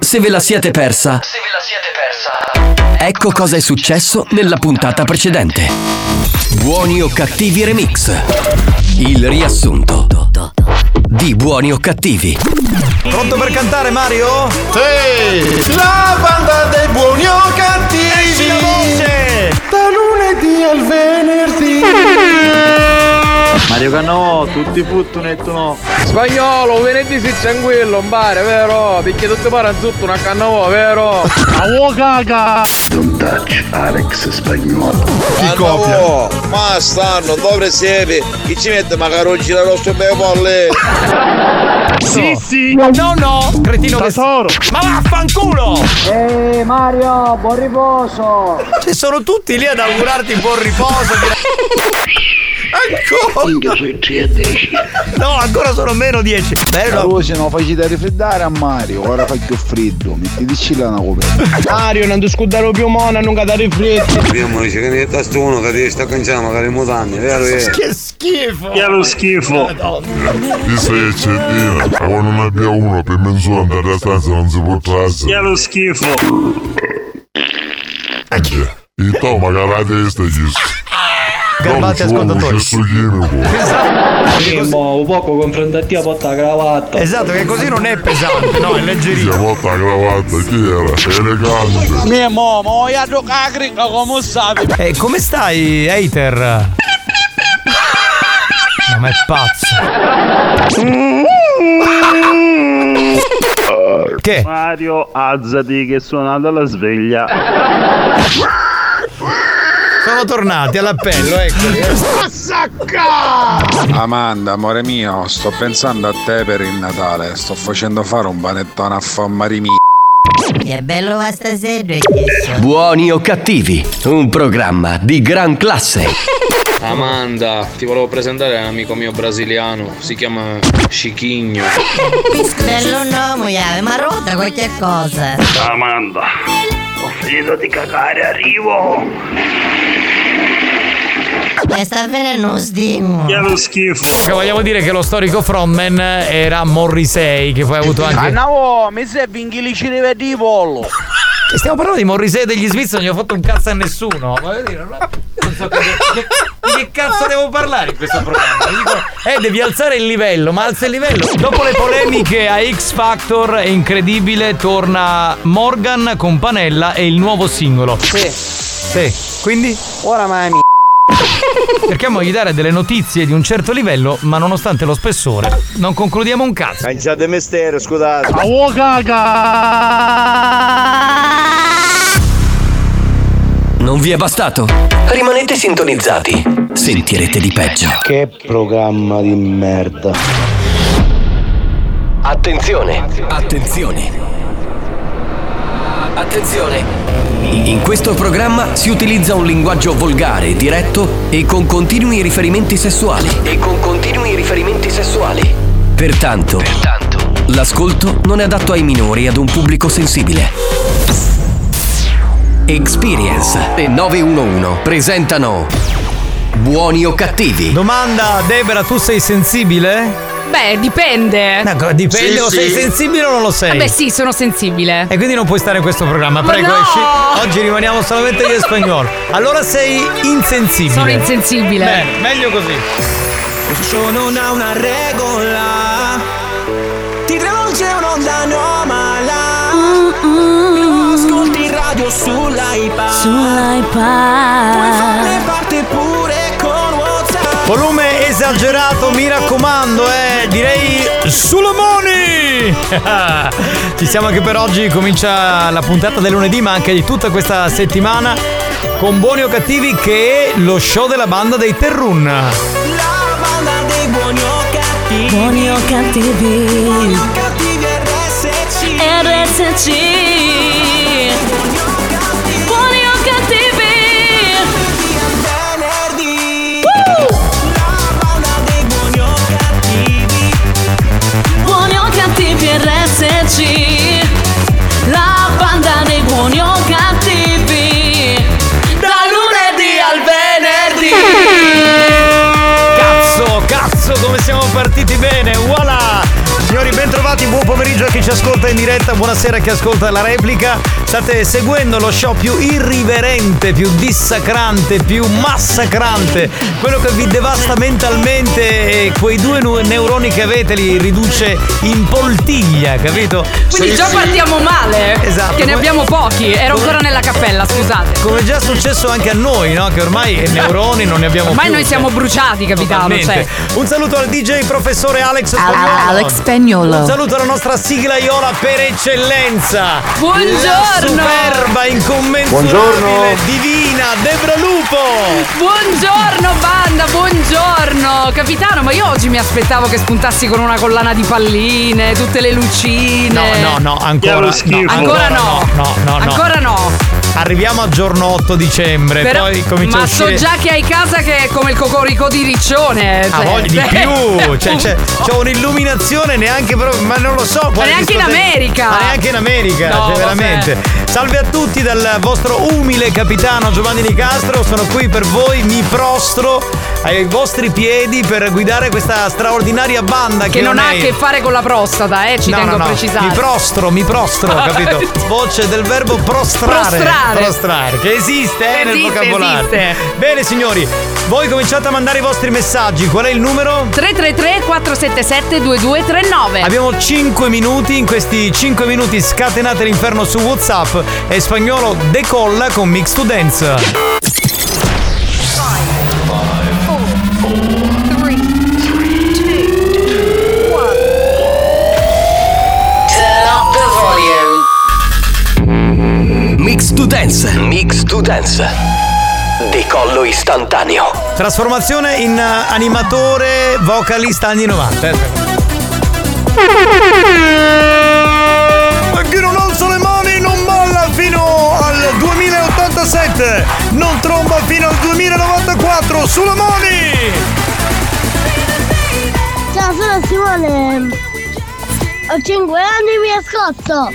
se ve la siete persa. Se ve la siete persa. Ecco cosa è successo nella puntata precedente. Buoni o cattivi remix. Il riassunto di Buoni o cattivi. Pronto per cantare Mario? Sì! La banda dei buoni o cattivi! la voce! Da lunedì al venerdì! Mario Cannavò, tutti puttune e tu no. Spagnolo, venerdì si c'è in quello, un bar, vero? Perché tutti pare zutto una cannavo, vero? Oh caga! Chi copia? ma stanno, dovrei siepi, chi ci mette macaroncini al rosso e me polle? Sì, sì! No, no! Cretino che... Tesoro! Ma vaffanculo! Ehi Eh, Mario, buon riposo! Ci sono tutti lì ad augurarti buon riposo. Ancora? No, ancora sono meno 10. La Bello. voce non facci da raffreddare a Mario, ora fa più freddo, mettitici là una coperta. Mario, non ti scudare più mona, non cadere in fretta! Prima dice che ne è sto uno che ti sta canciando magari in mutande, vero è? Che schifo. Che lo schifo! Chi sei accettina? Ma quando ne abbiamo uno per mezz'ora andare a stanza non si può Che trarre. lo schifo! Então, ma la testa disso. Garbate ascoltatori. Su chimico. Esatto. Primo, un poco confrontativo, porta la cravatta! Esatto, che così non è pesante, no, è leggerino. Minha volta a gravata, que era? Elegante. Mia mamma, ho iato cacrica, come sapi! E Eh, come stai, hater? No, ma è pazzo. Che? Mario, alzati che suonata la sveglia! Sono tornati all'appello, ecco. Amanda, amore mio, sto pensando a te per il Natale, sto facendo fare un panettone a forma di mi. Che bello va stasera e Buoni o cattivi. Un programma di gran classe. Amanda, ti volevo presentare un amico mio brasiliano, si chiama Chiquinho. Bello no, muoia, ma rotta qualche cosa. Amanda! Ho finito di cagare, arrivo! E Eh, sta venendo uno stingo. Che lo schifo! vogliamo dire che lo storico frontman era Morrissey, che poi ha Ah, avuto anche. Cannavò, mi serve un chilice di pollo! E Stiamo parlando di Morrissey degli Svizzeri, non gli ho fatto un cazzo a nessuno. Voglio dire, non, io non so cosa- che, di che cazzo devo parlare in questo programma. Gli Dico, eh, devi alzare il livello, ma alza il livello. Dopo le polemiche a X Factor è incredibile, torna Morgan con Panella e il nuovo singolo. Sì, quindi? Cerchiamo di dare delle notizie di un certo livello, ma nonostante lo spessore, non concludiamo un cazzo. Canciate mistero, scusate. Oh Non vi è bastato? Rimanete sintonizzati. Sentirete di peggio. Che programma di merda. Attenzione! Attenzione! Attenzione! In questo programma si utilizza un linguaggio volgare, diretto e con continui riferimenti sessuali. E con continui riferimenti sessuali. Pertanto, l'ascolto non è adatto ai minori e ad un pubblico sensibile. Experience e 911 presentano Buoni o cattivi? Domanda, Debra, tu sei sensibile? Beh, dipende. Ah, Ecco, dipende, Sì, o sì. sei sensibile o non lo sei? Beh sì, sono sensibile. E quindi non puoi stare in questo programma, Ma prego no! esci. Oggi rimaniamo solamente io e spagnolo. Allora sei insensibile. Sono insensibile. Bene, meglio così. Ciò non ha una regola. Ti travolge un'onda anomala. Ascolti radio sull'iPad. Puoi farne parte pure con WhatsApp. Volume esagerato, mi raccomando, eh, direi Sulomoni! Ci siamo anche per oggi, comincia la puntata del lunedì, ma anche di tutta questa settimana con Buoni o Cattivi che è lo show della banda dei Terrun. La banda dei buoni o cattivi. Buoni o cattivi, Cattivi RSC. RSC. Buoni o cattivi, Venerdì. La banda dei buoni o cattivi. buoni o cattivi, RSC. La banda dei buoni o cattivi. Da lunedì al venerdì. Cazzo, cazzo, come siamo partiti bene, voilà! Signori, bentrovati, buon pomeriggio a chi ci ci ascolta in diretta, buonasera a chi ascolta la replica. State seguendo lo show più irriverente, più dissacrante, più massacrante. Quello che vi devasta mentalmente e quei due nu- neuroni che avete li riduce in poltiglia, capito? Quindi Sì, già sì. partiamo male. eh? Esatto. Che ne Come- abbiamo pochi. Ero come- ancora nella cappella, scusate. Come già è successo anche a noi, no? Che ormai neuroni non ne abbiamo Ormai più. noi siamo bruciati, capitano. Totalmente. Cioè. Un saluto al DJ professore Alex Al- Spagnolo. Alex Spagnolo. Un saluto alla nostra sigla Iola per eccellenza. Buongiorno. La superba, incommensurabile, Buongiorno. divina Debra Lupo. Buongiorno banda, buongiorno Capitano, ma io oggi mi aspettavo che spuntassi con una collana di palline, tutte le lucine No, no, ancora no, Eh. Ancora no, No, no, no. Ancora no. Arriviamo al giorno 8 dicembre, Però- poi comincia ma a uscire. so già che hai casa che è come il cocorico di Riccione Ah, cioè. voglio di più! Cioè, c'è, c'è Ma un'illuminazione neanche proprio, ma non lo so. quale neanche in discoteca- America Ma neanche in America, No, cioè, vabbè. veramente. Salve a tutti dal vostro umile capitano Giovanni Di Castro, sono qui per voi, mi prostro ai vostri piedi per guidare questa straordinaria banda che, Che non ha a è- che fare con la prostata, eh, ci No, tengo no, no. a precisare Mi prostro, mi prostro, capito? Voce del verbo prostrare. Prostrare. Prostrare, che esiste eh, nel Esiste, vocabolario. esiste. Bene signori, voi cominciate a mandare i vostri messaggi. Qual è il numero? 333 477 2239 Abbiamo 5 minuti, in questi 5 minuti scatenate l'inferno su Whatsapp e spagnolo decolla con Mix to Dance. Mix to dance. Mix to dance. Decollo istantaneo. Trasformazione in eh, animatore vocalista anni eh. 90. E chi non alza le mani non balla fino al 2087, non tromba fino al 2094, sulle mani! Ciao, sono Simone. Ho 5 anni e mi ascolto.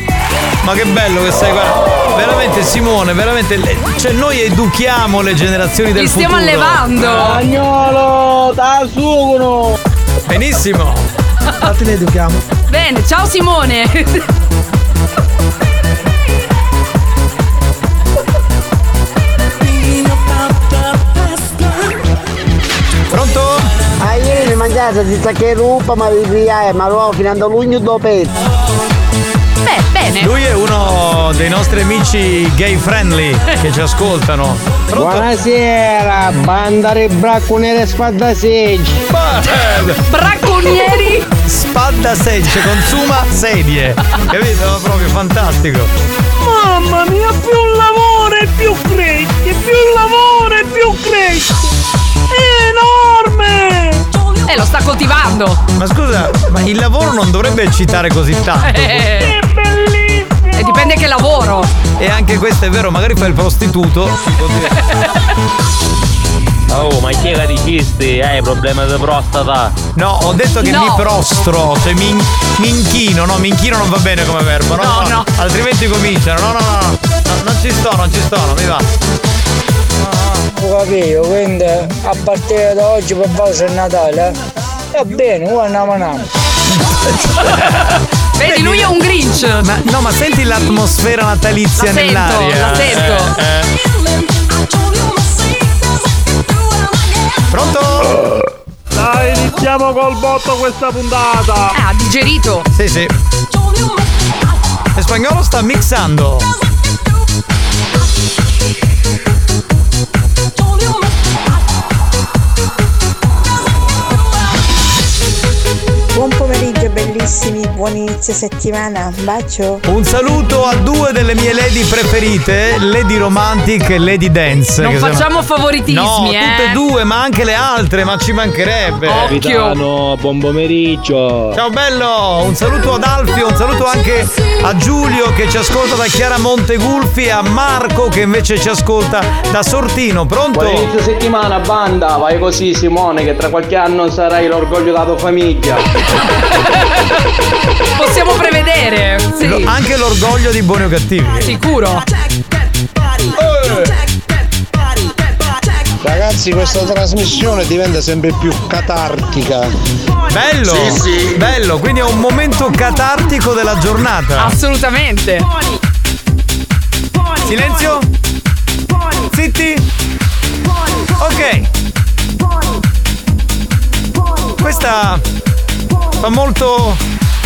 Ma che bello che sei, guarda. Veramente Simone, veramente. le- Cioè noi educhiamo le generazioni del Li stiamo futuro. allevando Spagnolo, t'assugono Benissimo! Infatti le educhiamo. Bene, ciao Simone Pronto? Ah, ieri mi mangiate senza che rupa, ma vi ma l'uovo fino a lugno dopo pezzo. Beh, bene Lui è uno dei nostri amici gay friendly che ci ascoltano. Buonasera, bandare bracconiere spadaseggi. Bracconieri! Spada 16, consuma sedie. Capito? Proprio fantastico. Mamma mia, più lavoro più cresce, più lavoro più cresce. Enorme! Eh, lo sta coltivando Ma scusa, ma il lavoro non dovrebbe eccitare così tanto. È bellissimo! E Eh, dipende che Eh, lavoro! E anche questo è vero, magari fai il prostituto. Oh, ma chi è che richisti? Hai Eh, problema di prostata? No, ho detto che No. mi prostro, cioè min- minchino, no, minchino non va bene come verbo, no? No, no. Altrimenti cominciano, no, no, no, no, No, non ci sto, non ci sto, non mi va. Ho capito, quindi a partire da oggi per voi c'è Natale. eh? Va bene, ora andiamo andiamo. Vedi, lui è un Grinch. Ma, no, ma senti l'atmosfera natalizia La sento, nell'aria. la sento. Eh, eh. Pronto? Dai, iniziamo col botto questa puntata! Ah, digerito! Sì, sì. E spagnolo sta mixando. Buon pomeriggio bellissimi, buon inizio settimana, un bacio. Un saluto a due delle mie lady preferite, Lady Romantic e Lady Dance. Non che sono- facciamo favoritismi, No, eh! tutte e due, ma anche le altre, ma ci mancherebbe. Capitano, buon pomeriggio. Ciao bello, un saluto ad Alfio, un saluto anche a Giulio che ci ascolta da Chiara Montegulfi e a Marco che invece ci ascolta da Sortino, pronto? Buon inizio settimana, banda! Vai così, Simone, che tra qualche anno sarai l'orgoglio della tua famiglia. Possiamo prevedere! Sì. Lo- anche l'orgoglio di buoni o cattivi. Sicuro! Eh. Ragazzi questa trasmissione diventa sempre più catartica. Bello! Sì, sì. Bello, quindi è un momento catartico della giornata. Assolutamente. Silenzio. Zitti. Ok. Questa fa molto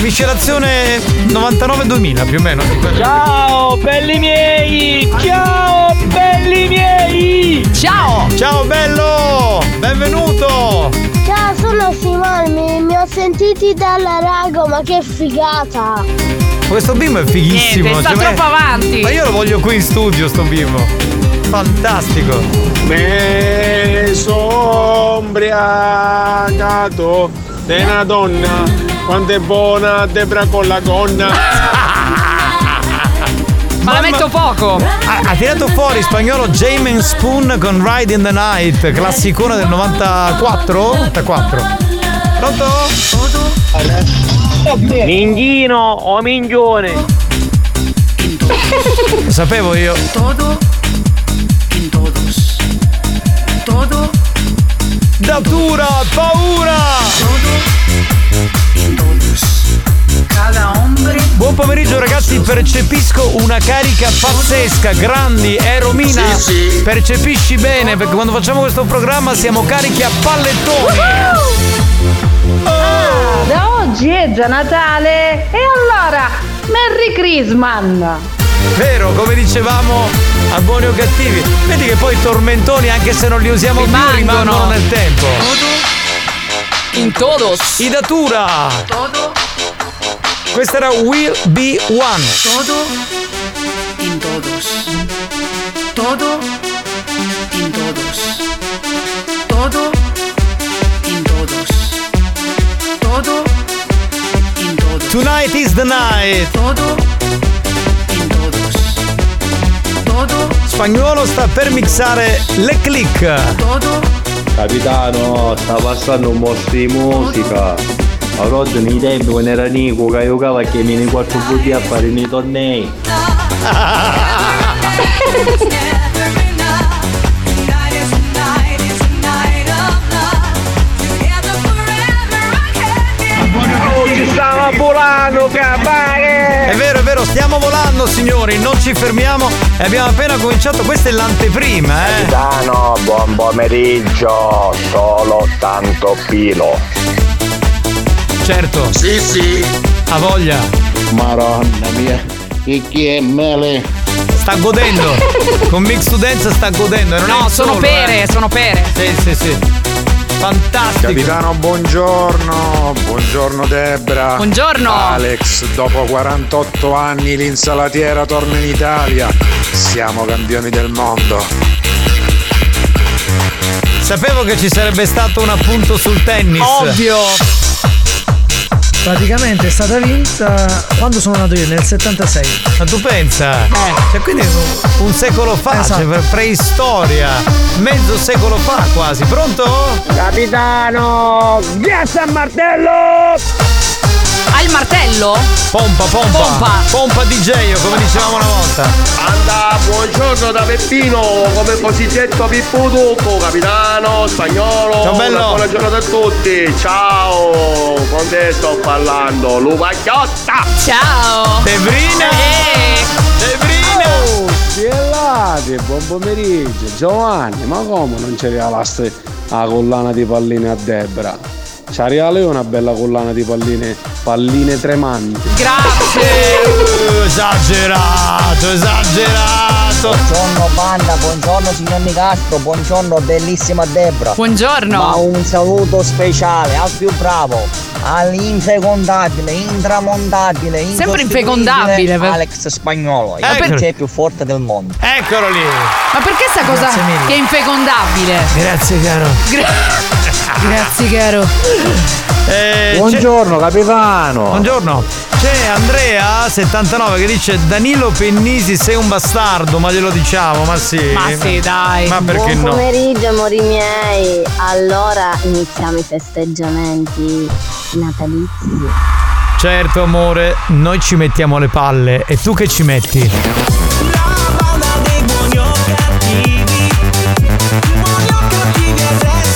miscelazione 99-2000 più o meno. Ciao, belli miei! Ciao, belli miei! Ciao! Ciao bello! Benvenuto! Ciao, sono Simone, mi, mi ho sentiti dalla rago, ma che figata! Questo bimbo è fighissimo. Niente, sta ma è- troppo avanti. Ma io lo voglio qui in studio, sto bimbo. Fantastico. Me sono ombriacato de una donna, quando è buona debra con la gonna. Ma la metto poco. Ha, ha tirato fuori spagnolo Jamin Spoon con Ride in the Night, classicone del 94? 94. Pronto? Minghino o mingione? Lo sapevo io. Todo in todos. Todo Datura, paura! Buon pomeriggio ragazzi, percepisco una carica pazzesca, grandi, eh Romina, percepisci bene perché quando facciamo questo programma siamo carichi a pallettoni. Ah, Da oggi è già Natale e allora Merry Christmas! Vero, come dicevamo a buoni o cattivi, vedi che poi i tormentoni anche se non li usiamo più rimangono nel tempo. In todos. I datura. Ah. Questa era Will Be One. Todo in todos. Todo in todos. Todo in todos. Todo in todos. Tonight is the night. Todo in todos. Todo, Spagnolo sta per mixare le click. todo, Capitano, sta passando un mostro di musica. A Rod nei tempi quando era Nico che giocava che viene in quattro butti a fare nei tornei. Oggi stava volando, È capare! vero, è vero, stiamo volando signori, non ci fermiamo e abbiamo appena cominciato, questa è l'anteprima, eh. Capitano, buon pomeriggio, solo tanto filo. Certo. Sì, sì. Ha voglia. Maronna mia. E chi è mele? Sta godendo. Con Mix Students sta godendo. e non è No, il sono solo, pere, eh. sono pere. Sì, sì, sì. Fantastico. Capitano, buongiorno. Buongiorno Debra. Buongiorno. Alex, dopo 48 anni l'insalatiera torna in Italia. Siamo campioni del mondo. Sapevo che ci sarebbe stato un appunto sul tennis. Ovvio. Praticamente è stata vinta quando sono nato io, nel 76. Ma tu pensa? Eh. Cioè, quindi un- un secolo fa, cioè, pre- preistoria. Mezzo secolo fa quasi. Pronto? Capitano, ghiaccia il martello! Ha il martello? Pompa, pompa. Pompa. Pompa DJ, o come dicevamo una volta. Anda, buongiorno da Peppino, come cosiddetto Pippo Ducco, capitano, spagnolo, Ciao, bello. una buona giornata a tutti, ciao, con te sto parlando, Lupacchiotta! Ciao! Eh. Debrina! Debrina! Ciellate, buon pomeriggio, Giovanni, ma come non c'era la, st- la collana di palline a Debra? C'era lei una bella collana di palline, palline tremanti. Eh, Esagerato, esagerato. Buongiorno Panda, buongiorno signor Nicastro, buongiorno bellissima Debra. Buongiorno. Ma un saluto speciale al più bravo, all'infecondabile, intramontabile, Sempre insostituibile infecondabile, per- Alex Spagnolo, il Eccolo. perché è più forte del mondo. Ecco. Eccolo lì. Ma perché sta cosa Grazie mille. che è infecondabile? Grazie caro. Grazie caro. Eh. Buongiorno capitano. Buongiorno. C'è Andrea 79 che dice Danilo Pennisi sei un bastardo, ma glielo diciamo, ma sì. Ma sì, dai. Ma perché Buon no? pomeriggio, amori miei. Allora iniziamo i festeggiamenti natalizi. Certo amore, noi ci mettiamo le palle e tu che ci metti? La banda dei buoni o cattivi, buoni o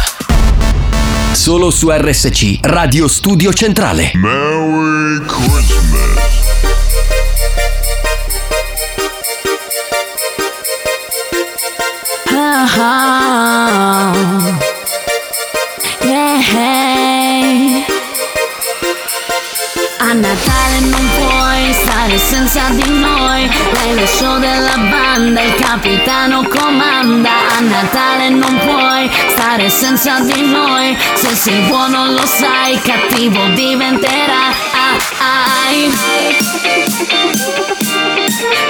Solo su RSC, Radio Studio Centrale. Merry Christmas. Uh-huh. Oh, yeah. A Natale non puoi stare senza di noi, lei è lo show della banda, il capitano comanda. A Natale non puoi stare senza di noi, se sei buono lo sai, cattivo Ah, diventerai.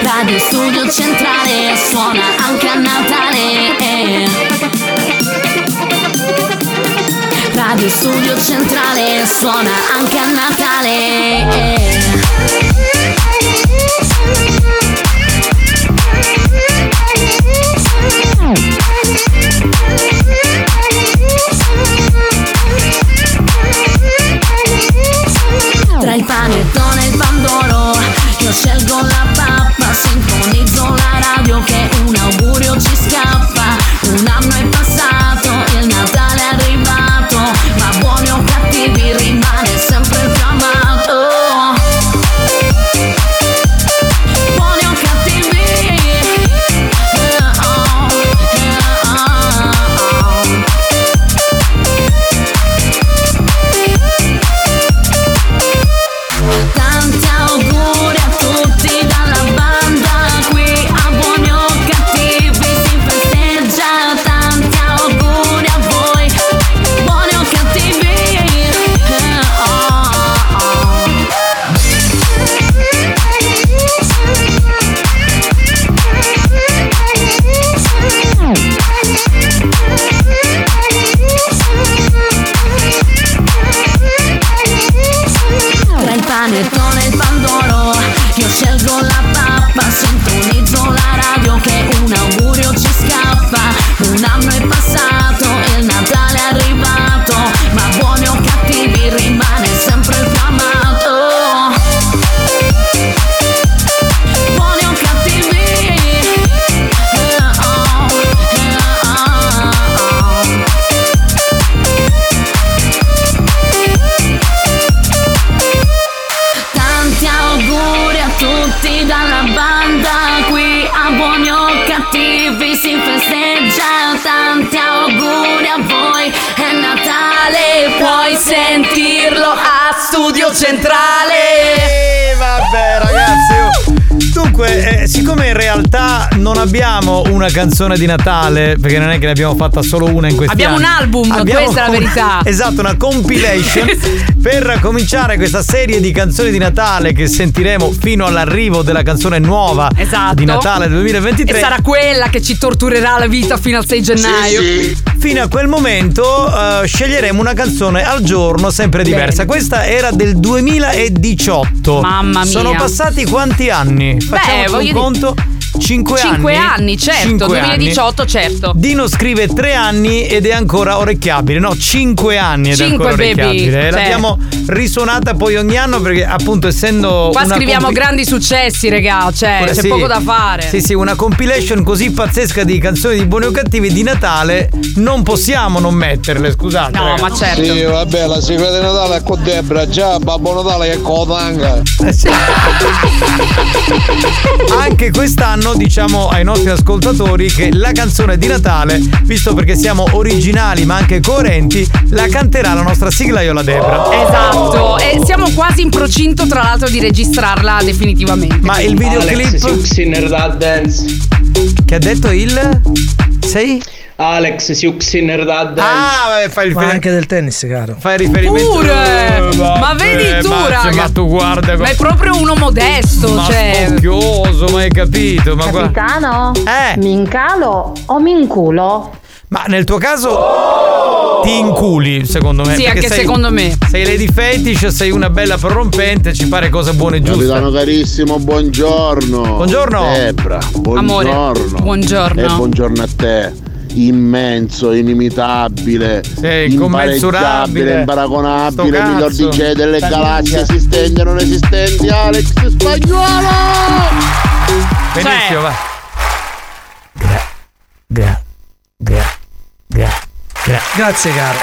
Radio Studio Centrale suona anche a Natale. eh. Radio Studio Centrale suona anche a Natale. eh. Tra il panettone e il pandoro Io scelgo la pappa Sintonizzo la radio che un augurio ci scappa Un anno è passato, il Natale è arrivato Ma buoni o cattivi rimane sempre il più amato Buoni o cattivi eh, oh, eh, oh, oh. oh. Tanti auguri a tutti dalla banda qui a buoni o cattivi si festeggia Tanti auguri a voi, buoni o cattivi Eh, oh, oh. Tra il panettone e il pandoro Io scelgo la pappa Sintonizzo la radio che un augurio ci scappa Un anno è passato, il Natale è arrivato Ma buoni o cattivi rimane sempre il più amato Buoni o cattivi eh, oh, eh, oh, oh. Tanti auguri a tutti dalla banda qui a buoni o cattivi si festeggia tanti auguri a voi è Natale puoi sentirlo a studio centrale E Eh, vabbè ragazzi Dunque, eh, siccome in realtà non abbiamo una canzone di Natale, perché non è che ne abbiamo fatta solo una in questi Abbiamo anni. un album, questa è una- la verità. esatto, una compilation per cominciare questa serie di canzoni di Natale che sentiremo fino all'arrivo della canzone nuova Esatto. di Natale 2023. E sarà quella che ci torturerà la vita fino al 6 gennaio. Fino a quel momento eh, sceglieremo una canzone al giorno sempre diversa. Questa era del 2018. Mamma mia. Sono passati quanti anni? Facciamoci voglio un dire- conto. 5 anni. Cinque anni, certo, Cinque 2018 certo. Dino scrive 3 anni ed è ancora orecchiabile. No, 5 anni ed è Cinque, ancora baby, orecchiabile. cioè. L'abbiamo risuonata poi ogni anno perché appunto essendo Qua una scriviamo compli- grandi successi, regà, cioè c'è sì. poco da fare. Sì, sì, una compilation così pazzesca di canzoni di buoni o cattivi di Natale, non possiamo non metterle, scusate. No, ragazzi. ma certo. Sì, vabbè, la sigla di Natale è con Debra, già Babbo Natale che è con la tanga. Eh, Anche quest'anno diciamo ai nostri ascoltatori che la canzone di Natale, visto perché siamo originali ma anche coerenti, la canterà la nostra sigla Iola Debra. Esatto, e siamo quasi in procinto tra l'altro di registrarla definitivamente. Ma il videoclip Siuxiner da Dance. Che ha detto il Sei? Alex Siuxiner da Dance. Ah, vabbè, fai il Ma anche del tennis, caro. Fai riferimento Pure! Eh, Ma vabbè, vedi tu, ma- raga. Ma tu guarda Ma è proprio uno modesto, Ma cioè. spocchioso, ma hai capito? Ma guarda- Capitano? Eh? Mi incalo o mi inculo? Ma nel tuo caso ti inculi, secondo me. Sì, perché anche sei- secondo me. Sei Lady Fetish, sei una bella prorompente, ci pare cose buone e giuste. Capitano carissimo, buongiorno. Buongiorno. Debra, buongiorno. Amore, buongiorno. E buongiorno a te. Immenso, inimitabile, incommensurabile. impareggiabile, Sto imparagonabile, cazzo. miglior DJ delle Sta galassie minchia. esistenti e non esistenti, Alex Spagnolo! Cioè Benissimo, va. Gra, gra, gra, gra. Grazie caro.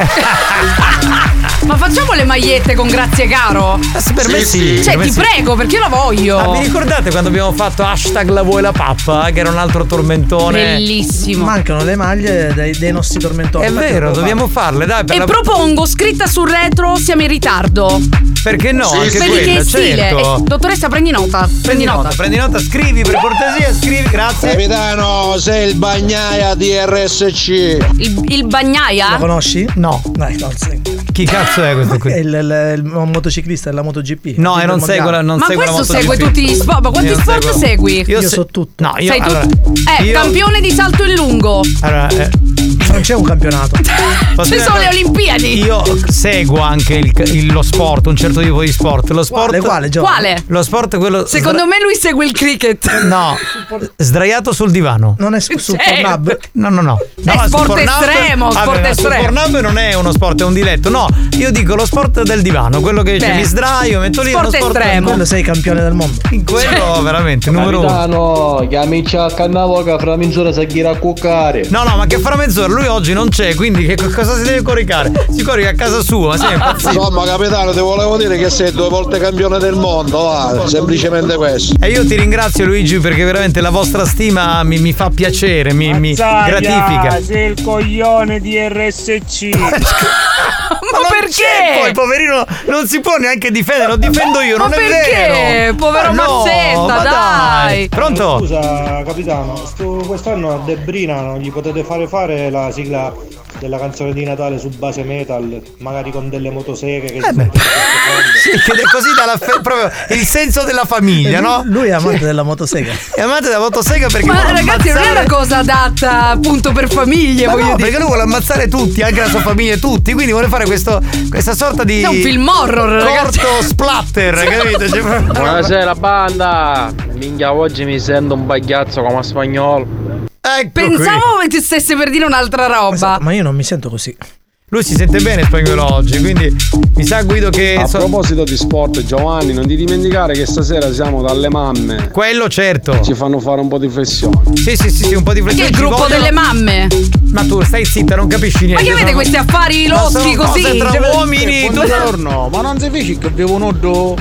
Ma facciamo le magliette con grazie caro? per me Sì, sì. sì. Cioè, Per me ti sì. prego, perché io la voglio. Ah, vi ricordate quando abbiamo fatto hashtag la vuoi la pappa? eh, Che era un altro tormentone. Bellissimo. Mancano le maglie dei, dei nostri tormentori. È vero, dobbiamo farle, dai, Eh, per E la- propongo scritta sul retro siamo in ritardo. Perché no? Sì, anche perché quella, è stile. certo. Eh, dottoressa, prendi nota. Prendi, nota. Prendi nota, scrivi per cortesia, scrivi, grazie. Capitano, sei il bagnaia di RSC. Il, il bagnaia? Lo conosci? No. Dai, no, sì. Chi cazzo è questo qui? È il, il- il motociclista della MotoGP. No, e non segue la- non Ma segue la questo MotoGP. segue tutti gli sport. Ma quanti Io non sport seguo- segui? Io, so tutto. No, io Sei tu- allora, eh, io- campione di salto in lungo. Allora, eh, Non c'è un campionato. posso Ci dire sono una le cosa? Olimpiadi. Io seguo anche il- il- lo sport, un certo tipo di sport. Lo sport quale, Giovanni? Quale? Lo sport è quello Secondo me lui segue il cricket. No. sdraiato sul divano. Non è su, su Sì. Pornhub? No, no, no. È No, su sport Pornhub- estremo, Vabbè, sport ma su estremo. Pornhub non è uno sport, è un diletto. No, io dico lo sport del divano, quello che dice Beh. mi sdraio, metto lì uno sport Quello sei campione del mondo. In Quello veramente numero uno. Capitano, chiami il cannavo che fra mezz'ora si gira a cuccare. No, no, ma che fra mezz'ora lui oggi non c'è, quindi che co- cosa si deve coricare? Si corica a casa sua, sì, è impazzito. Insomma, capitano, ti volevo dire che sei due volte campione del mondo, va, semplicemente questo. E io ti ringrazio Luigi perché veramente la vostra stima mi, mi fa piacere, mi, mi Zaia, Ah, gratifica. sei il coglione di RSC. Ma perché? Poi poverino non si può neanche difendere, lo difendo io, Ma non perché? è vero. Povero Ma no, Mazzetta, ma dai. Pronto? Eh, Scusa capitano, sto- quest'anno a Debrina non gli potete fare fare la sigla della canzone di Natale su base metal, magari con delle motoseghe che si sentono Eh Sì, che è così dalla fe- proprio il senso della famiglia, no? Eh, Lui è amante della motosega. È amante della motosega perché Ma vuole ragazzi, non è ammazzare- una cosa adatta appunto per famiglie, Ma voglio no, dire. perché lui vuole ammazzare tutti, anche la sua famiglia e tutti, quindi vuole fare questo, questa sorta di... È un film horror, corto ragazzi. splatter, capito? Cioè, proprio- Buonasera banda! Minchia oggi mi sento un bagliazzo come a spagnolo. Ecco Pensavo che ti stesse per dire un'altra roba. Ma io non mi sento così. Lui si sente bene spagnolo oggi, quindi mi sa Guido che... A so- proposito di sport, Giovanni, non ti dimenticare che stasera siamo dalle mamme. Quello certo. Ci fanno fare un po' di flessione. Sì, sì, sì, sì, un po' di Perché flessione. il ci gruppo vogliono- delle mamme? Ma tu stai zitta, non capisci Ma niente. che avete sono- questi affari Esatto. Ma sono loschi cose così? Cioè, tra uomini, tu- Buongiorno, ma non si fece che avevo un oddo.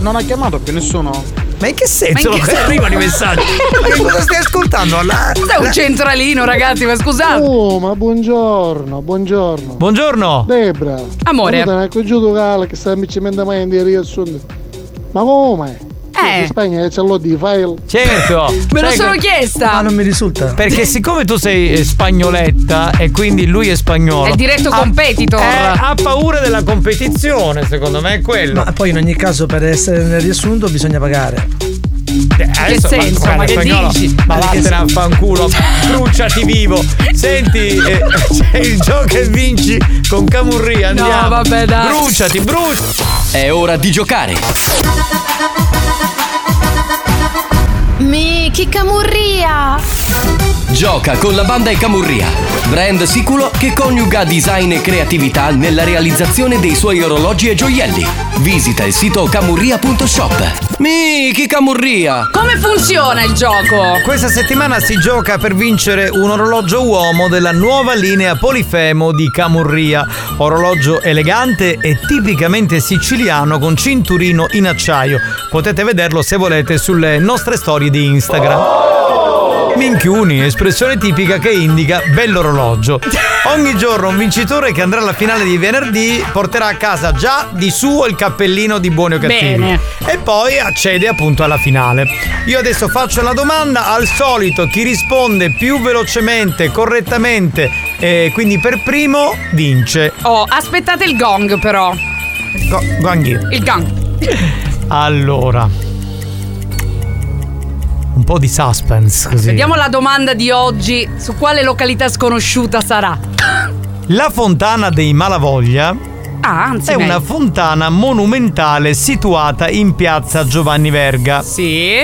Non ha chiamato più nessuno. Ma in che senso? Ma in che Non senso? arrivano i messaggi. Ma che cosa stai ascoltando? La- Cos'è un centralino, ragazzi? Ma scusate. Oh, ma buongiorno, buongiorno. Buongiorno. Debra. Amore. Saluta, ecco giù tu cala che sta amicimento mai in Rio Sud. Ma come? Eh. In Spagna c'è l'ho di file. Certo. Me lo Sai sono che- chiesta. Ma non mi risulta. Perché siccome tu sei eh, spagnoletta e quindi lui è spagnolo. È diretto ha- competitor. eh, ha paura della competizione, secondo me è quello. Ma poi in ogni caso per essere nel riassunto bisogna pagare. Eh, adesso, senso? guarda, Ma che spagnolo, dici? Ma Ma che- vattene a fanculo, bruciati vivo. Senti, eh, c'è il gioco e vinci con Camurri, andiamo. vabbè, dai. Bruciati, bruciati. È ora di giocare. Miki Camurria! Gioca con la banda e Camurria, brand siculo che coniuga design e creatività nella realizzazione dei suoi orologi e gioielli. Visita il sito camurria.shop. Miki Camurria! Come funziona il gioco? Questa settimana si gioca per vincere un orologio uomo della nuova linea Polifemo di Camurria. Orologio elegante e tipicamente siciliano con cinturino in acciaio. Potete vederlo se volete sulle nostre storie di Instagram. Minchiuni, espressione tipica che indica bell'orologio. Ogni giorno un vincitore che andrà alla finale di venerdì porterà a casa già di suo il cappellino di buoni o cattivi. Bene. E poi accede appunto alla finale. Io adesso faccio la domanda, al solito chi risponde più velocemente, correttamente e quindi per primo vince. Oh, aspettate il gong però. Go- Guanghi. Il gong. Allora. Un po' di suspense così. Vediamo la domanda di oggi su quale località sconosciuta sarà. La fontana dei Malavoglia Ah, anzi è meglio. una fontana monumentale situata in piazza Giovanni Verga. Sì.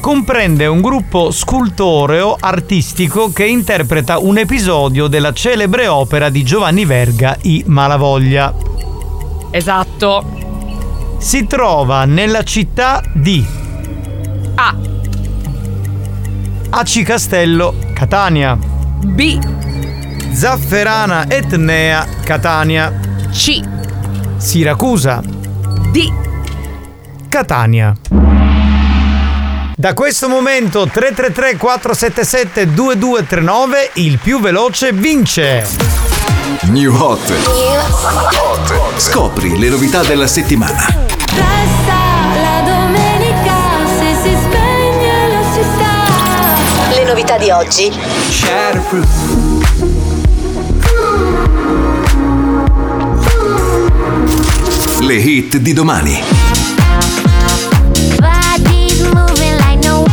Comprende un gruppo scultoreo artistico che interpreta un episodio della celebre opera di Giovanni Verga, I Malavoglia. Esatto. Si trova nella città di A. AC Castello, Catania. B. Zafferana Etnea, Catania. C. Siracusa. D. Catania. Da questo momento 333 477 2239 il più veloce vince. New Hot. Scopri le novità della settimana. La domenica se si spegne la città. Le novità di oggi. Le hit di domani. Body's moving like no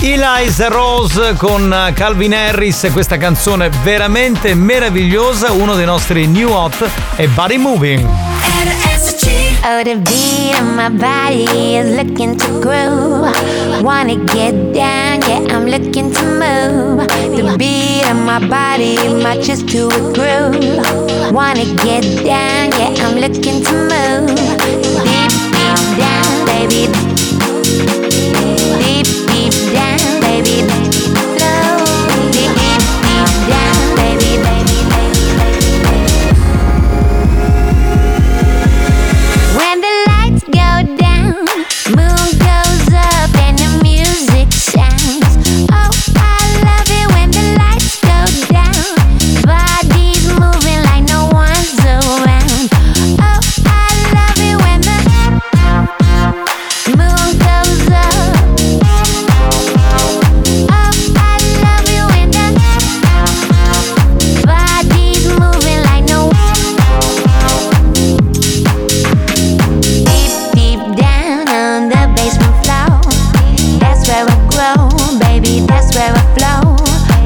Eliza Rose con Calvin Harris, questa canzone veramente meravigliosa, uno dei nostri new hot e Body Moving. Oh, the beat of my body is looking to groove. Wanna get down, yeah, I'm looking to move. The beat of my body matches to a groove. Wanna get down, yeah, I'm looking to move. Deep, deep down, baby. Deep, deep down, baby. Low. Deep, deep, deep down, baby, baby, When the lights go down, moon goes up and the music sounds. Oh, I love it when the lights go down. Body's moving like no one's around. Oh, I love it when the moon goes up. Oh, I love it when the body's moving like no Deep, deep down on the basement floor. That's where I grow, baby. That's where I flow.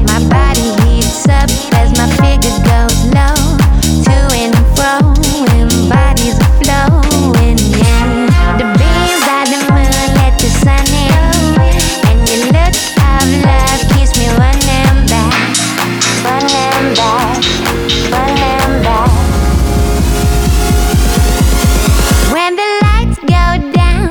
My body heats up as my figure goes low. To and fro, and bodies are flowing. Yeah, the beams of the moon let the sun in, and your look of love keeps me running back, running back, running back. When the lights go down,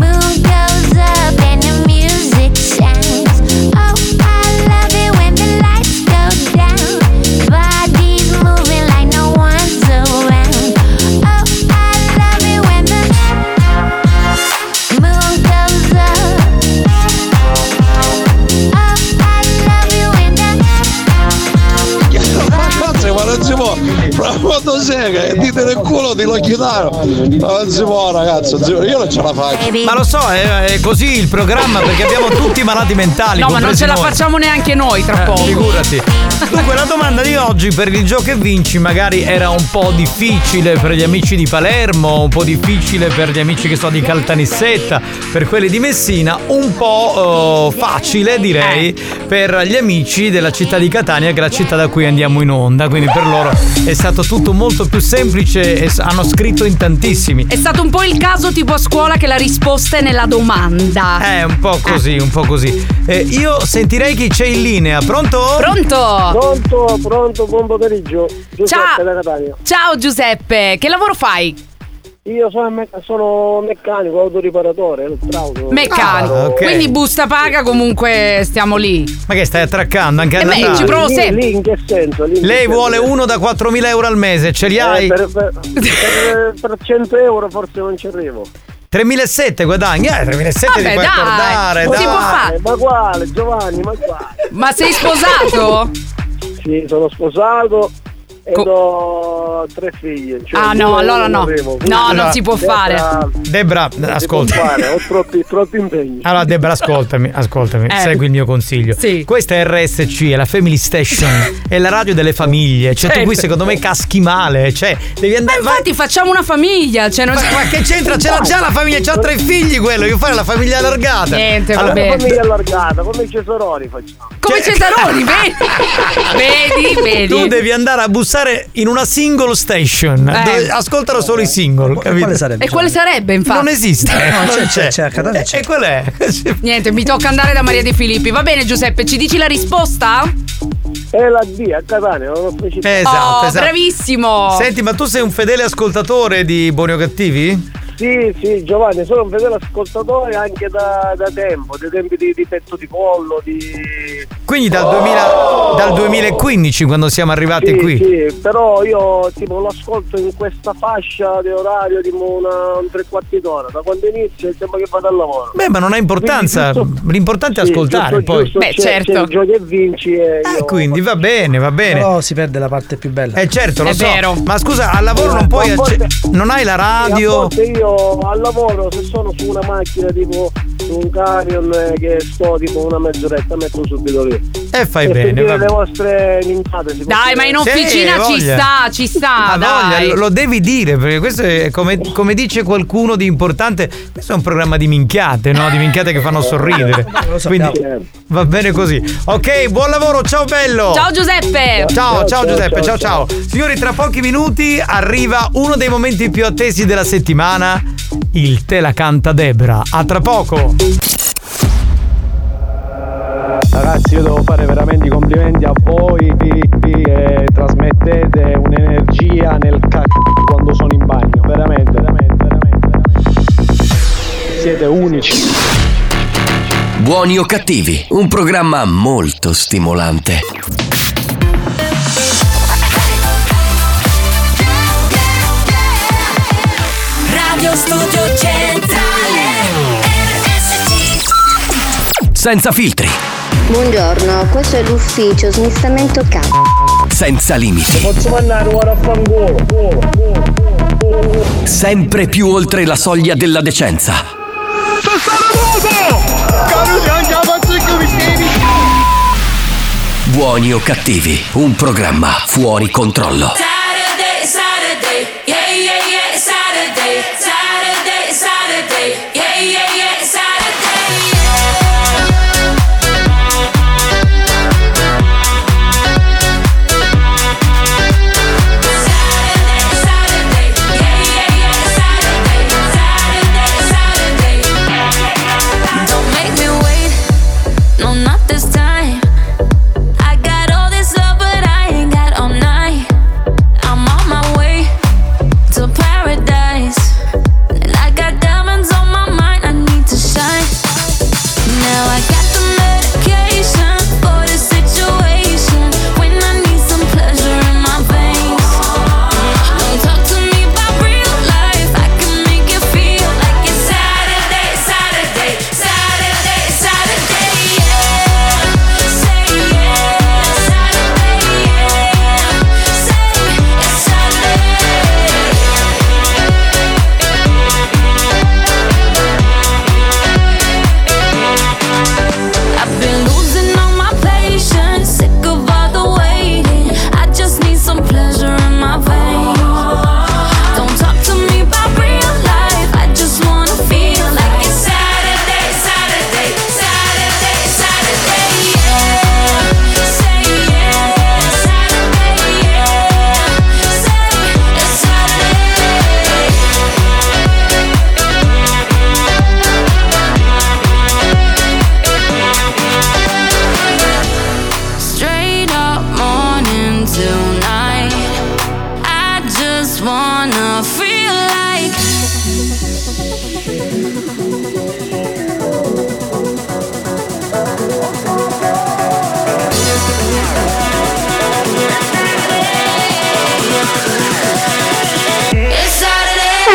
moon goes up and the music sounds. Oh, I love it when the lights go down. Body's moving like no one's around. Oh, I love it when the moon goes up. Oh, I love it when the Ragazzi, ma non si può, proprio sega, dite nel culo di l'occhietano, ma non si può ragazzo, non si può. io non ce la Eh, faccio. Ma lo so, è, è così il programma perché abbiamo tutti malati mentali. No, ma non compresi ce la noi. facciamo neanche noi tra Eh, poco. figurati. Dunque, la domanda di oggi per il gioco che vinci magari era un po' difficile per gli amici di Palermo, un po' difficile per gli amici che so di Caltanissetta, per quelli di Messina, un po' eh, facile direi Eh. per gli amici della città di Catania, che è la città da cui andiamo in onda. Quindi per loro è stato tutto molto più semplice e s- hanno scritto in tantissimi. È stato un po' il caso tipo a scuola che la risposta è nella domanda. Eh, un po' così, un po' così. Eh, io sentirei chi c'è in linea, pronto? Pronto, pronto, buon pomeriggio. Giuseppe Ciao. da Catania. Ciao Giuseppe, che lavoro fai? Io sono, me- sono meccanico, autoriparatore, elettrauto. Meccanico. Ah, ok. Quindi busta paga comunque stiamo lì. Ma che stai attraccando anche a Eh beh, Natale? ci provo sempre. Lì in che senso? Lì in che Lei senso? vuole uno da 4.000 euro al mese, ce li Eh, hai? per, per- per- per 100 euro forse non ci arrivo. 3.700 guadagni, eh, 3.700 ti Vabbè, puoi dai, portare, ma dai. quale, Ah, Ma quale, Giovanni, ma quale? Ma sei sposato? sì, sono sposato. e e ho tre figlie. Cioè, Ah, no, io allora non no. avevo, quindi- No, non si può Debra, fare. Debra, si può ascolta. fare, oh. ho troppi, troppi impegni. Allora Debra ascoltami, ascoltami, Eh. segui il mio consiglio. Questa è RSC, è la Family Station, è la radio delle famiglie. Cioè tu Certo. qui secondo me caschi male, cioè devi Ma andare infatti facciamo una famiglia. Cioè non... Ma- ma che c'entra? C'era già la famiglia, c'ha tre figli quello, io fare la famiglia allargata. Niente, va Allora- bene. Famiglia allargata, come i Cesaroni facciamo. Come Cesaroni, vedi? Vedi, vedi. Cioè, Tu devi andare a bussare in una single station. Eh. dove ascoltano solo i single. capito? E quale sarebbe, infatti? Non esiste. No, cioè, c'è, c'è, cerca, dai. E qual è? Niente, mi tocca andare da Maria De Filippi. Va bene, Giuseppe, ci dici la risposta? È la D, a Catania, non ho specificato. Esatto, oh, esatto. bravissimo. Senti, ma tu sei un fedele ascoltatore di Buoni o Cattivi? Sì, sì, Giovanni, sono un fedele ascoltatore anche da, da tempo, dai tempi di, di petto di pollo, di... Quindi dal, 2000 dal 2015 quando siamo arrivati Sì, Ah, qui. sì, però io tipo lo ascolto in questa fascia di orario tipo una, un tre quarti d'ora, da quando inizio sembra che vado al lavoro. Beh, ma non ha importanza. L'importante è ascoltare giusto, poi. Eh, giusto, c'è- certo. c'è il giochi e vinci e io- Quindi va bene, va bene. Però si perde la parte più bella. Eh certo, lo È so. vero. Ma scusa, al lavoro non puoi. A volte- acce- non hai la Sì, a radio. volte io al lavoro se sono su una macchina tipo su un camion eh, che sto tipo una mezz'oretta metto subito lì. E fai per bene, dire va le bene. vostre minchiate, si può Dai, dire. ma in officina Sì, ci voglia. sta, ci sta. Ha dai. voglia, lo- lo devi dire, perché questo è come, come dice qualcuno di importante, questo è un programma di minchiate, no? Di minchiate che fanno sorridere. Quindi va bene così. Ok, buon lavoro, ciao bello! Ciao, Giuseppe. Ciao, ciao Ciao, Giuseppe, ciao ciao, ciao. Signori, tra pochi minuti arriva uno dei momenti più attesi della settimana, il Te la canta Debra. A tra poco! Ragazzi, io devo fare veramente i complimenti a voi e trasmettete un'energia nel cacchio quando sono in bagno. Veramente, veramente, veramente, veramente. Siete unici. Buoni o cattivi, un programma molto stimolante. Radio Studio Centrale Senza filtri, Buongiorno, questo è l'ufficio smistamento cazzo. senza limiti, Posso mandare un ora a fanculo? sempre più oltre la soglia della decenza. Buoni o cattivi, un programma fuori controllo. Saturday, Saturday, yeah, yeah, yeah, Saturday, Saturday, Saturday, yeah, yeah, yeah, Saturday. Don't make me wait, no, not this time. I got all this love, but I ain't got all night. I'm on my way to paradise. And I got diamonds on my mind, I need to shine. Now I got the medication for the situation. When I need some pleasure in my veins. Don't talk to me about real life. I can make it feel like it's Saturday, Saturday, Saturday, Saturday, yeah. Say yeah, Saturday, yeah. Say it's Saturday. I've been losing all my patience, sick of all the waiting. I just need some pleasure in my veins. Don't talk to me about real life. I just wanna feel like it's Saturday, Saturday, Saturday, Saturday, yeah. Say yeah, Saturday, yeah. Say it's Saturday. Straight up morning till night. I just wanna feel like it's Saturday.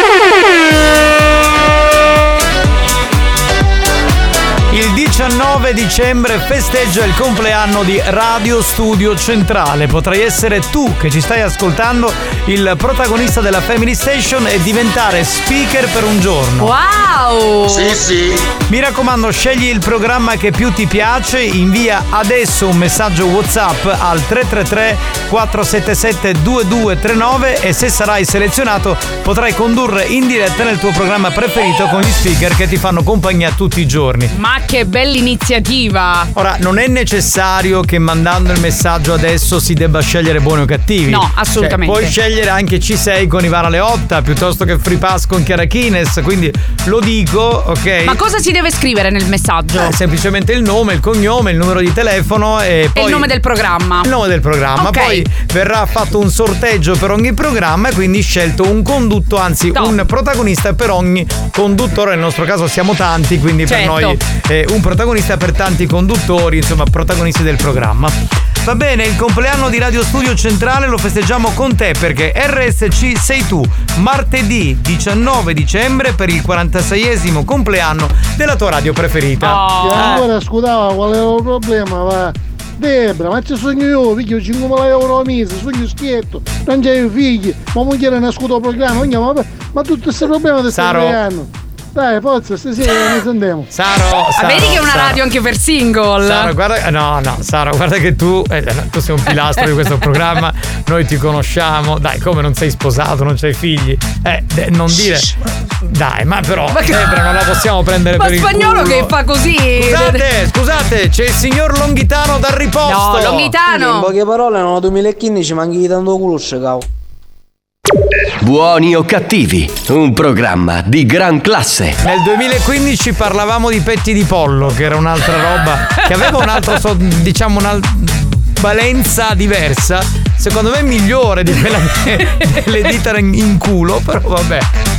Il 19 9 dicembre festeggia il compleanno di Radio Studio Centrale. Potrai essere tu che ci stai ascoltando il protagonista della Family Station e diventare speaker per un giorno. Wow! Sì, sì. Mi raccomando, scegli il programma che più ti piace, invia adesso un messaggio WhatsApp al 333 477 2239 e se sarai selezionato potrai condurre in diretta nel tuo programma preferito con gli speaker che ti fanno compagnia tutti i giorni. Ma che bella iniziativa! Ora, non è necessario che mandando il messaggio adesso si debba scegliere buoni o cattivi. No, assolutamente. Cioè, puoi scegliere anche C6 con Ivana Leotta piuttosto che Free Pass con Chiara Kines, quindi lo dico, ok? Ma cosa si deve scrivere nel messaggio? Eh, semplicemente il nome, il cognome, il numero di telefono e Ah. E poi il nome del programma. il nome del programma. Ok. Poi verrà fatto un sorteggio per ogni programma e quindi scelto un condutto, anzi un protagonista per ogni conduttore. Nel nostro caso siamo tanti, quindi Certo. per noi eh, un protagonista per tanti conduttori, insomma protagonisti del programma. Va bene, il compleanno di Radio Studio Centrale lo festeggiamo con te perché RSC sei tu, martedì 19 dicembre per il 46esimo compleanno della tua radio preferita. Oh. Che Ah. ancora scudava qual era il problema, ma Debra, ma ci sogno io, figlio 5.000 euro al mese, sogno schietto, non c'è i figli, ma moglie nascuto al programma, ogni- ma, ma tutto questo problema ti stai Saro. creando. Dai, forza, stasera ne sentiamo. Saro, Ah, Saro, vedi che è una Saro. radio anche per single. Sara, guarda, no, no, Sara, guarda che tu, eh, no, tu sei un pilastro di questo programma, noi ti conosciamo, dai, come non sei sposato, non c'hai figli, eh, de- non dire, dai, ma però, Ma che- Debra, non la possiamo prendere Ma per il spagnolo culo. che fa così. Scusate, scusate, c'è il signor Longhitano dal riposto. No, In Longhitano. poche parole, nel 2015 manchi tanto culo, cavo. Buoni o cattivi, un programma di gran classe. Nel 2015 parlavamo di petti di pollo, che era un'altra roba, che aveva un altro, so- diciamo, una valenza diversa, secondo me migliore di quella che- delle dita in, in culo, però vabbè.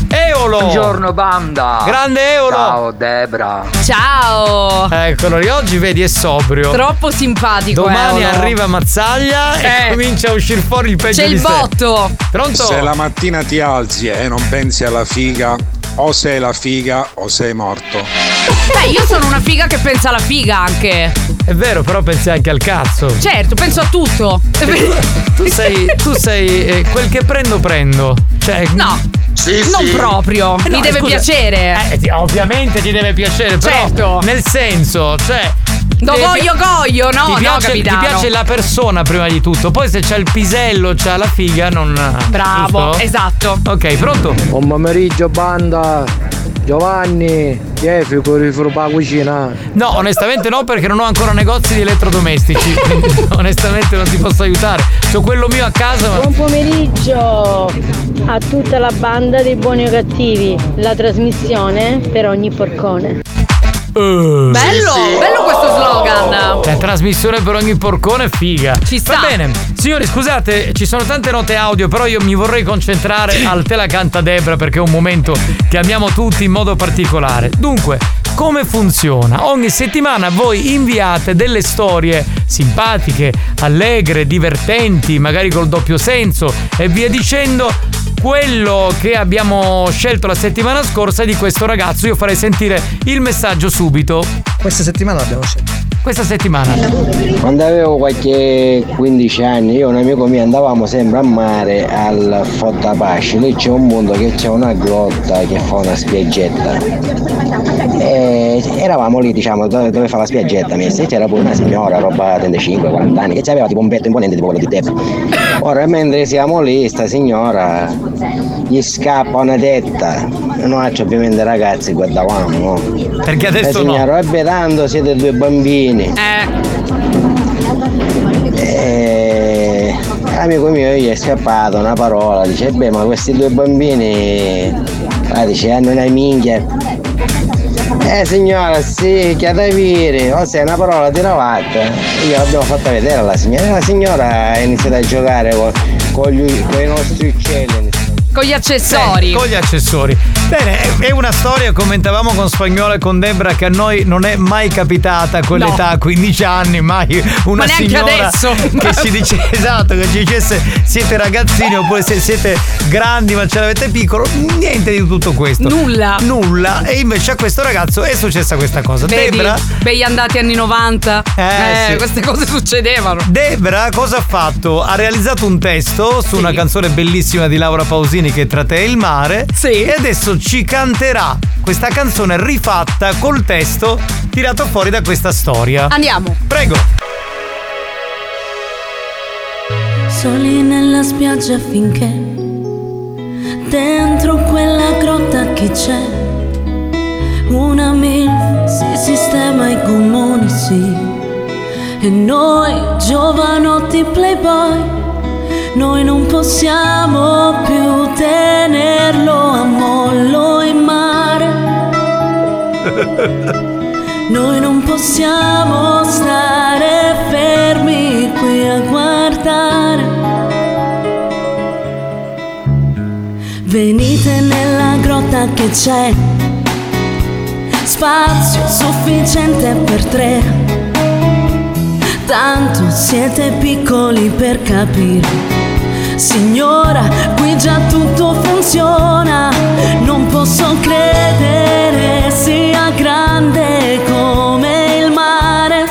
Eolo! Buongiorno banda. Grande Eolo! Ciao Debra. Ciao. Eccolo lì, oggi vedi è sobrio. Troppo simpatico. Domani Eolo. arriva Mazzaglia Eh. e comincia a uscire fuori il peggio C'è di il sé. botto. Pronto? Se la mattina ti alzi e non pensi alla figa, o sei la figa o sei morto. Beh, io sono una figa che pensa alla figa anche. È vero, però pensi anche al cazzo. Certo, penso a tutto. Tu sei, tu sei eh, quel che prendo prendo. Cioè, No. non proprio. Eh, no, Mi deve scusa. piacere. Eh, ti- ovviamente ti deve piacere, però Certo. nel senso, cioè. Do deve- goglio goglio, no, ti no, piace, ti capitano. piace la persona prima di tutto, poi se c'è il pisello, c'ha la figa, non. Bravo, giusto? esatto. Ok, pronto? Buon pomeriggio, banda. Giovanni, chi è fico rifrupa cucina? No, onestamente no, perché non ho ancora negozi di elettrodomestici. quindi onestamente non ti posso aiutare. C'ho quello mio a casa, ma. Buon pomeriggio a tutta la banda dei buoni o cattivi, la trasmissione per ogni porcone. Bello, bello questo slogan. La trasmissione per ogni porcone è figa. Ci sta. Va bene. Signori, scusate, ci sono tante note audio, però io mi vorrei concentrare al Te la canta Debra perché è un momento che amiamo tutti in modo particolare. Dunque, come funziona? Ogni settimana voi inviate delle storie simpatiche, allegre, divertenti, magari col doppio senso e via dicendo. Quello che abbiamo scelto la settimana scorsa è di questo ragazzo, io farei sentire il messaggio subito. Questa settimana l'abbiamo scelto. Questa settimana. Quando avevo qualche 15 anni io e un amico mio andavamo sempre a mare al Fottapasci, lì c'è un mondo che c'è una grotta che fa una spiaggetta. E eravamo lì diciamo dove, dove fa la spiaggetta, messa, e c'era pure una signora, roba 35-40 anni, che aveva tipo un petto imponente tipo quello di Debra. Ora mentre siamo lì, sta signora gli scappa una tetta. Noi ovviamente ragazzi guardavamo, no? Perché adesso la no. signora, vabbè tanto siete due bambini. Eh, amico mio gli è scappato una parola, dice, beh ma questi due bambini, ah, dice, hanno una minchia. Eh signora, sì, che da dire, o sei una parola di navatta. Io l'abbiamo fatta vedere Eh, alla signora, e la signora ha iniziato a giocare con, con gli- con i nostri uccelli. Con gli accessori. Eh, con gli accessori. Bene, è- è una storia, commentavamo con Spagnolo e con Debra, che a noi non è mai capitata a quell'età, a 15 anni, mai una Ma neanche signora adesso. che ci dice esatto, che ci dicesse siete ragazzini oppure se siete grandi ma ce l'avete piccolo, niente di tutto questo. Nulla. Nulla. E invece a questo ragazzo è successa questa cosa. Vedi, Debra, bei andati anni 90. Eh, sì. queste cose succedevano. Debra cosa ha fatto? Ha realizzato un testo su una canzone bellissima di Laura Pausini che è Tra te e il mare. Sì. E adesso ci canterà questa canzone rifatta col testo tirato fuori da questa storia. Andiamo. Prego. Soli nella spiaggia finché dentro quella grotta chi c'è? Una mil si sistema i gommoni, sì. E noi, giovanotti playboy, noi non possiamo più tenerlo a mollo in mare. Noi non possiamo stare fermi qui a guardare. Venite nella grotta che c'è. Spazio sufficiente per tre. Tanto siete piccoli per capire. Signora, qui già tutto funziona. Non posso credere sia grande come il mare.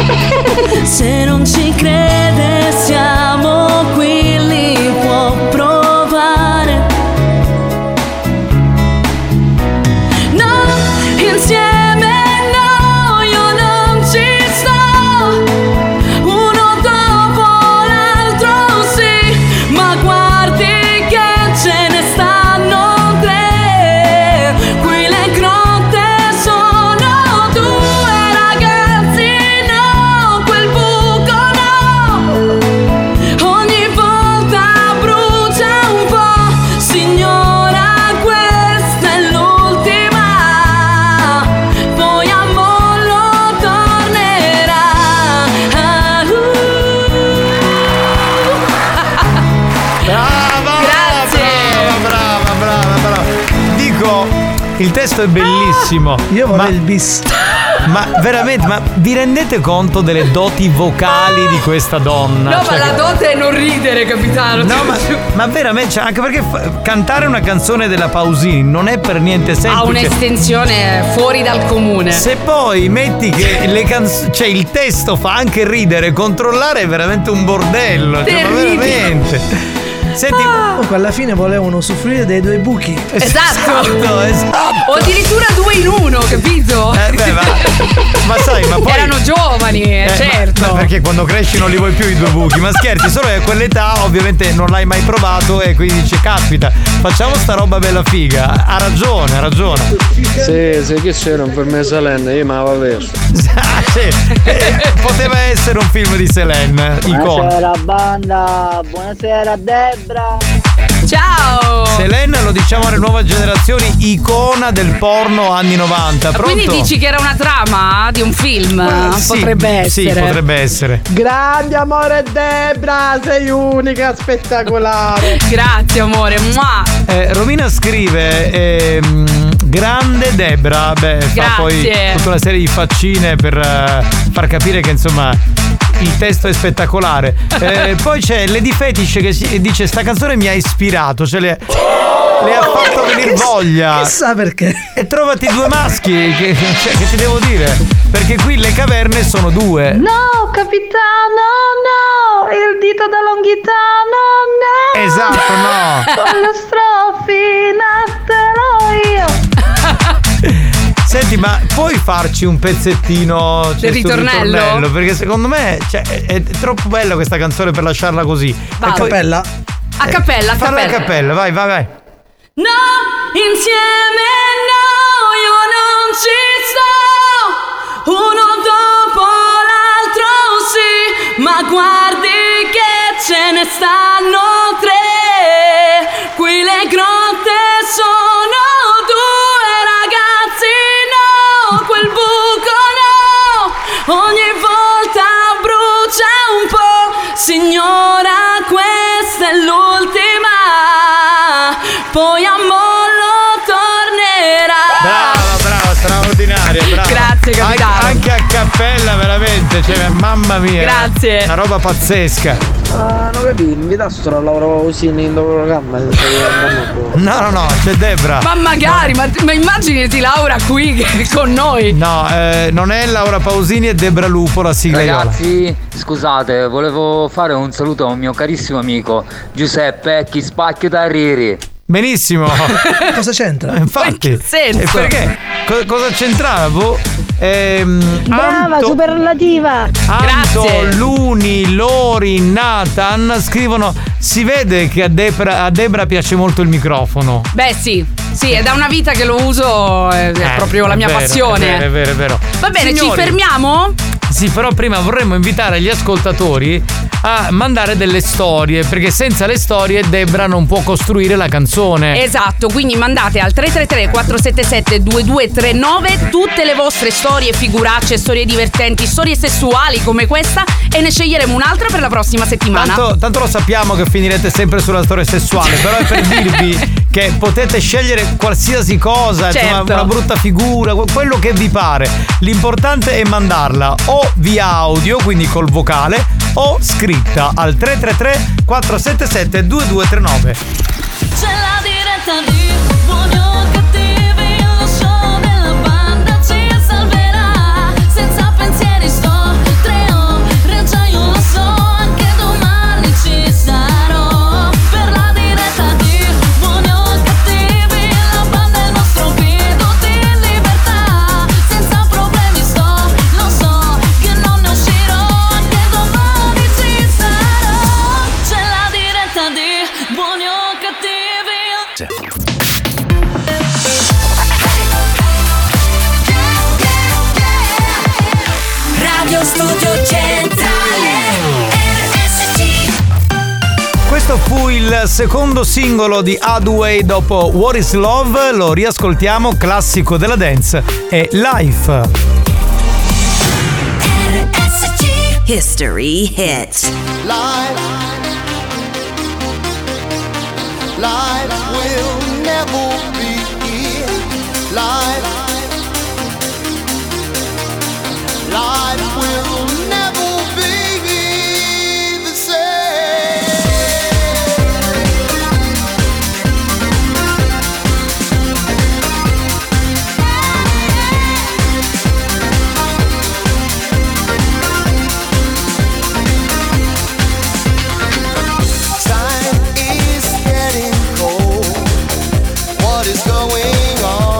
oh. Se non ci crede, siamo qui, li può provare. No, insieme no, io non ci sto. Uno dopo l'altro sì, ma guardi che ce ne stanno tre. Qui le grotte sono due ragazzi, no, quel buco no. Ogni volta brucia un po', signora questa è l'ultima. Poi a mollo tornerà. Ah, uh. Brava, brava, brava, brava. Dico, il testo è bellissimo. Ah, Io vorrei il bis. Ma veramente, ma vi rendete conto delle doti vocali di questa donna? No, ma Cioè, la dote è non ridere, capitano. No, ma, ma veramente, cioè, anche perché fa- cantare una canzone della Pausini non è per niente semplice. Ha un'estensione fuori dal comune. Se poi metti che le canz- cioè, il testo fa anche ridere, controllare è veramente un bordello. Cioè, ma Terribile. veramente. Senti, comunque alla fine volevano soffrire dei due buchi. Esatto. Esatto, esatto. O addirittura due in uno, capito? Eh, beh, ma- ma sai, ma poi- Erano giovani, eh, Eh, ma- certo. ma perché quando cresci non li vuoi più i due buchi? Ma scherzi, solo che a quell'età ovviamente non l'hai mai provato e quindi dici, caspita, facciamo sta roba bella figa. Ha ragione, ha ragione. Sì, sì, che c'era un per me Salenne, io mi avevo perso. Ah, sì. Eh, Poteva essere un film di Selene, icona. Buonasera banda, buonasera Debra. Ciao! Selena lo diciamo alle nuove generazioni, icona del porno anni 90. Ma Pronto? Ah, Quindi dici che era una trama di un film? Ah, Sì, potrebbe Sì, essere. potrebbe essere. Grande amore Debra, sei unica, spettacolare. Grazie amore, mua. Eh, Romina scrive ehm, Grande Debra, beh, fa Grazie. poi tutta una serie di faccine per eh, far capire che insomma il testo è spettacolare. Eh, poi c'è Lady Fetish che si- dice sta canzone mi ha ispirato, cioè le, le ha fatto venire voglia. Chissà perché. E trovati due maschi, che, cioè, che ti devo dire? Perché qui le caverne sono due. No, capitano, no! Il dito da longhitano, no! Esatto, no. Con lo strofinatelo io! Senti, ma puoi farci un pezzettino cioè, Del sul ritornello? Perché secondo me cioè, è, è troppo bella questa canzone per lasciarla così. Vai. E poi- A cappella? A cappella, a Falla a cappella. cappella, vai, vai, vai. No, insieme no, io non ci sto. Uno dopo l'altro sì, ma guardi che ce ne stanno tre. Qui le grotte sono due ragazzi, no, quel buco no. Ogni volta brucia un po', signora, questa è l'ultima. poi a mollo Ah! tornerà. Brava, brava, straordinaria, brava. Grazie, capitano. An- anche a cappella, veramente, cioè, mamma mia. Grazie. Una roba pazzesca. Ah, non capisco, invitassero a lavorare così nel programma. No, no, no, c'è Debra. Ma magari, ma, ma immaginati Laura qui che- con noi. No, eh, non è Laura Pausini e Debra Lupo la sigla Iola. Ragazzi, scusate, volevo fare un saluto a un mio carissimo amico Giuseppe Chi Spacchio da Riri. Benissimo. Cosa c'entra? Infatti. E perché? Co- cosa c'entrava? boh? Ehm, Brava, superlativa. Anto, Luni, Lori, Nathan scrivono Si vede che a Debra, a Debra piace molto il microfono Beh, sì, sì, è da una vita che lo uso, è, è Eh, proprio la è mia vero, passione. È vero, è vero, è vero. Va bene, Signori, ci fermiamo? Sì, però prima vorremmo invitare gli ascoltatori a mandare delle storie, perché senza le storie Debra non può costruire la canzone. Esatto, quindi mandate al 333 477 2239 tutte le vostre storie, figuracce, storie divertenti, storie sessuali come questa e ne sceglieremo un'altra per la prossima settimana. Tanto, tanto lo sappiamo che finirete sempre sulla storia sessuale, però è per dirvi che potete scegliere qualsiasi cosa, insomma, Certo. una brutta figura, que- quello che vi pare. L'importante è mandarla o via audio, quindi col vocale, o scritta al 333 477 2239. C'è la diretta di buoni o cattivi, lo show della banda ci salverà. Senza pensieri sto, tre ore già io lo so, anche domani ci sarò. Per la diretta di buoni o cattivi, la banda è il nostro grido di libertà. Senza problemi sto, lo so, che non ne uscirò, anche domani ci sarò. C'è la diretta di buoni o cattivi. Radio Studio Centrale RSC Questo fu il secondo singolo di Adway dopo What is Love, lo riascoltiamo, classico della dance, è Life. History Hits Life, life will never be life. Life will never be the same. Time is getting cold. What is going on?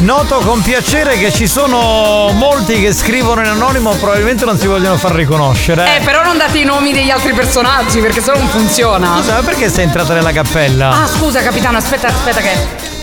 Noto con piacere che ci sono molti che scrivono in anonimo, probabilmente non si vogliono far riconoscere. Eh, però non date i nomi degli altri personaggi perché sennò non funziona. Scusa, ma perché sei entrata nella cappella? Ah, scusa, capitano, aspetta, aspetta che.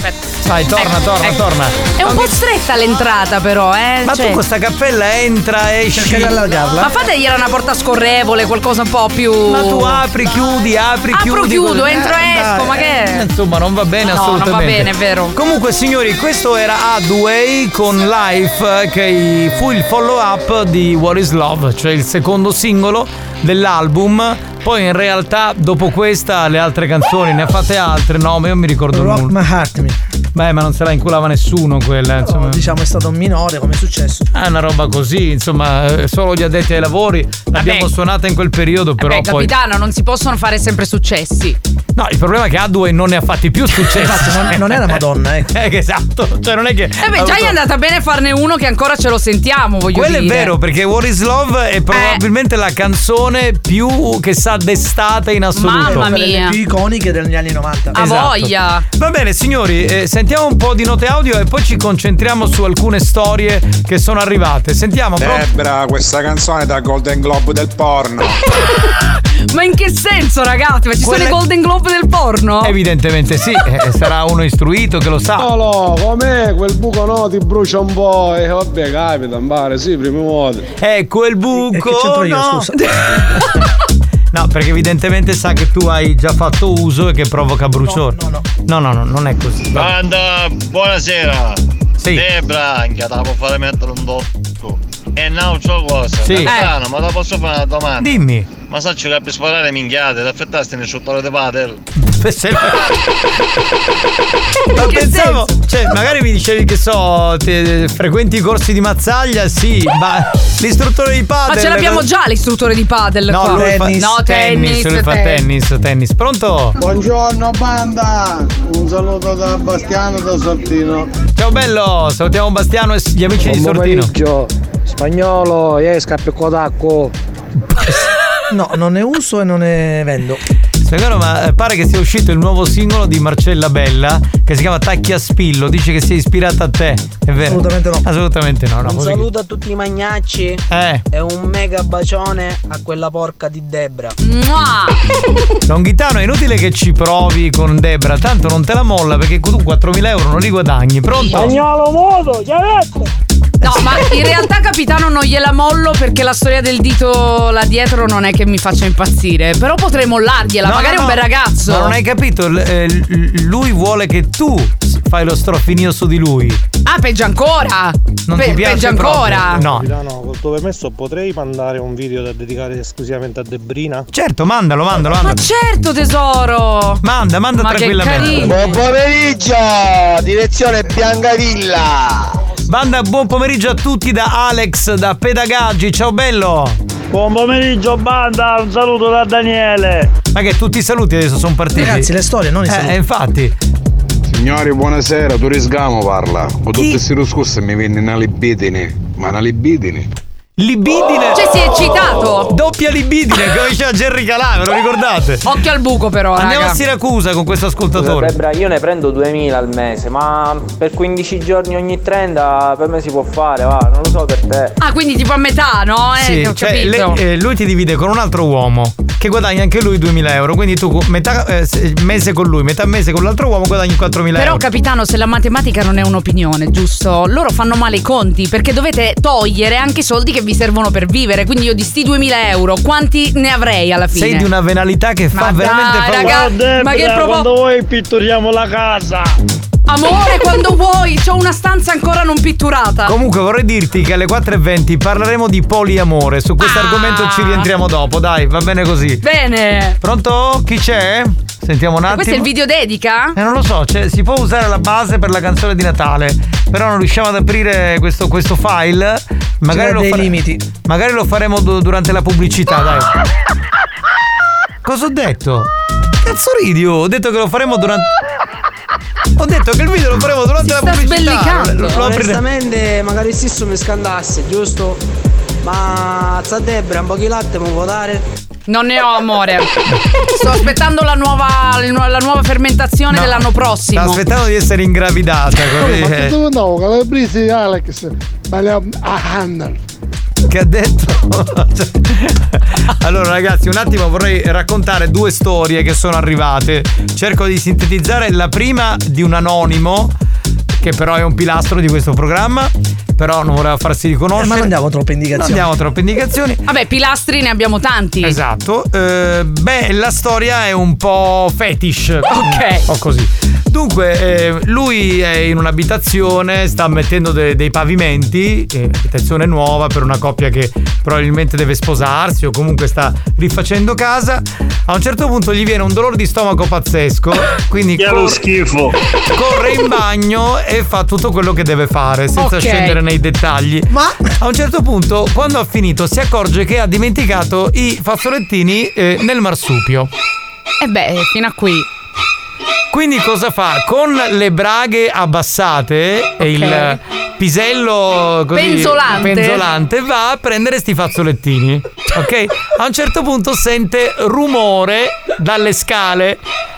Aspetta. Vai, torna, torna, torna. ecco, È un po' stretta l'entrata, però, eh. Ma tu cioè- con sta cappella entra, esci. Cerca di Ma fategliela una porta scorrevole, qualcosa un po' più. Ma tu apri, chiudi, apri, Apro, chiudi. chiudo, così. entro, Eh, esco, dai, ma che- eh, Insomma, non va bene No, non va assolutamente. bene, è vero. Comunque, signori, questo era Adway con Life, eh, che fu il follow-up di What is Love, cioè il secondo singolo dell'album. Poi in realtà dopo questa le altre canzoni ne ha fatte altre, no, ma io non mi ricordo Rock nulla. My Heart Me. Beh, ma non se la inculava nessuno quella, insomma. Diciamo è stato un minore, come è successo? È una roba così, insomma, eh, solo gli addetti ai lavori. L'abbiamo suonata in quel periodo, però Beh, poi. Cioè, capitano, non si possono fare sempre successi. Eh No, il problema è che Adway non ne ha fatti più successi. Infatti, non- non è la Madonna, eh. Eh, che esatto. Cioè, non è che. Eh beh, già gli è andata bene farne uno che ancora ce lo sentiamo, voglio Quello dire. Eh. è vero, perché War is Love è probabilmente la canzone più che sa d'estate in assoluto. Una delle più iconiche degli anni 90. Esatto. Va bene, signori, eh, sentiamo un po' di note audio e poi ci concentriamo su alcune storie che sono arrivate. Sentiamo, Eh. pronto? Debra, Eh, questa canzone da Golden Globe del porno. Ma in che senso, ragazzi? Ma ci sono i Golden Globe del porno? Evidentemente sì, eh, sarà uno istruito che lo sa. Solo, com'è quel buco no ti brucia un po' e vabbè capita, pare, sì, prime volte. E Eh, quel Eh, buco c'entro io, no. scusa? No, perché evidentemente sa che tu hai già fatto uso e che provoca bruciore. No, no, no. No, no, non è così. Banda, buonasera. Sì. Debra, anche te la può fare mettere un tocco. E non c'ho cosa. Sì. Capitano, Eh. ma te posso fare una domanda? Dimmi. Ma sa che per sparare minchiate, da affettarsi nel sciottore di padel. Ma pensavo, cioè, magari mi dicevi che so, te- frequenti i corsi di mazzaglia, sì, ma l'istruttore di padel eh. Ma ce l'abbiamo già l'istruttore di padel No, qua. lui fa- no, tennis, lui fa tennis, tennis. Pronto? Buongiorno banda, un saluto da Bastiano da Sortino. Ciao bello, salutiamo Bastiano e s- gli amici di Buon Sortino. Spagnolo, eh, esca per codacco. No, non ne uso e non ne vendo. Spagnolo, ma eh, pare che sia uscito il nuovo singolo di Marcella Bella che si chiama Tacchi a spillo, dice che si è ispirata a te. È vero? Assolutamente no. Assolutamente no, no, Un così- saluto a tutti i magnacci Eh. e un mega bacione a quella porca di Debra. Longhitano, è inutile che ci provi con Debra, tanto non te la molla perché tu 4.000 euro non li guadagni, pronto? Spagnolo, modo, No, ma in realtà capitano non gliela mollo perché la storia del dito là dietro non è che mi faccia impazzire. Però potrei mollargliela, No, magari è no, un bel no. ragazzo. Ma non hai capito, l- eh, l- lui vuole che tu s- fai lo strofinio su di lui. Ah, peggio ancora! Non Pe- ti piace peggio proprio? ancora! No. Capitano, col tuo permesso potrei mandare un video da dedicare esclusivamente a Debrina? Certo, mandalo, mandalo, Ma mandalo. certo tesoro! Manda, manda Ma che tranquillamente. carino. Buon pomeriggio, direzione Biancavilla. Banda, buon pomeriggio a tutti da Alex, da Pedagaggi, ciao bello. Buon pomeriggio banda, un saluto da Daniele. Ma che tutti i saluti adesso sono partiti. Ragazzi, le storie, non i saluti. Eh, infatti. Signori, buonasera, Turisgamo parla. Con tutti questi ruscus mi viene una libidine. Ma una libidine? Libidine. Cioè, si è eccitato. Doppia libidine, come diceva Jerry Calà, ve lo ricordate? Occhio al buco però, Andiamo raga. a Siracusa con questo ascoltatore. Debra, io ne prendo 2000 al mese, ma per 15 giorni ogni 30 per me si può fare, va, non lo so per te. Ah, quindi tipo a metà, no? Eh, Sì, ho cioè, capito. lei- eh, lui ti divide con un altro uomo che guadagna anche lui 2000 euro. Quindi tu con- metà eh, se- mese con lui, metà mese con l'altro uomo guadagni 4000 Però euro. capitano, se la matematica non è un'opinione, giusto? Loro fanno male i conti perché dovete togliere anche i soldi che vi servono per vivere. Quindi io di sti 2000 euro, quanti ne avrei alla fine? Sei di una venalità che fa Ma veramente dai, paura. raga, Guarda, ma che Debra, provo- quando Poi pitturiamo la casa. Amore, quando vuoi, c'ho una stanza ancora non pitturata. Comunque vorrei dirti che alle 4.20 parleremo di poliamore. Su Ah. questo argomento ci rientriamo dopo, dai, va bene così. Bene. Pronto? Chi c'è? Sentiamo un attimo. Eh. Questo è il video dedica? Eh, non lo so, cioè, si può usare la base per la canzone di Natale, però non riusciamo ad aprire questo, questo file. Magari C'era lo, dei fare- magari lo faremo du- durante la pubblicità, dai. Cosa ho detto? Cazzo ridi? oh? Ho detto che lo faremo durante. Ho detto che il video lo faremo durante la pubblicità. Lo- lo- lo apriremo. Onestamente, magari stesso mi scandasse, giusto? Ma sta Debra, un po' di latte mi può dare? Non ne ho amore. Sto aspettando la nuova, il nu- la nuova fermentazione No. dell'anno prossimo. Sta aspettando di essere ingravidata Ma che così. devo andare? Calabrese Alex. Ma le a Hanna. Che ha detto? allora ragazzi, un attimo vorrei raccontare due storie che sono arrivate. Cerco di sintetizzare la prima di un anonimo che però è un pilastro di questo programma, però non voleva farsi riconoscere. ma non Eh, diamo troppe indicazioni. Non diamo troppe indicazioni. Vabbè, pilastri ne abbiamo tanti. Esatto. Eh, beh, la storia è un po' fetish. Ok. O così. Dunque, eh, lui è in un'abitazione, sta mettendo de- dei pavimenti, eh, abitazione nuova per una coppia che probabilmente deve sposarsi o comunque sta rifacendo casa. A un certo punto gli viene un dolore di stomaco pazzesco, quindi Che lo cor- schifo. corre in bagno e fa tutto quello che deve fare senza Ok. scendere nei dettagli. Ma a un certo punto, quando ha finito, si accorge che ha dimenticato i fazzolettini eh, nel marsupio. E Eh beh, fino a qui. Quindi cosa fa? Con le braghe abbassate e il pisello così, Penzolante. penzolante, va a prendere sti fazzolettini. Ok? A un certo punto sente rumore dalle scale.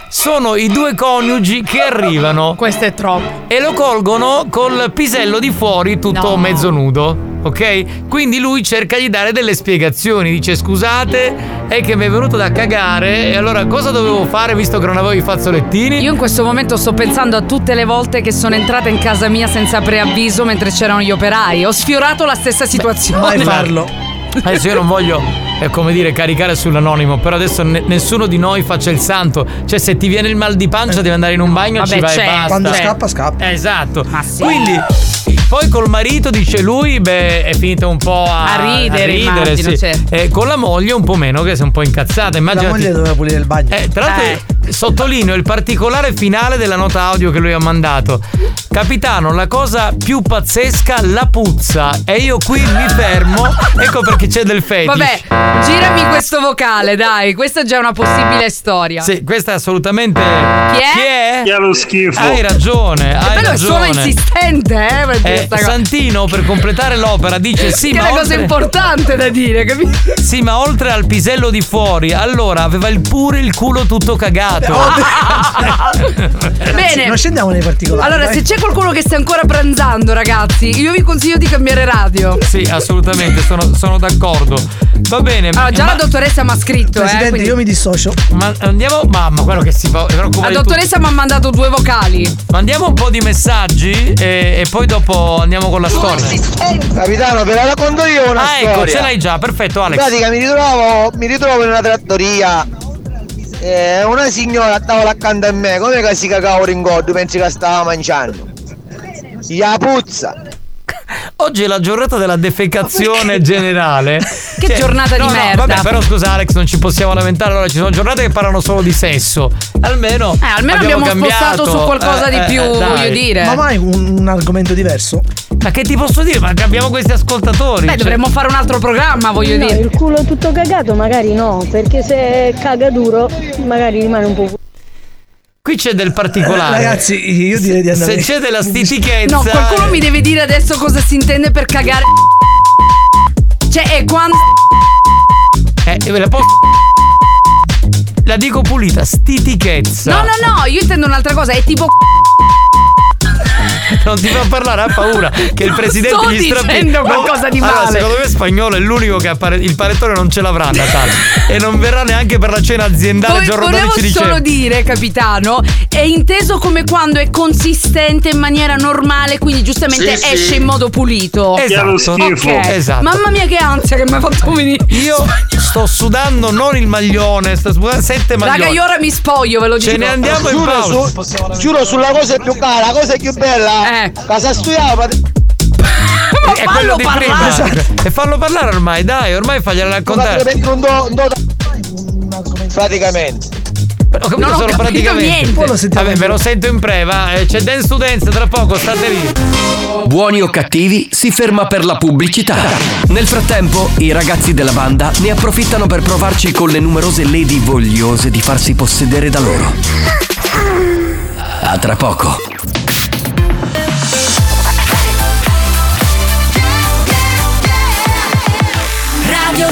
Sono i due coniugi che arrivano. Questo è troppo. E lo colgono col pisello di fuori tutto No. mezzo nudo. Ok? Quindi lui cerca di dare delle spiegazioni. Dice: Scusate, è che mi è venuto da cagare. E allora cosa dovevo fare visto che non avevo i fazzolettini? Io in questo momento sto pensando a tutte le volte che sono entrata in casa mia senza preavviso mentre c'erano gli operai. Ho sfiorato la stessa situazione. Adesso io non voglio, eh, come dire, caricare sull'anonimo, però adesso ne- nessuno di noi faccia il santo. Cioè, se ti viene il mal di pancia, devi andare in un bagno, Vabbè, ci vai c'è, e basta. quando Eh, scappa, scappa. Esatto. Quindi. Poi col marito dice lui, beh, è finito un po' Ah, a, A ridere, immagino, sì. certo. Eh, con la moglie un po' meno, che si è un po' incazzata. Immaginati, La moglie doveva pulire il bagno. eh, tra l'altro, sottolineo il particolare finale della nota audio che lui ha mandato. Capitano, la cosa più pazzesca la puzza. E io qui mi fermo. Ecco perché c'è del fetish. Vabbè, girami questo vocale, dai. Questa è già una possibile storia. Sì, questa è assolutamente. Chi è? Chi è lo schifo? Hai ragione, hai Però è solo ragione. insistente, eh, per Eh, questa cosa. Santino per completare l'opera dice sì Che ma è una cosa oltre- importante da dire capito? Sì ma oltre al pisello di fuori Allora aveva il- pure il culo tutto cagato Bene. Non scendiamo nei particolari. Allora, vai. se c'è qualcuno che sta ancora pranzando, ragazzi, io vi consiglio di cambiare radio. Sì, assolutamente, sono, sono d'accordo. Va bene. Allora, Ah, già ma- la dottoressa mi ha scritto, eh. Presidente, quindi- io mi dissocio. Ma andiamo. Mamma, quello che si fa. però come La di dottoressa mi ha mandato due vocali. tutto. Mandiamo un po' di messaggi e, e poi dopo andiamo con la storia. Capitano, ve la racconto io una Ah, ecco, storia. ce l'hai già, perfetto, In Alex. pratica mi ritrovo, mi ritrovo in una trattoria. Eh, una signora a tavola accanto a me, come che si cagava ringordo, pensi che stava mangiando? La puzza! Oggi è la giornata della defecazione generale. Che giornata di no, no, merda. Vabbè, però scusa Alex, non ci possiamo lamentare. Allora, ci sono giornate che parlano solo di sesso. Almeno. Eh, almeno abbiamo, cambiato. spostato su qualcosa Eh, di eh, più, eh, dai. voglio dire. Ma mai un, un argomento diverso? Ma che ti posso dire? Ma abbiamo questi ascoltatori. Beh, cioè- dovremmo fare un altro programma, voglio No, dire. il culo tutto cagato magari no, perché se caga duro magari rimane un po'... Qui c'è del particolare. Ragazzi, io direi di andare. Se c'è della stitichezza. No, qualcuno mi deve dire adesso cosa si intende per cagare. Cioè, è quando. Eh, ve la posso. La dico pulita, stitichezza. No, no, no, io intendo un'altra cosa, è tipo. Non ti fa parlare, ha paura che il Non presidente sto gli strappi. dicendo qualcosa di Allora, male. secondo me spagnolo è l'unico che ha pare- il panettone non ce l'avrà a Natale e non verrà neanche per la cena aziendale il Voi giorno volevo 12 dicembre. solo dire, capitano, è inteso come quando è consistente in maniera normale, quindi giustamente Sì, sì. esce in modo pulito. Esatto. Ok. Esatto. Mamma mia che ansia che mi ha fatto venire. Io sto sudando non il maglione, sto sudando sette maglioni. Raga, io ora mi spoglio, ve lo dico. Ce ne andiamo in giuro, pausa. su- giuro sulla cosa più cara, la cosa più bella, Ecco. casa studiava, Ma È quello di prima. Esatto. E fallo parlare ormai, dai, ormai fagliela raccontare. non do, non do- praticamente. Ho capito solo praticamente. Vabbè, me lo sento in preva. eh, C'è Dance to Dance tra poco, state lì. Buoni o cattivi si ferma per la pubblicità. Nel frattempo, i ragazzi della banda ne approfittano per provarci con le numerose lady vogliose di farsi possedere da loro. A tra poco. Radio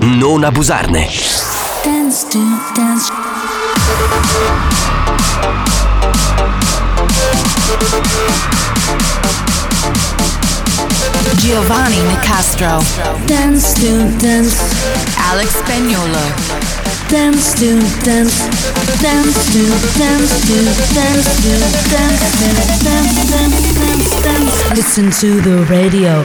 non abusarne. Dance to Dance Giovanni Nicastro. Dance to dance. Alex Spagnolo. Dance to dance. Dance to dance to dance to dance to dance dance dance dance. Listen to the radio.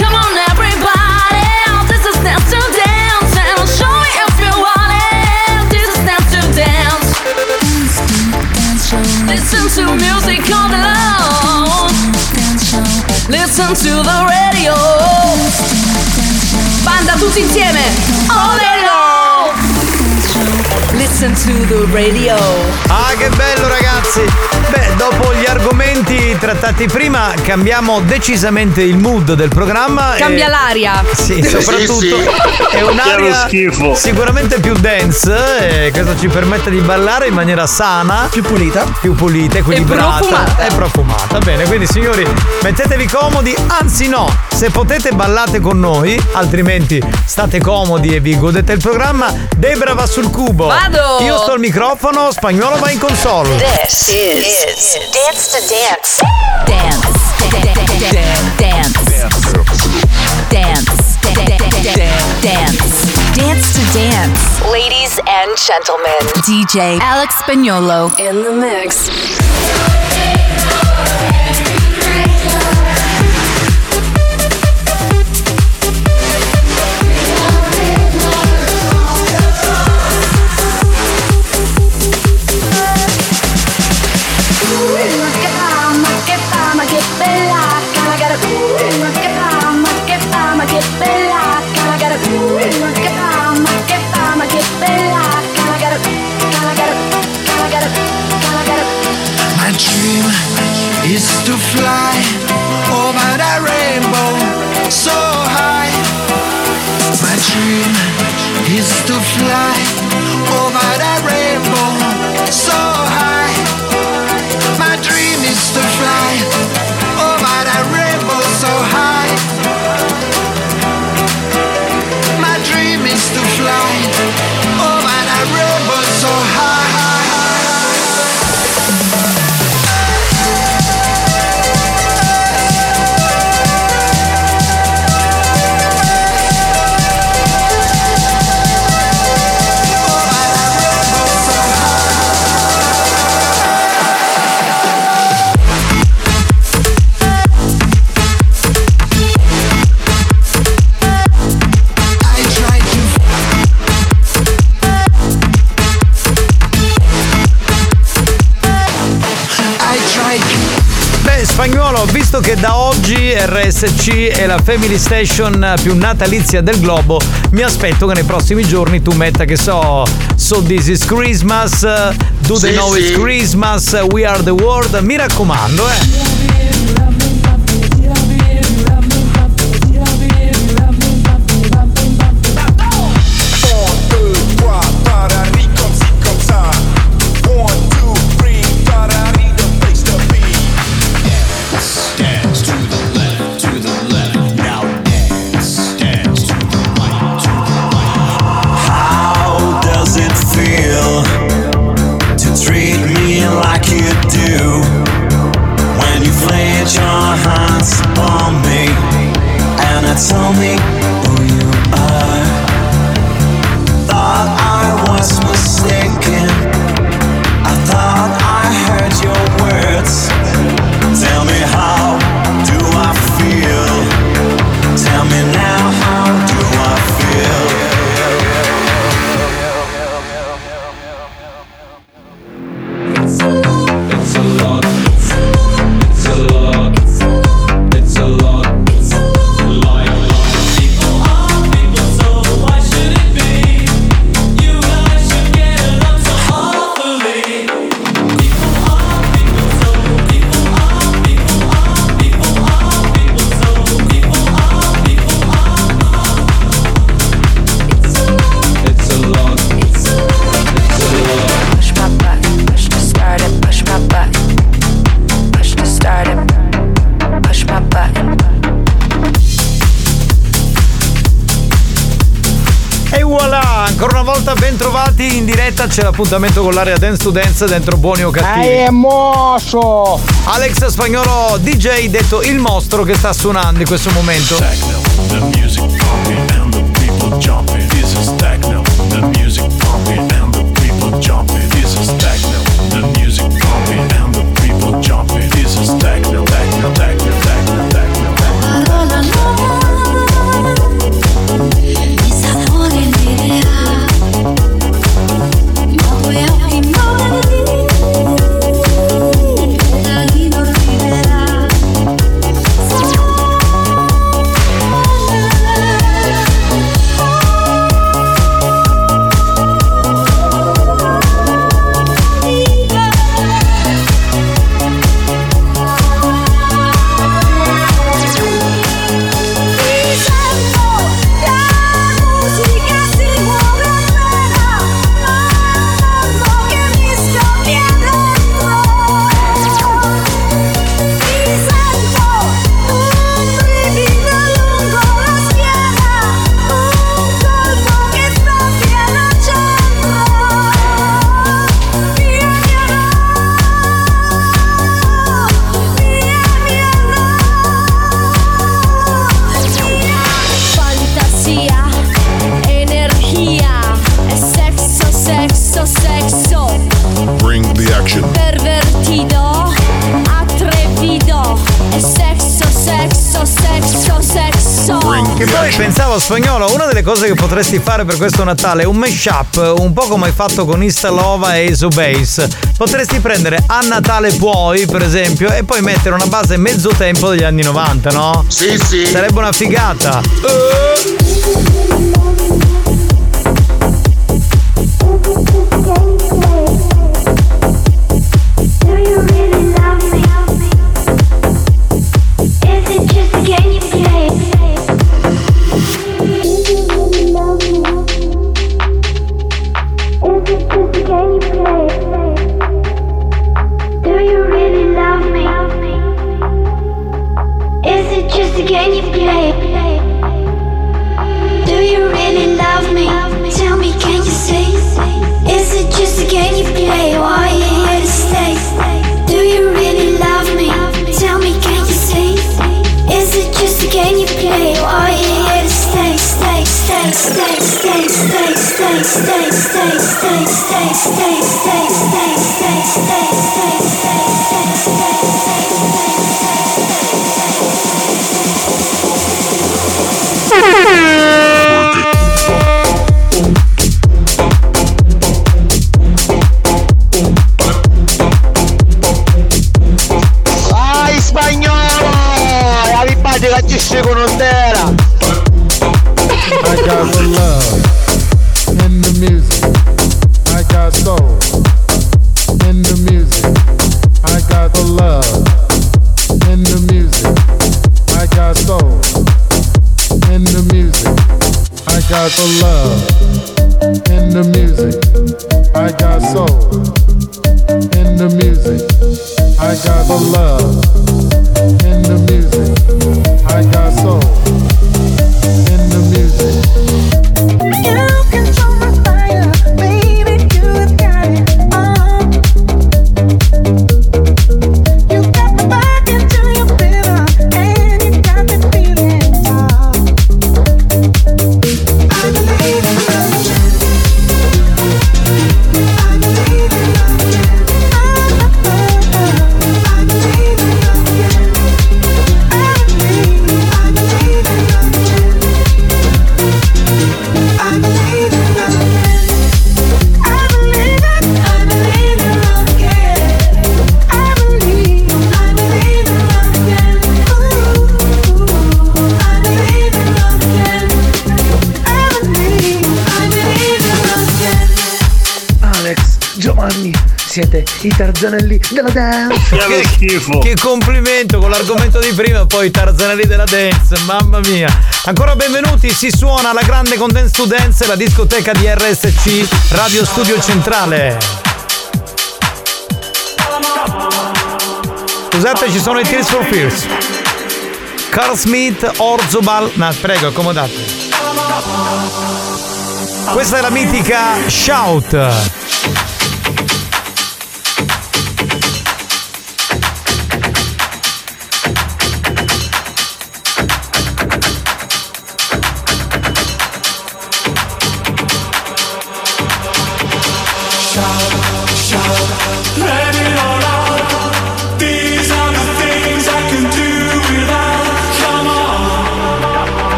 Come on, everybody. This is dance to dance. And show me if you want it. This is dance to dance. Listen to music all day long. Listen to the radio. Banda tutti insieme. All day long. Listen to the radio. Ah, che bello ragazzi! Beh, dopo gli argomenti trattati prima, cambiamo decisamente il mood del programma. e- Cambia l'aria. Sì, soprattutto è un'area sicuramente più dance e questo ci permette di ballare in maniera sana, più pulita, più pulita, equilibrata profumata. e profumata. Bene, quindi signori, mettetevi comodi, anzi no, se potete ballate con noi, altrimenti state comodi e vi godete il programma. Debra va sul cubo. Vado! Io sto al microfono, spagnolo va in console. This is Dance to Dance. Dance. Dance. Dance. Dance. Dance to dance. Ladies and gentlemen, DJ Alex Spagnolo. in the mix. Ma che fama, che bellacca, la gara uh, ma che fama, che fama, che bellacca, la gara uh, ma che fama, che fama, che bellacca, la gara uh, la gara uh, la gara uh, la gara My dream is to fly over the rainbow so high. My dream is to fly over the rainbow so high. My dream is to fly over the rainbow so high. My dream is to fly over the rainbow so high. Beh, spagnolo, visto che da oggi RSC è la family station più natalizia del globo, mi aspetto che nei prossimi giorni tu metta, che so, So This is Christmas, eh, Do They Sì, Know sì. It's Christmas, We Are the World, mi raccomando, eh. Dance to the left, to the left. Now dance, dance to the right, to the right. How does it feel to treat me like you do when you laid your hands on me and I tell me who you are? Thought I was mistaken. I thought I heard your words. Tell me how. serata, bentrovati in diretta, c'è l'appuntamento con l'area Dance to Dance dentro Buoni o Cattivi. Dai, è mosso! Alex Spagnolo, DJ detto il mostro che sta suonando in questo momento. The music pumping and the people jumping. This is techno. The music pumping and the people jumping. This is techno. The music pumping and the people jumping. This is techno. Techno. Techno. Techno. Techno. Fantasia, energía, sexo, sexo, sexo, Bring the action. pervertido, atrevido, sexo, sexo, sexo, sexo. Che poi pensavo spagnolo, una delle cose che potresti fare per questo Natale è un mashup, un po' come hai fatto con Istalova e Isobase. Potresti prendere a Natale puoi, per esempio, e poi mettere una base mezzo tempo degli anni 90, no? Sì, sì. Sarebbe una figata. Vai spagnolo! La ribate che ci scegliamo non terra! I got the love in the music. I got soul in the music. I got the love in the music. I got soul in the music. I got the love in the music. I got soul in the music. I got the love in the music. I got soul in the music. Alex, Giovanni, siete i tarzanelli della dance. Che, che complimento con l'argomento di prima, poi Tarzanelli della Dance, mamma mia. Ancora benvenuti, si suona la grande con Dance to Dance, la discoteca di RSC, Radio Studio Centrale. Scusate, ci sono i Tears for Fears. Carl Smith, Orzobal, no, prego, accomodate. Questa è la mitica Shout.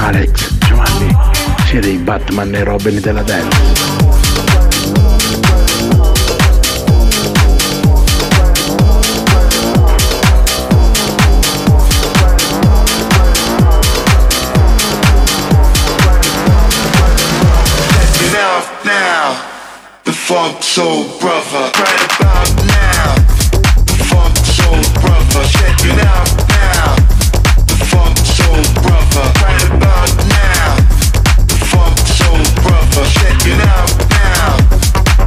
Alex, Giovanni, siete i Batman e Robin della dance. Enough now, the funk soul brother. Right about now, the funk soul brother. Check it out now, the funk soul brother. Right about now, the funk soul brother. Check it out now,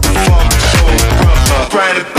the funk soul brother. Right about.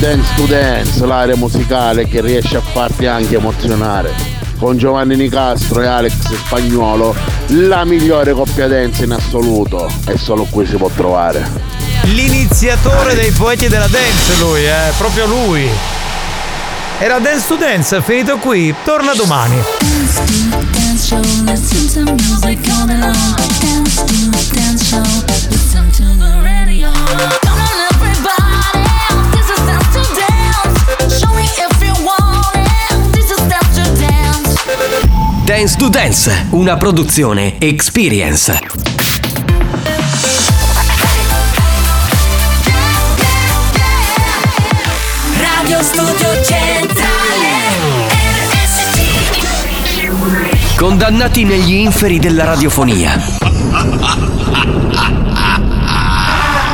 Dance to Dance, l'area musicale che riesce a farti anche emozionare. Con Giovanni Nicastro e Alex Spagnuolo, la migliore coppia dance in assoluto. E solo qui si può trovare. L'iniziatore dei poeti della dance lui, eh, proprio lui. Era Dance to Dance, finito qui, torna domani. Dance to dance show, listen to music all day long. Dance to dance show, listen to the radio. Come on, everybody, this is dance to dance. Show me if you want it. This is dance to dance. Dance to Dance, una produzione Experience. Radio Studio Centrale RSC. Condannati negli inferi della radiofonia.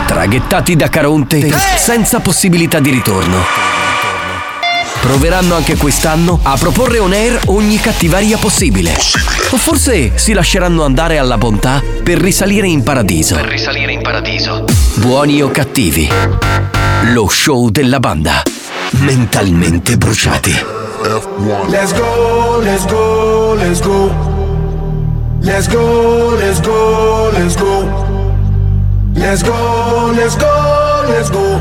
Traghettati da Caronte senza possibilità di ritorno. Proveranno anche quest'anno a proporre on air ogni cattivaria possibile. O forse si lasceranno andare alla bontà per risalire in paradiso. Per risalire in paradiso. Buoni o cattivi. Lo show della banda. Mentalmente bruciati. Let's go, let's go, let's go. Let's go, let's go, let's go. Let's go, let's go, let's go.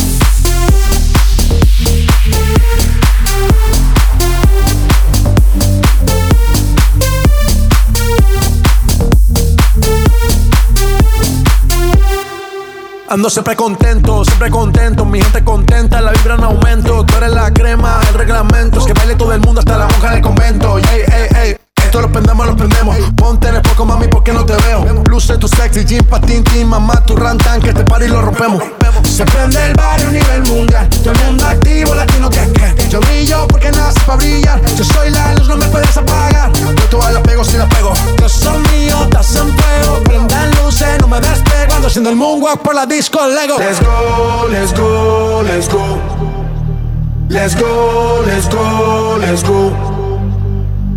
Ando siempre contento, siempre contento. Mi gente contenta, la vibra en aumento. Tú eres la crema, el reglamento. Es que baile todo el mundo hasta la monja del convento. Ey, ey, ey. Esto lo prendemos, lo prendemos. Ponte en el poco, mami, porque no te veo. Luce tu sexy, jean pa' tin, tin. Mamá, tu rantan, que este party lo rompemos. Se prende el barrio a nivel mundial. Todo el mundo activo, latino que que. Yo brillo porque nací pa' brillar. Yo soy la luz, no me puedes apagar. Yo todas la pego si la pego. Yo soy mío, estás en fuego. Prendan luces, no me despego. Ando haciendo el moonwalk por la disco Lego. Let's go, let's go, let's go. Let's go, let's go, let's go.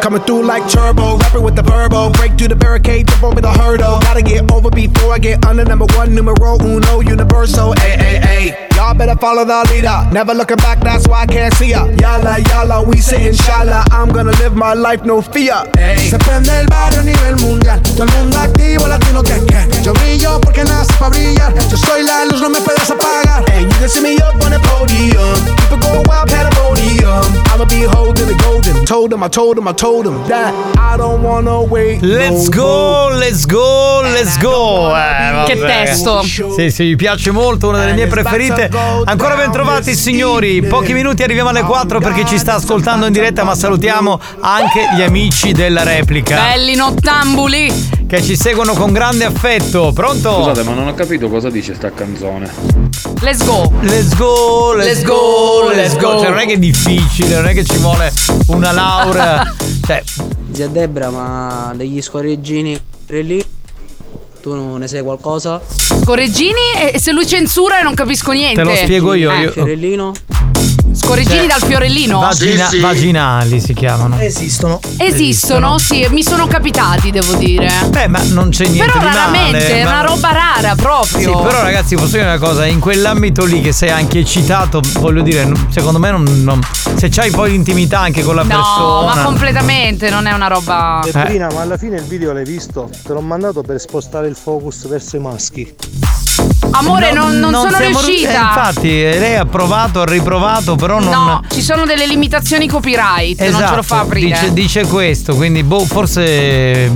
Coming through like turbo, rapping with the verbo. Break through the barricade, jump over the hurdle. Gotta get over before I get under number one, numero uno, universal. Ay, ay, ay. Y'all better follow the leader. Never looking back, that's why I can't see ya. Yalla, yalla, we say inshallah. I'm gonna live my life, no fear. Se prende el barrio a nivel mundial. Todo el mundo activo, latino que que. Yo brillo porque nací pa' brillar. Yo soy la luz, no me puedes apagar. And you can see me up on the podium. People go wild, pandemonium. I'ma be holding the golden. Told him, I told him, I told him that I don't wanna wait. Let's go, let's go, let's go. Eh, Che vabbè. testo. Sì, sì, mi piace molto, una delle mie preferite. Ancora ben trovati signori. Pochi minuti arriviamo alle 4 perché ci sta ascoltando in diretta, ma salutiamo anche gli amici della replica. Belli nottambuli. Che ci seguono con grande affetto. Pronto? Scusate, ma non ho capito cosa dice sta canzone. Let's go. Let's go, let's, Let's go, go, let's go. Cioè, non è che è difficile, non è che ci vuole una laurea. cioè, Zia Debra, ma degli scorreggini lì, tu non ne sai qualcosa? Scorreggini e e se lui censura io non capisco niente. Eh. Fiorellino? Scorreggini dal fiorellino. Cioè, Vagina- Vaginali si chiamano. Esistono. Esistono, sì, mi sono capitati, devo dire. Beh, Eh, ma non c'è niente Però di male, raramente, è ma- una roba rara proprio. Sì, però ragazzi posso dire una cosa, in quell'ambito lì che sei anche eccitato, voglio dire, non- secondo me non, non- se c'hai poi l'intimità anche con la No, persona. ma completamente, non è una roba. Peppina, ma alla fine il video l'hai visto? Te l'ho mandato per spostare il focus verso i maschi. Amore, No, non, non non sono siamo riuscita. Eh, infatti, eh, lei ha provato, ha riprovato, però non Esatto, No, ci sono delle limitazioni copyright, non ce lo fa aprire. Dice, dice questo, quindi boh, forse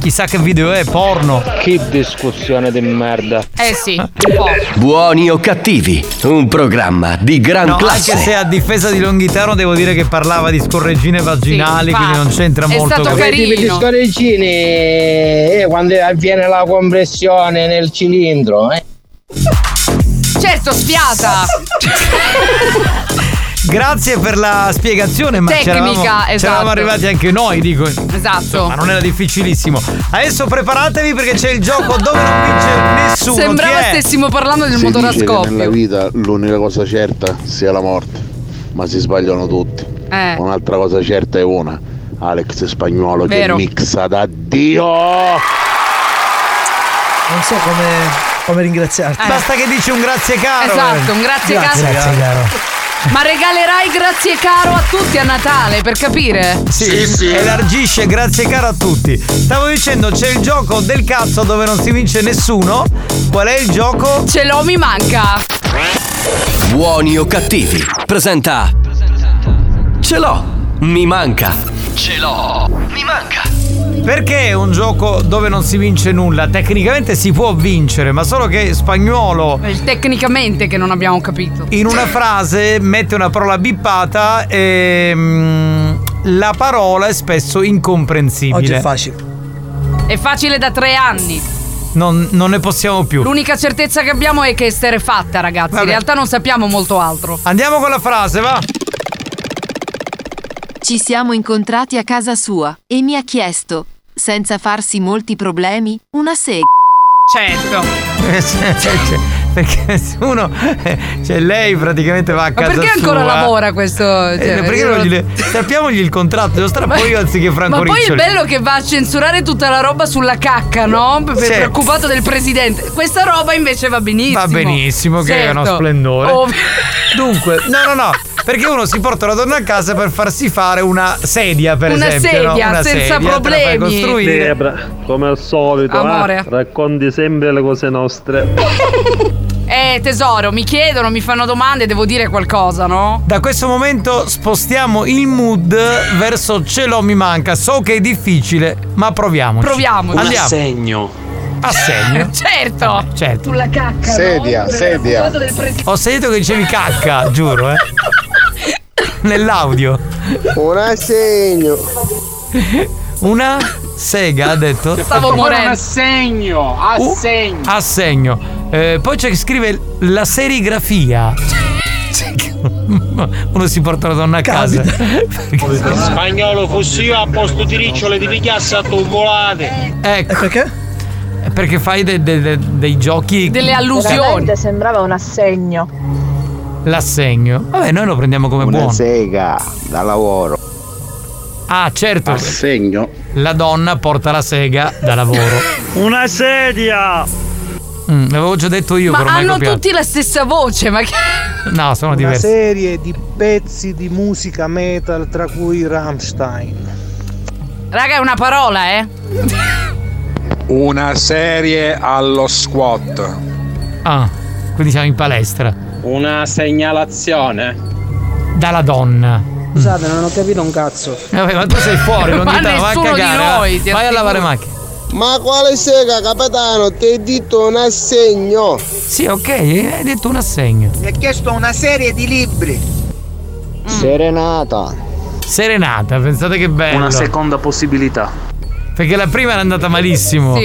chissà che video è, porno. Che discussione di merda. Eh sì, un po'. Buoni o cattivi, un programma di gran No, classe. anche se a difesa di Longhitano devo dire che parlava di scorreggine vaginali, Sì, quindi non c'entra è molto stato con- carino. Gli scorreggini eh, quando avviene la compressione nel cilindro. Eh. Certo, sfiata. Grazie per la spiegazione, ma Tecnica, c'eravamo, esatto. c'eravamo arrivati anche noi, dico. Esatto. Ma non era difficilissimo. Adesso preparatevi perché c'è il gioco dove non vince nessuno. Sembrava Chi è? stessimo parlando del Si dice che motorascopio. nella vita l'unica cosa certa sia la morte, ma si sbagliano tutti. Eh. Un'altra cosa certa è una, Alex Spagnolo Vero. che mixa da Dio. Non so come, come ringraziarti. Eh. Basta che dici un grazie caro. eh. Esatto, un grazie Grazie, caro. grazie caro. Ma regalerai grazie caro a tutti a Natale, per capire? Sì, elargisce, grazie caro a tutti. Stavo dicendo, c'è il gioco del cazzo dove non si vince nessuno. Qual è il gioco? Ce l'ho, mi manca. Buoni o cattivi, presenta. Ce l'ho, mi manca. Ce l'ho, mi manca. Perché è un gioco dove non si vince nulla? Tecnicamente si può vincere, ma solo che spagnolo Il Tecnicamente che non abbiamo capito. in una frase mette una parola bippata e mm, la parola è spesso incomprensibile. Oggi è facile. È facile da tre anni. Non, non ne possiamo più. L'unica certezza che abbiamo è che è fatta, ragazzi. Vabbè. In realtà non sappiamo molto altro. Andiamo con la frase, va. Ci siamo incontrati a casa sua e mi ha chiesto, senza farsi molti problemi, una sega. Certo. Cioè, cioè, perché se uno. Cioè, lei praticamente va a Ma casa. perché ancora sua. lavora questo? Eh, Cioè, perché io non non- gliele- Strappiamogli il contratto, lo strappo io anziché Franco Ma poi il Riccioli. bello che va a censurare tutta la roba sulla cacca, no? Per- Sì. Preoccupato del presidente. Questa roba invece va benissimo. Va benissimo, che è uno Certo. splendore. Ov- Dunque, no, no, no. Perché uno si porta una donna a casa per farsi fare una sedia, per Una esempio. no? sedia, Una senza sedia, te la fai problemi. costruire. Debra, come al solito, Amore. eh, racconti sempre le cose nostre. Eh, tesoro, mi chiedono, mi fanno domande, devo dire qualcosa, no? Da questo momento spostiamo il mood verso ce l'ho mi manca. So che è difficile, ma proviamoci. Proviamoci. Un assegno. Assegno? certo. certo. Sulla cacca. Sedia, no? sedia. Foto del presidente. Ho sentito che dicevi cacca, giuro, eh. Nell'audio. Un assegno. Una sega, ha detto. Uh. assegno, assegno. Assegno. Eh, poi c'è chi scrive la serigrafia. Uno si porta la donna a casa. Spagnolo fossi io a posto di ricciole di picchiassa a tuvolate. Ecco. Perché? Perché fai de- de- de- dei giochi. Veramente sembrava un assegno. L'assegno. Vabbè, noi lo prendiamo come Una buono. sega da lavoro. Ah, certo. Assegno. La donna porta la sega da lavoro. Una sedia! Mm, l'avevo già detto io, Ma però mi hai hanno copiato. tutti la stessa voce, Cioè, ma che. No, sono Una diversi. serie di pezzi di musica metal, tra cui Rammstein. Raga, è una parola, eh. Una serie allo squat. Ah, quindi siamo in palestra. Una segnalazione. Dalla donna. Scusate, non ho capito un cazzo. Vabbè, ma tu sei fuori, non ti dà, vai a cagare. va. vai a lavare macchine. Ma quale sega, capitano? Ti hai detto un assegno. Sì, ok, Eh, hai detto un assegno. Mi ha chiesto una serie di libri. Serenata. Serenata, pensate che bello. Una seconda possibilità. Perché la prima era andata malissimo.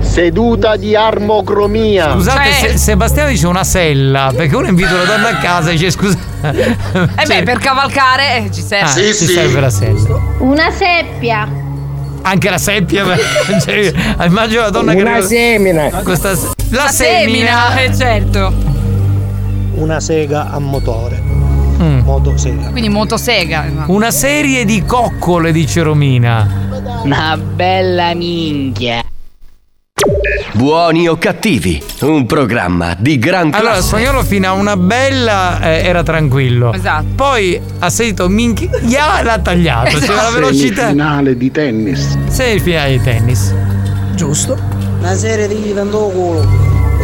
Seduta di armocromia. Scusate, Cioè, se- Sebastiano dice una sella, perché uno invita una donna a casa e dice scusa. Cioè, Eh beh, per cavalcare eh, ci serve. Ah, ci serve la sella. Eh, Una seppia. Anche la seppia. beh, cioè, immagino la donna che Una semina. Questa se- la, La semina, eh, certo. Una sega a motore. Mm. Motosega. Quindi motosega. ma- Una serie di coccole, dice Romina. Una bella minchia. Buoni o cattivi, un programma di gran classe. Allora, spagnolo fino a una bella eh, era tranquillo. Esatto. Poi ha sentito minchia, l'ha tagliato. C'era la velocità. Semifinale di tennis. Semifinale di tennis. Giusto. Una serie di tanto culo.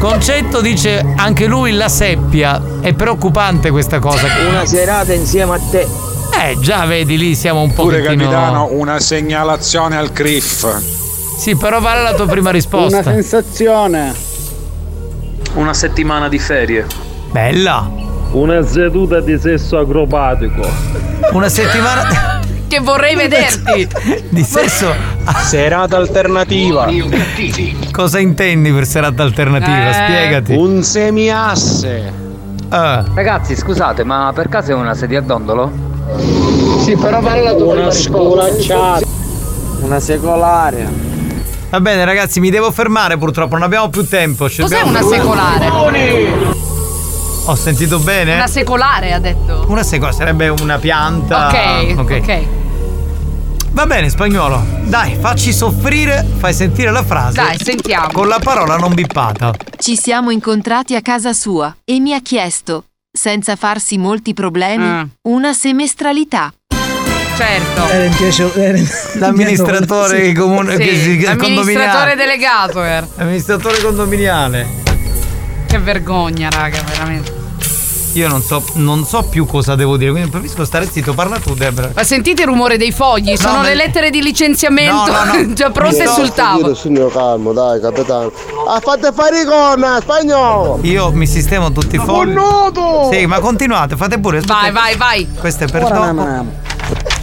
Concetto dice anche lui la seppia. È preoccupante questa cosa. Una serata insieme a te. Eh, già vedi lì siamo un po' Pure capitano, una segnalazione al CRIF. Sì, però vale la tua prima risposta. Una sensazione. Una settimana di ferie. Bella! Una seduta di sesso acrobatico. Una settimana Che vorrei vederti. di sesso. Serata alternativa. Cosa intendi per serata alternativa? Eh. Spiegati. Un semiasse. Ah. Ragazzi, scusate, ma per caso è una sedia a dondolo? Sì, però vale la tua Una scolacciata. Una secolare. Va bene, ragazzi, mi devo fermare purtroppo, non abbiamo più tempo. Ci Cos'è dobbiamo- una secolare? Ho sentito bene? Una secolare ha detto. Una secola sarebbe una pianta. Ok, ok. Va bene, spagnolo. Dai, facci soffrire, fai sentire la frase. Dai, sentiamo. Con la parola non bippata. Ci siamo incontrati a casa sua e mi ha chiesto, senza farsi molti problemi, Mm. una semestralità. Cioè, Certo. Era in Eh, piace- era in- L'amministratore Sì. comune- Sì, che si- che amministratore condominiale. delegato era. Amministratore condominiale. Che vergogna, raga, veramente. Io non so, non so più cosa devo dire, quindi preferisco stare zitto. Parla tu, Debra. Ma sentite il rumore dei fogli? Sono No, ma- le lettere di licenziamento No, no, no. già pronte sul tavolo. Signor calmo, dai, capitano. Ha fatto faricona, spagnolo. Io mi sistemo tutti i fogli. nodo! Sì, ma continuate, fate pure. Vai, vai, vai. Questo è per Ora dopo.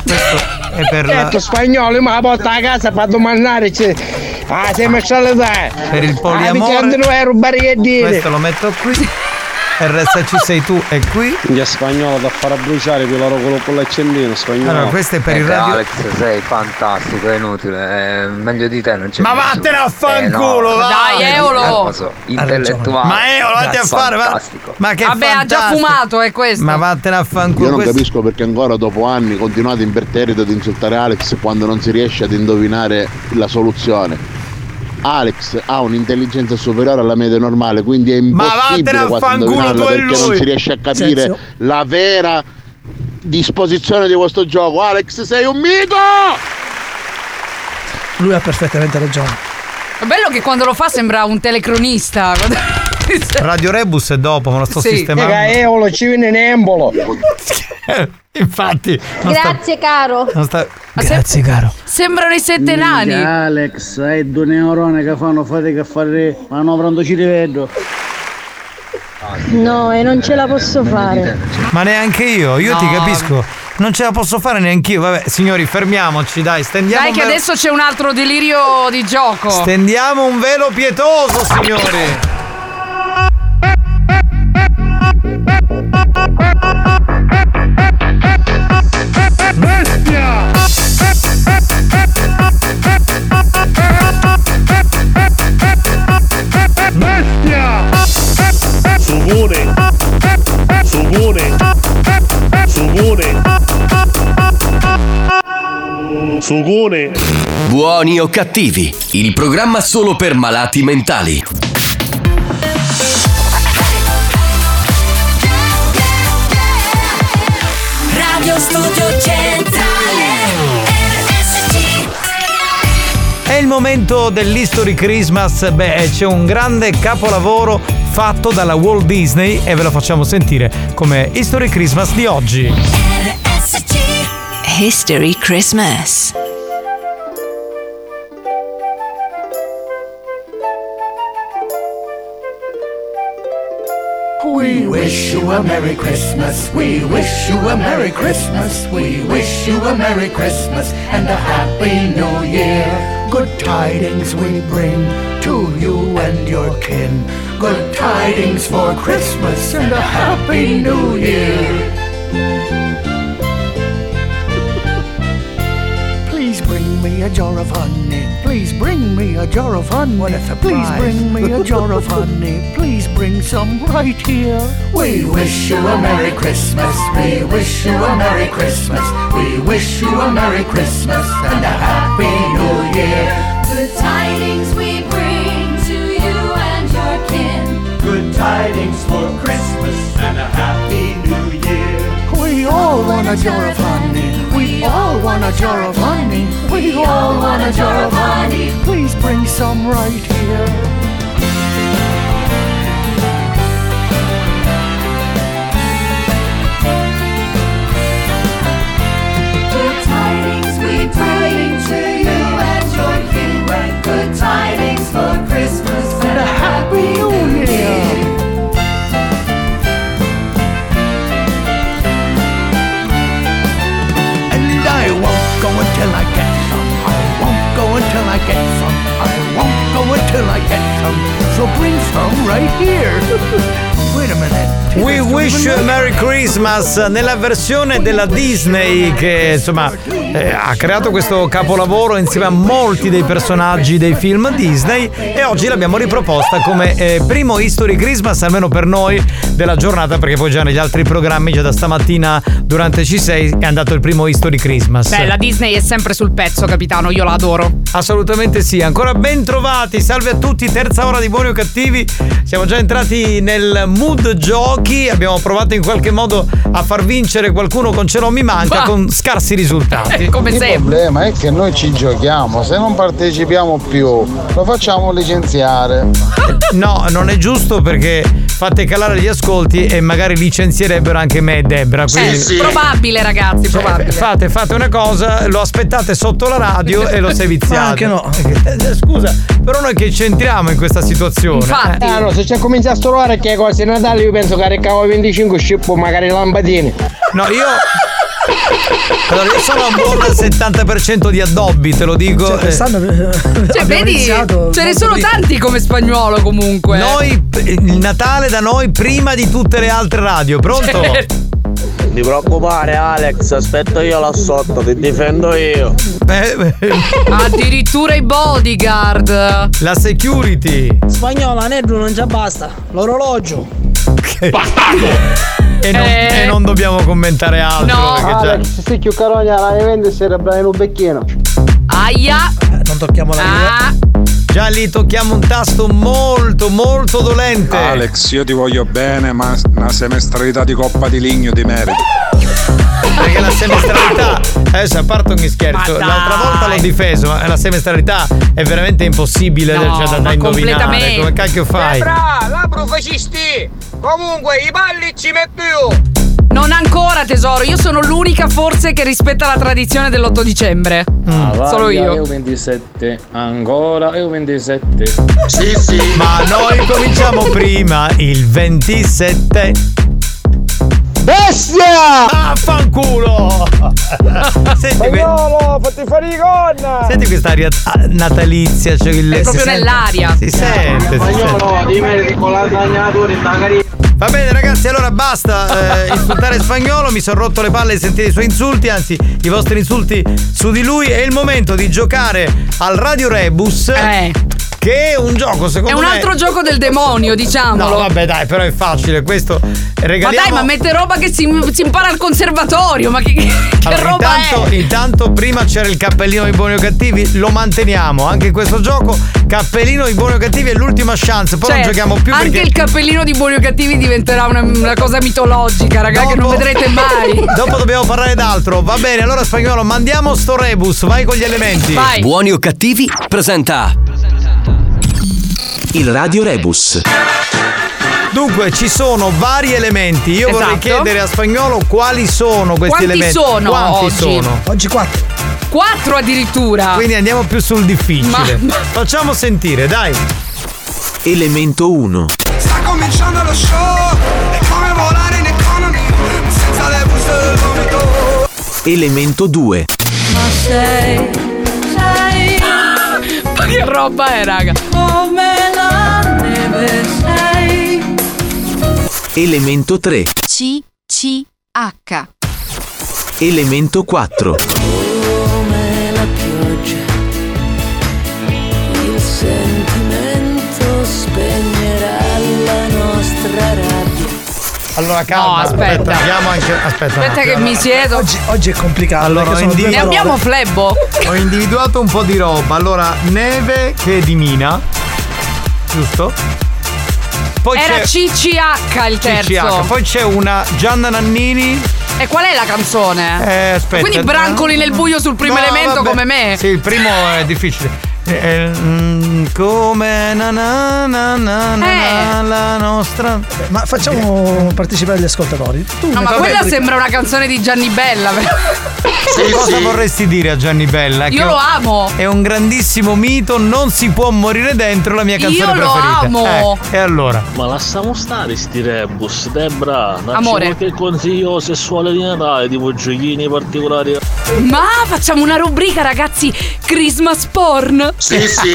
Questo è per, la- Detto Certo, spagnolo, ma la porta a casa fa domandare. cioè, Ah, sei mesciale dai. per il poliamore. Ah, mi chiedono a rubare che dire. Questo lo metto qui. RSC sei tu è qui. Gli spagnolo da far bruciare quella roba con l'accendino spagnolo. Allora, questo è per il Eh, radio. Alex, sei fantastico, è inutile. eh, meglio di te non c'è. Ma nessuno. vattene a Eh, fanculo, no. eh, va! Dai, Eolo! Nervoso, Intellettuale. Ma Eolo, vatti a Grazie. fare, va. Fantastico. Ma che Vabbè, ha già fantastico. fumato, è questo. Ma vattene a fanculo. Io non questo- capisco perché ancora dopo anni continuate imperterrito ad insultare Alex quando non si riesce ad indovinare la soluzione. Alex ha un'intelligenza superiore alla media normale, quindi è impossibile vattene a quasi fanculo indovinarla tu e perché non lui. si riesce a capire Senzio. la vera disposizione di questo gioco. Alex, sei un mito! Lui ha perfettamente ragione. È bello che quando lo fa sembra un telecronista. Radio Rebus è dopo, ma lo sto Sì. sistemando. Raga, eolo, ci viene in embolo. Infatti. non sta- Grazie caro. non sta- Grazie, caro. Sembrano i sette Minchia, nani. Alex, hai due neuroni che fanno fatica a fare manovra un cirevello. No, e non ce la posso fare. Ma neanche io, io ti No. capisco. Non ce la posso fare neanche io. Vabbè, signori, fermiamoci, dai, stendiamo. Dai un che velo- adesso c'è un altro delirio di gioco. Stendiamo un velo pietoso, signori. Bestia! Bestia! Subone! Subone! Subone! Sugone! Buoni o cattivi, il programma solo per malati mentali. Radio Studio Centrale RSC È il momento dell'History Christmas. Beh, eh, c'è un grande capolavoro fatto dalla Walt Disney e ve lo facciamo sentire come History Christmas di oggi. History Christmas. We wish you a Merry Christmas. We wish you a Merry Christmas. We wish you a Merry Christmas and a Happy New Year. Good tidings we bring to you and your kin. Good tidings for Christmas and a Happy New Year. Please bring me a jar of honey. Please bring me a jar of honey. What a surprise. Please bring me a jar of honey. Please bring some right here. We wish you a Merry Christmas. We wish you a Merry Christmas. We wish you a Merry Christmas and a Happy New Year. Good tidings we bring to you and your kin. Good tidings for Christmas and a Happy New Year. We all want a jar of honey. We all want a jar of honey. We all want a jar of honey. Please bring some right here. Good tidings we bring to you and your kin. Good tidings for Christmas and a happy new year. And I won't go until I get some. I won't go until I get some. I won't go until I get some. So bring some right here. Wait a minute. We wish you a Merry Christmas nella versione della Disney che insomma eh, ha creato questo capolavoro insieme a molti dei personaggi dei film Disney e oggi l'abbiamo riproposta come eh, primo History Christmas almeno per noi della giornata perché poi già negli altri programmi già da stamattina durante C6 è andato il primo History Christmas. Beh, la Disney è sempre sul pezzo, capitano, io la adoro. Assolutamente sì, ancora ben trovati, salve a tutti, terza ora di buoni o cattivi, siamo già entrati nel mood giochi, abbiamo provato in qualche modo a far vincere qualcuno con Ce l'ho mi manca Bah. con scarsi risultati. Eh, Come sempre. Il problema è che noi ci giochiamo, se non partecipiamo più lo facciamo licenziare. No, non è giusto perché fate calare gli ascolti e magari licenzierebbero anche me e Debra. Quindi... Cioè, Eh, Probabile, ragazzi, probabile. Fate, fate una cosa, lo aspettate sotto la radio e lo seviziate. Ma Eh, Scusa, però noi che c'entriamo in questa situazione? Eh. Ah, no, se c'è cominciato a trovare che cose Natale io penso che recavo 25 scippo magari le lampadine. No, io. Allora, io sono a bordo al 70% di Adobe, te lo dico. Cioè, Eh, quest'anno Cioè, abbiamo vedi, iniziato ce ne molto sono prima. tanti come spagnolo comunque. Noi, il Natale da noi prima di tutte le altre radio, pronto? Certo. Non ti preoccupare, Alex, aspetto io là sotto, ti difendo io. Eh, Addirittura i bodyguard. la security. Spagnola, Nedru non già basta. L'orologio. E non, e non dobbiamo commentare altro. perché già- Alex, sì, più carogna la rivende se era bravo in un becchino. Aia. Non tocchiamo la ah. Già lì tocchiamo un tasto molto, molto dolente. Alex, io ti voglio bene, ma una semestralità di coppa di ligno di merito. Perché la semestralità. Adesso Eh, a parte ogni scherzo, Ma l'altra dai. volta l'ho difeso, ma la semestralità è veramente impossibile No, cioè, da, da ma indovinare. completamente. Come cacchio Eh, fai? Eh, Fra, labbro fascisti! Comunque, i balli ci metto io! Non ancora tesoro, io sono l'unica forse che rispetta la tradizione dell'8 dicembre. Mm. Ah, Solo io. 27, ancora io 27. Sì, sì. Ma noi cominciamo prima il 27. Bestia! Ah, fanculo! Senti, que- Spagnolo, fatti fare i gonna! senti quest'aria ah, natalizia, cioè il. È proprio si sente- nell'aria. Si sente, si sente. dimmi con la bagnatura in magari. Va bene ragazzi, allora basta eh, insultare spagnolo, mi sono rotto le palle di sentire i suoi insulti, anzi i vostri insulti su di lui, è il momento di giocare al Radio Rebus, che è un gioco Eh. È secondo un me... altro gioco del demonio, diciamolo. No, vabbè, dai, però è facile. Questo ma regaliamo. dai, ma mette roba che si, si impara al conservatorio, ma che, che Allora, roba intanto, è? intanto prima c'era il cappellino di buoni o cattivi, lo manteniamo anche in questo gioco. Cappellino di buoni o cattivi è l'ultima chance, poi non Cioè, giochiamo più anche perché il cappellino di buoni o cattivi diventerà una, una cosa mitologica, raga, che non Dopo- vedrete mai. Dopo dobbiamo parlare d'altro. Va bene, allora spagnolo, mandiamo sto rebus, vai con gli elementi. Buoni o cattivi presenta il Radio Rebus. Dunque, ci sono vari elementi. Io vorrei Esatto. chiedere a spagnolo quali sono questi Quanti elementi. sono Quanti oggi? sono? Oggi quattro. Quattro addirittura. Quindi andiamo più sul difficile. Ma- Facciamo sentire, dai. Elemento 1. Sta cominciando lo show! È come volare in economy, senza le buste del vomito! Elemento 2. Ma sei, sei... Ma che roba è, raga? Come la neve sei... Elemento 3. C, C, H. Elemento 4. Come la pioggia, il sentimento spegnerà la nostra rabbia. Allora, calma. aspetta. andiamo anche. Aspetta. un Aspetta attimo, che mi allora. siedo. Oggi, oggi è complicato. Allora, perché sono indi- due Ne parole. abbiamo flebbo? Ho individuato un po' di roba. Allora, neve che è di mina. Giusto? Poi Era c'è CCH il terzo. CCH. Poi c'è una Gianna Nannini. E qual è la canzone? Eh, aspetta. Quindi brancoli nel buio sul primo No, elemento vabbè. come me. Sì, il primo è difficile. Eh, eh, mm, come na na na na na Eh. la nostra. Ma facciamo partecipare gli ascoltatori. No, Tu ne- ma vabbè, quella perché- sembra una canzone di Gianni Bella. cosa vorresti dire a Gianni Bella? Io lo amo. È un grandissimo mito, non si può morire dentro la mia canzone Io lo preferita. amo. Eh, e allora? Ma lasciamo stare sti rebus, Debra, non Amore. c'è qualche consiglio sessuale di Natale, tipo giochini particolari. Ma facciamo una rubrica, ragazzi, Christmas porn. Sì, sì.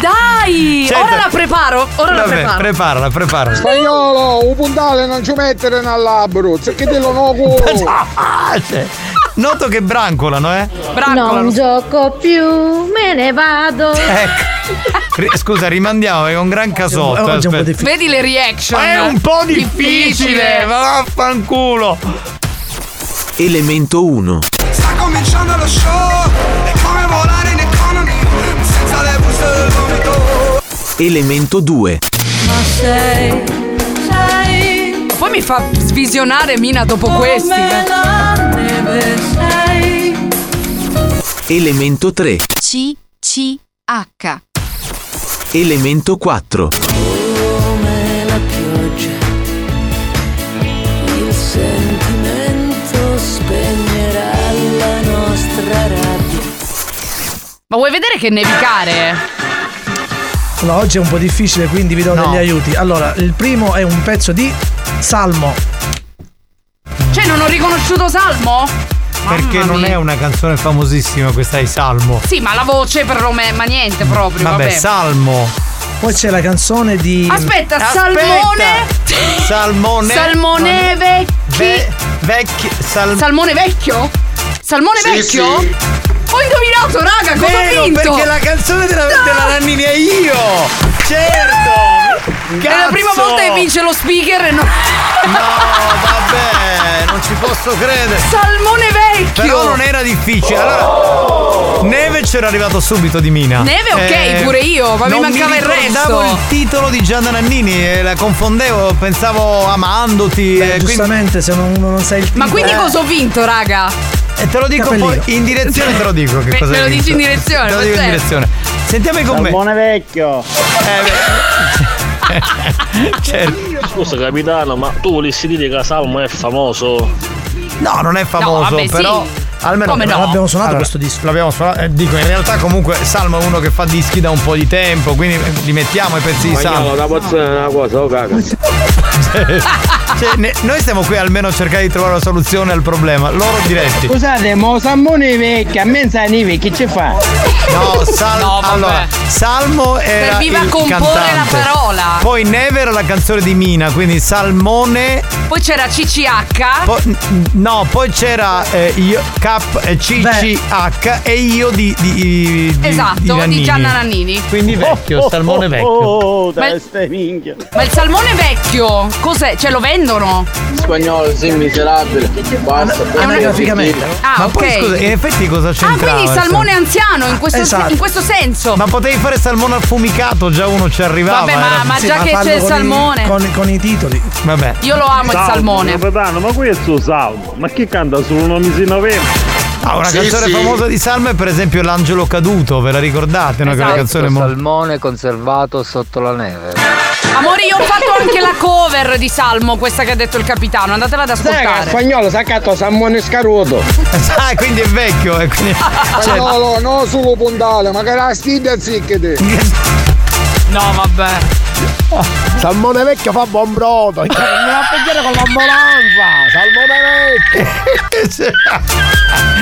Dai! Certo. Ora la preparo, ora la Vabbè, preparo. preparala, preparala. Spagnolo, un puntale non ci mettere nel labbro, zicchitelo no Ah, cioè, Noto che brancolano, eh? Non gioco più, me ne vado. Eh. Ecco. Ri- Scusa, rimandiamo, è un gran casotto. Oggi è un po' aspetta. Vedi le reaction. È un po' difficile, ma vaffanculo. Elemento 1. Sta cominciando lo show! È come volare in economy, senza le buste del vomito! Elemento 2. Ma sei, sei... Poi mi fa svisionare Mina dopo questi. eh. neve sei... Elemento 3. C, C, H. Elemento 4. Come la pioggia, il sentimento spegnerà la nostra rabbia. Ma vuoi vedere che nevicare? Allora, oggi è un po' difficile, quindi vi do No. degli aiuti. Allora, il primo è un pezzo di Salmo. Cioè, non ho riconosciuto Salmo? Perché non è una canzone famosissima questa di Salmo. Sì, ma la voce per Rome, ma niente proprio. Vabbè, Vabbè, Salmo. Poi c'è la canzone di. Aspetta, Aspetta. salmone. Salmone. Salmone vecchi. Ve- vecchi. sal- salmone vecchio? Salmone Sì, vecchio? sì. Ho indovinato, raga, cosa Vero, ho vinto? perché la canzone della, No! della Nannini è io. Certo. È Certo! la prima Cazzo! volta che vince lo speaker e non... No, vabbè, non ci posso credere. Salmone vecchio. Però non era difficile. Allora, Neve c'era arrivato subito di Mina. Eh, Neve, ok, pure io, ma mi non mancava il ricordavo resto. il titolo di Gianna Nannini e la confondevo, pensavo amandoti. e quindi- Giustamente, se non- uno non sai il Ma quindi Eh. cosa ho vinto, raga? E te lo dico poi in direzione te lo dico che Me- cosa me hai lo visto. dici in direzione, te lo ma dico in certo. direzione sentiamo i commenti Salmone vecchio. Certo. Scusa capitano, ma tu volessi dire che Salmo è famoso? no non è famoso vabbè, sì. però almeno Come no? L'abbiamo suonato questo disco l'abbiamo suonato eh, dico in realtà comunque Salmo è uno che fa dischi da un po' di tempo quindi eh, li mettiamo i pezzi di Salmo Ah. una cosa, oh caca. Cioè, ne- noi stiamo qui almeno a cercare di trovare una soluzione al problema loro diretti Scusate, ma salmone vecchio, a menzani vecchi che fa? No, Sal- allora, Salmo era Serviva a il comporre cantante. la parola. Poi Never era la canzone di Mina, quindi Salmone. Poi c'era CCH. po- n- no, poi c'era eh, io, K, eh, CCH e io di, di, di- di- Esatto, di, Giannini. Gianna Nannini. Quindi vecchio, Salmone vecchio. Oh, Ma- testa di minchia. Ma il salmone vecchio, cos'è? Ce lo vendono? Spagnolo, sì, miserabile. Basta. Ah, Ma ok. poi scusa, in effetti cosa Ah, c'entrava? quindi il salmone anziano in questo, Esatto. in questo senso. Ma potevi fare salmone affumicato, già uno ci arrivava. Vabbè, ma- era- ma Sì, già ma che fallo c'è il con i- salmone. con, i titoli. Vabbè. Esatto. Io lo amo il salmone. Capitano, ma qui è il suo salmo. Ma chi canta solo nomi si Ah, una canzone famosa di Salmo è per esempio L'Angelo Caduto, ve la ricordate? Esatto. No? Che è una canzone mo- salmone conservato sotto la neve. Amore, io ho fatto anche la cover di Salmo, questa che ha detto il capitano. Andatela ad Raga, ascoltare. spagnolo, saccato salmone scaruto. Ah, quindi è vecchio, eh, quindi... Cioè, Spagnolo, no solo puntale, ma che la stiglia zicchete! No, vabbè. Salmone vecchio fa buon brodo! Mi va a pigliare con l'ambulanza! Salmone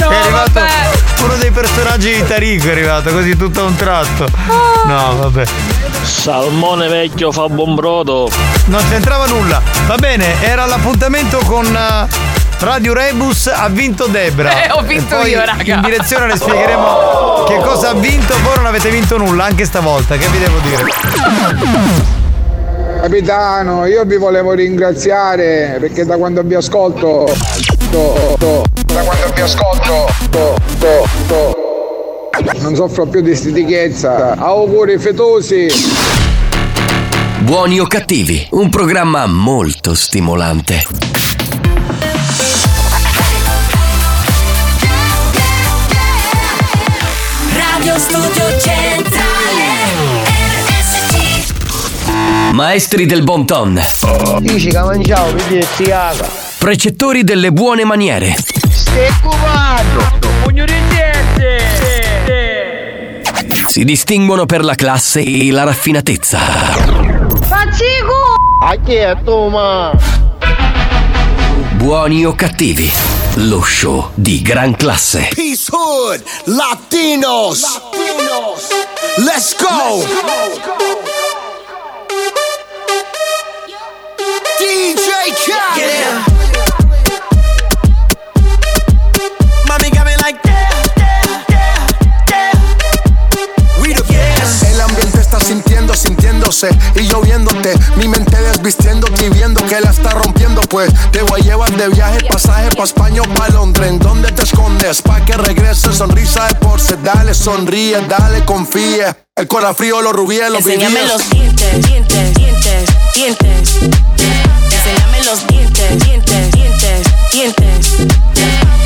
No, è arrivato uno dei personaggi di Tarico, è arrivato così tutto a un tratto. No, vabbè. Salmone vecchio fa buon brodo. Non c'entrava nulla. Va bene, era l'appuntamento con eh, Radio Rebus, ha vinto Debra. Eh, ho vinto E poi io, raga. In direzione le spiegheremo che cosa ha vinto, voi non avete vinto nulla anche stavolta, che vi devo dire? vecchio! Capitano, io vi volevo ringraziare perché da quando vi ascolto. to- to- da quando vi ascolto. to- to- to- non soffro più di stitichezza. Auguri fetosi! Buoni o cattivi, un programma molto stimolante. Radio Studio Centrale RSC Maestri del bon ton, Dici che mangiavo, quindi precettori delle buone maniere, Pugno di si distinguono per la classe e la raffinatezza. Faccico! A chi è tu, ma? Buoni o cattivi, lo show di gran classe. Peace Hood, Latinos. Let's go. DJ Khaled. Mami got me like El ambiente está sintiendo, sintiéndose y yo viéndote. Mi mente desvistiéndote y viendo que la está rompiendo. Pues te voy a llevar de viaje, pasaje pa' España o pa' Londres. ¿En dónde te escondes? Pa' que regrese, sonrisa de porce. Dale, sonríe, dale, confía. El corazón frío, los rubíes, los Enséñame vivíes. los dientes, dientes, dientes, dientes Enséñame los dientes, dientes, dientes, dientes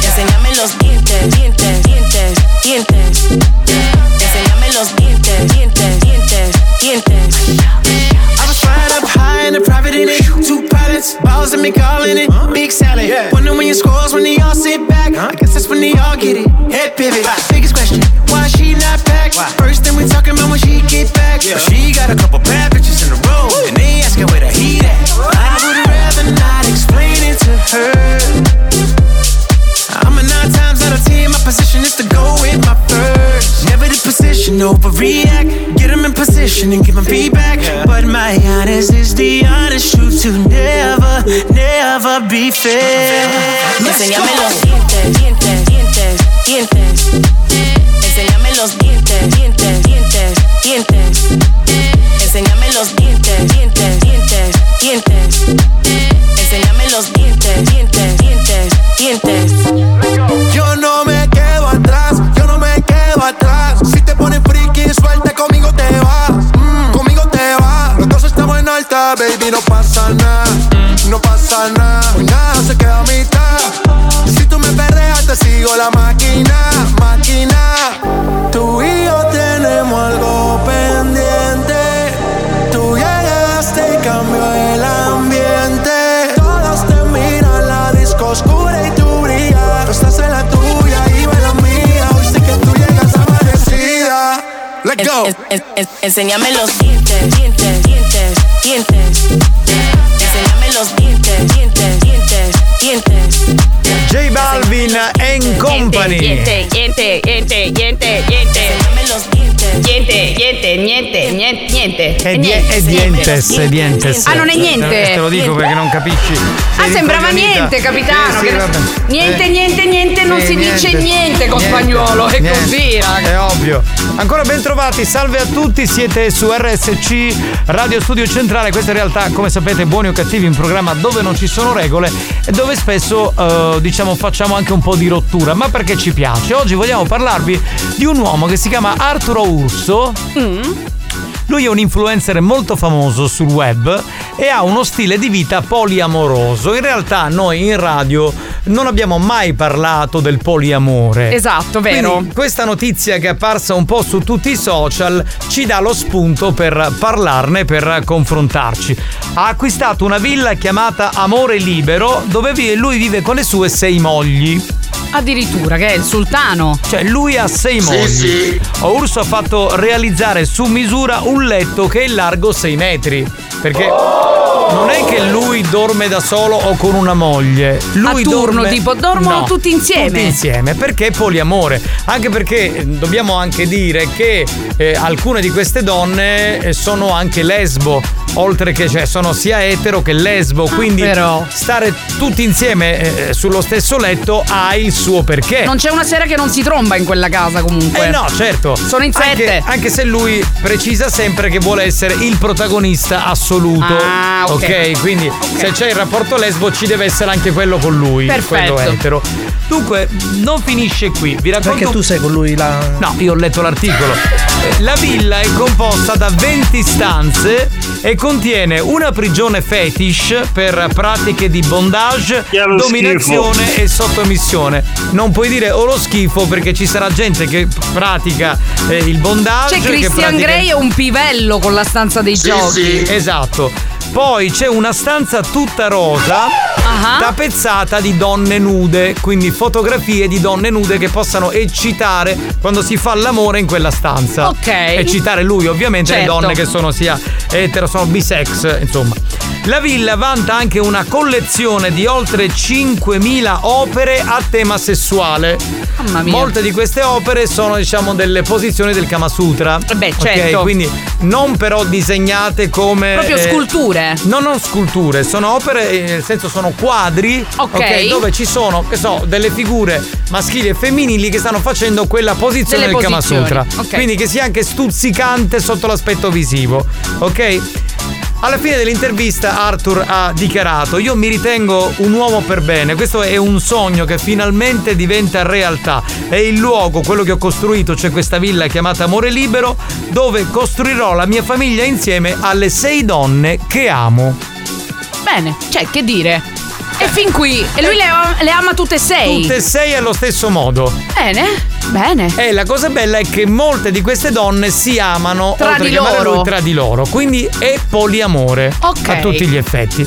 Enséñame los dientes, dientes, dientes, dientes Enséñame los dientes, dientes, dientes, dientes I was flying up high in a private in it. Two pilots, balls and me calling it. Big salad. Wonder when your scores when they all sit back. I guess that's when they all get it. Head pivot. Biggest question, why she not back? First thing we talking about when she get back. But she got a couple bad bitches in a row. And they asking where the heat at. I would rather not explain it to her. I'm a nine times out of ten. My position is to go in my first. Never the position, overreact. Get 'em in position and give 'em feedback. But my honest is the honest truth to never, never be fair. Enséñame los dientes, dientes, dientes, dientes. Enséñame los dientes, dientes, dientes, dientes. Enséñame los dientes, dientes, dientes, dientes. Enséñame Mm, pasa nada, no pasa nada, hoy nada se queda a mitad. Si tú me perreas, te sigo la máquina, máquina. Tú y yo tenemos algo pendiente. Tú llegaste y cambió el ambiente. Todos te miran la disco oscura y tú brillas. Tú estás en la tuya y yo en la mía. Hoy sí que tú llegas amanecida. Let's go. Enséñame los dientes, dientes, dientes, dientes. Enséñame los dientes, dientes, dientes, dientes. J Balvin and Company. Niente, niente, niente, niente, niente. Niente, niente, niente, niente, niente. E, die- e dientes, e dientes. Ah, non è niente. Eh, Te lo dico Niente. perché non capisci. Ah, Sei sembrava ricoglionita. niente, capitano. Sì, sì, che- vabbè. Niente, Eh. niente, niente, non Sì, si dice niente con spagnolo. È niente. così, raga. È ovvio. Ancora bentrovati, salve a tutti, siete su RSC Radio Studio Centrale. Questa in realtà, come sapete, buoni o cattivi in programma dove non ci sono regole e dove spesso eh, diciamo facciamo anche un po' di rottura, ma perché ci piace. Oggi vogliamo parlarvi di un uomo che si chiama Arturo Urso. Mm. Lui è un influencer molto famoso sul web e ha uno stile di vita poliamoroso. In realtà noi in radio non abbiamo mai parlato del poliamore. Esatto, vero. Quindi questa notizia che è apparsa un po' su tutti i social ci dà lo spunto per parlarne, per confrontarci. Ha acquistato una villa chiamata Amore Libero dove vi- lui vive con le sue sei mogli. Addirittura, che è il sultano. Cioè, lui ha sei mogli. A Urso ha fatto realizzare su misura un letto che è largo 6 metri. Perché non è che lui dorme da solo o con una moglie. Lui A turno, dorme- tipo, dormono No, tutti insieme. Tutti insieme, perché è poliamore. Anche perché eh, dobbiamo anche dire che eh, alcune di queste donne eh, sono anche lesbo. Oltre che cioè, sono sia etero che lesbo. Ah, Quindi stare tutti insieme eh, sullo stesso letto ha il suo perché. Non c'è una sera che non si tromba in quella casa, comunque. Eh no, certo. Sono in Anche- sette. Anche, se lui precisa sempre che vuole essere il protagonista assoluto. Ah, ok. quindi se c'è il rapporto lesbo ci deve essere anche quello con lui, Perfetto. quello etero. Dunque, non finisce qui. Vi racconto Perché tu sei con lui la. No, io ho letto l'articolo. Eh, La villa è composta da 20 stanze e contiene una prigione fetish per pratiche di bondage, dominazione schifo. e sottomissione. Non puoi dire o lo schifo perché ci sarà gente che pratica eh, il bondage. C'è che Christian pratica- Grey è un pivello con la stanza dei giochi. Esatto. Poi c'è una stanza tutta rosa, tappezzata di donne nude, quindi fotografie di donne nude che possano eccitare quando si fa l'amore in quella stanza. Ok. Eccitare lui, ovviamente, le Certo. donne che sono sia etero, sono bisex, insomma. La villa vanta anche una collezione di oltre 5.000 opere a tema sessuale. Mamma mia. Molte di queste opere sono, diciamo, delle posizioni del Kama Sutra. Beh, certo. quindi non però disegnate come. eh, Proprio sculture. No, non sculture, sono opere, eh, nel senso sono quadri, Ok. ok, dove ci sono, che so, delle figure maschili e femminili che stanno facendo quella posizione Delle del Kama posizioni, Sutra. ok. Quindi che sia anche stuzzicante sotto l'aspetto visivo, ok? Alla fine dell'intervista Arthur ha dichiarato Io mi ritengo un uomo per bene, questo è un sogno che finalmente diventa realtà. È il luogo, quello che ho costruito, c'è questa villa chiamata Amore Libero, dove costruirò la mia famiglia insieme alle sei donne che amo. Bene, cioè, che dire. E fin qui. E lui le, le ama tutte e sei. Eh. Tutte e sei allo stesso modo. Bene, bene. E Eh, la cosa bella è che molte di queste donne si amano Tra oltre di che amare loro. lui, tra di loro. Quindi è poliamore Ok. Eh. a tutti gli effetti.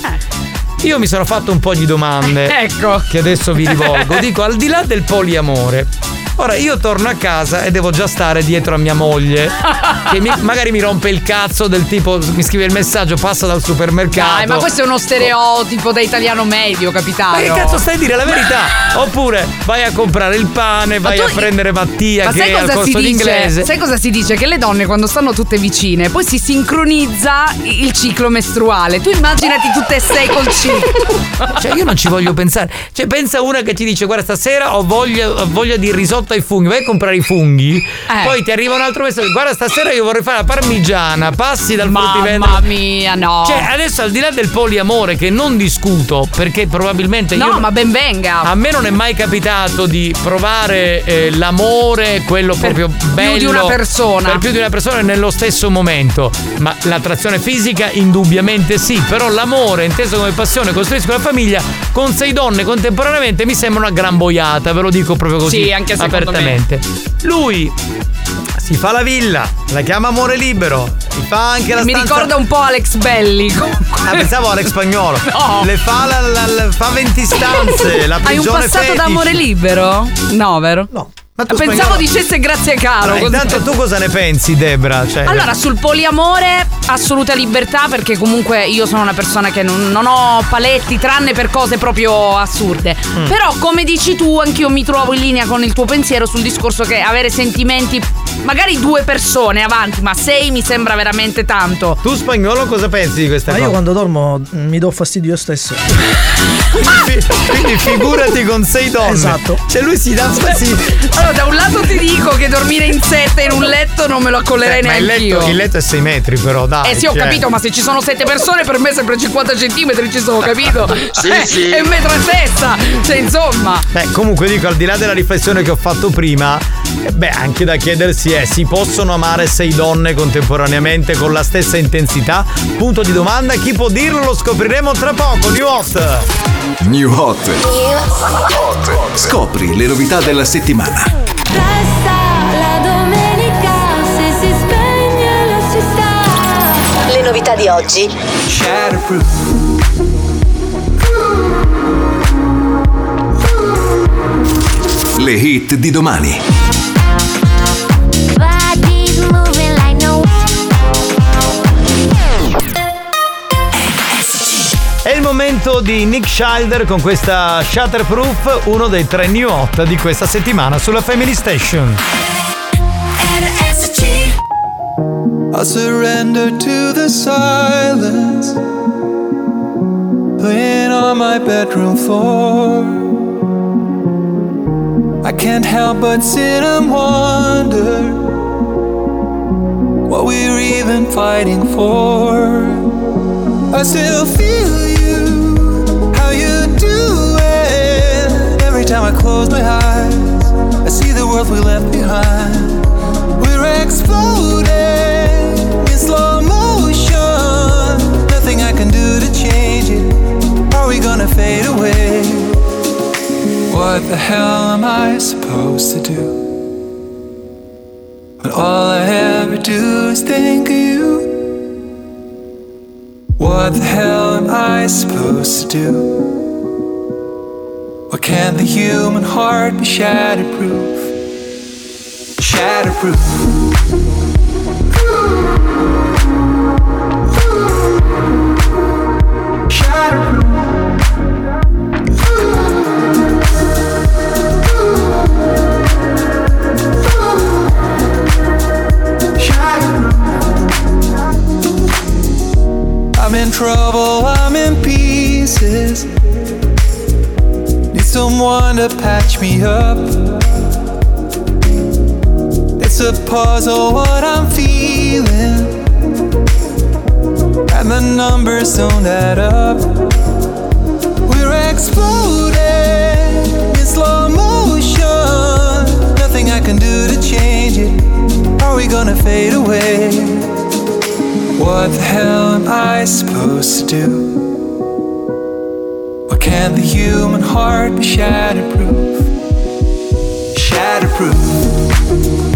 Io mi sono fatto un po' di domande Ecco. che adesso vi rivolgo. Dico, al di là del poliamore, ora io torno a casa e devo già stare dietro a mia moglie, che mi- magari mi rompe il cazzo del tipo, mi scrive il messaggio, passa dal supermercato. Dai, ma questo è uno stereotipo da italiano medio, capitano. Certo. Ma che cazzo stai a dire la verità? Oppure vai a comprare il pane, vai tu- a prendere Mattia Ma che sai è al cosa, si corso dice? d'inglese. sai cosa si dice? Che le donne quando stanno tutte vicine poi si sincronizza il ciclo mestruale. Tu immaginati tutte e sei col ciclo. Cioè, io non ci voglio pensare. Cioè, pensa una che ti dice: Guarda, stasera ho voglia, ho voglia di risotto torta ai funghi, vai a comprare i funghi, poi ti arriva un altro messaggio, guarda stasera io vorrei fare la parmigiana, passi dal fruttivendolo. Mamma mia, no. Cioè, adesso al di là del poliamore che non discuto, perché probabilmente No, io. ma ben venga. A me non è mai capitato di provare eh, l'amore, quello proprio bello. di una persona. Per più di una persona nello stesso momento. Ma l'attrazione fisica indubbiamente sì, però l'amore inteso come passione costruisco una famiglia con sei donne contemporaneamente mi sembra una gran boiata, ve lo dico proprio così Sì, anche secondo apertamente. Lui si fa la villa, la chiama amore libero, si eh, fa anche la Mi stanza ricorda un po' Alex Belli. Ah, pensavo Alex Spagnolo. No. Le fa, la, la- la- fa 20 stanze, la Hai un prigione passato fetici. d'amore libero? No, vero? No. Pensavo spagnolo. dicesse grazie caro. Allora, così. intanto tu cosa ne pensi, Debra? Cioè, Ah, Allora, sul poliamore, assoluta libertà, perché comunque io sono una persona che non, non ho paletti, tranne per cose proprio assurde. Mm. Però, come dici tu, anch'io mi trovo in linea con il tuo pensiero sul discorso che avere sentimenti, magari due persone avanti, ma sei mi sembra veramente tanto. Tu spagnolo cosa pensi di questa Ma io cosa? quando dormo mh, mi do fastidio io stesso. Quindi figurati con sei donne. Esatto. Cioè lui si dà si... Allora, da un lato ti dico che dormire in sette in un letto non me lo accollerei Eh, ma il neanche letto, io. il letto è 6 metri però, dai. eh sì, ho cioè. capito, ma se ci sono sette persone, per me sempre 50 centimetri ci sono, capito? Sì, Eh, sì. È un metro a testa, cioè insomma. Beh, comunque dico, al di là della riflessione che ho fatto prima, eh, beh, anche da chiedersi è, si possono amare sei donne contemporaneamente con la stessa intensità? Punto di domanda, chi può dirlo lo scopriremo tra poco, New Hot! New Hot. Scopri le novità della settimana. La domenica se si spegne la città. Le novità di oggi. Le hit di domani. Body's moving like no È il momento di Nick Schilder con questa Shutterproof, uno dei tre New Hot di questa settimana sulla Family Station. Eh, I surrender to the silence playing on my bedroom floor. I can't help but sit and wonder what we're even fighting for. I still feel you, how you do it. Every time I close my eyes, I see the world we left behind. We're exploding in slow motion. Nothing I can do to change it. Are we gonna fade away? What the hell am I supposed to do? When all I ever do is think of you. What the hell am I supposed to do? Why can't the human heart be shatterproof? Shatterproof. I'm in trouble, I'm in pieces. Need someone to patch me up. It's a puzzle what I'm feeling, and the numbers don't add up. We're exploding in slow motion. Nothing I can do to change it. Are we gonna fade away? What the hell am I supposed to do? Why can't the human heart be shatterproof? Shatterproof.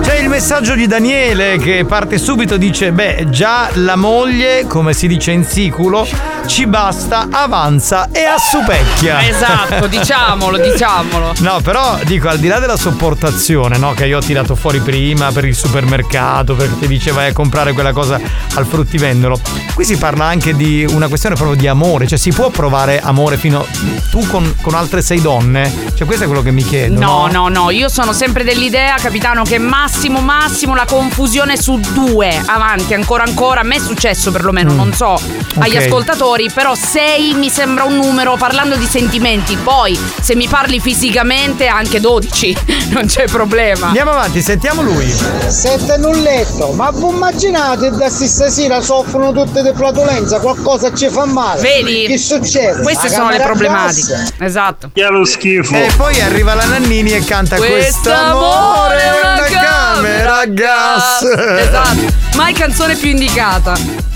C'è il messaggio di Daniele che parte subito dice "Beh, già la moglie, come si dice in siculo, ci basta, avanza e assupecchia". Esatto, diciamolo, diciamolo. No, però dico, al di là della sopportazione, no, che io ho tirato fuori prima per il supermercato, perché ti dice vai a comprare quella cosa al fruttivendolo, qui si parla anche di una questione proprio di amore, cioè si può provare amore fino tu con, con altre sei donne? Cioè questo è quello che mi chiedo. No, no, no, io sono sempre dell'idea, capitano, che massimo, massimo una confusione su due avanti, ancora ancora. A me è successo perlomeno, Mm. non so agli Ok. ascoltatori, però sei mi sembra un numero parlando di sentimenti. Poi se mi parli fisicamente anche 12, non c'è problema. Andiamo avanti, sentiamo lui. Sette nulletto, ma voi immaginate da si stasera soffrono tutte di flatulenza, qualcosa ci fa male. Vedi? Che succede? Queste La sono le camera problematiche. bassa. Esatto. Che lo schifo. E poi arriva la Nannini e canta Quest'amore è una camera a gas. Esatto. Mai canzone più indicata.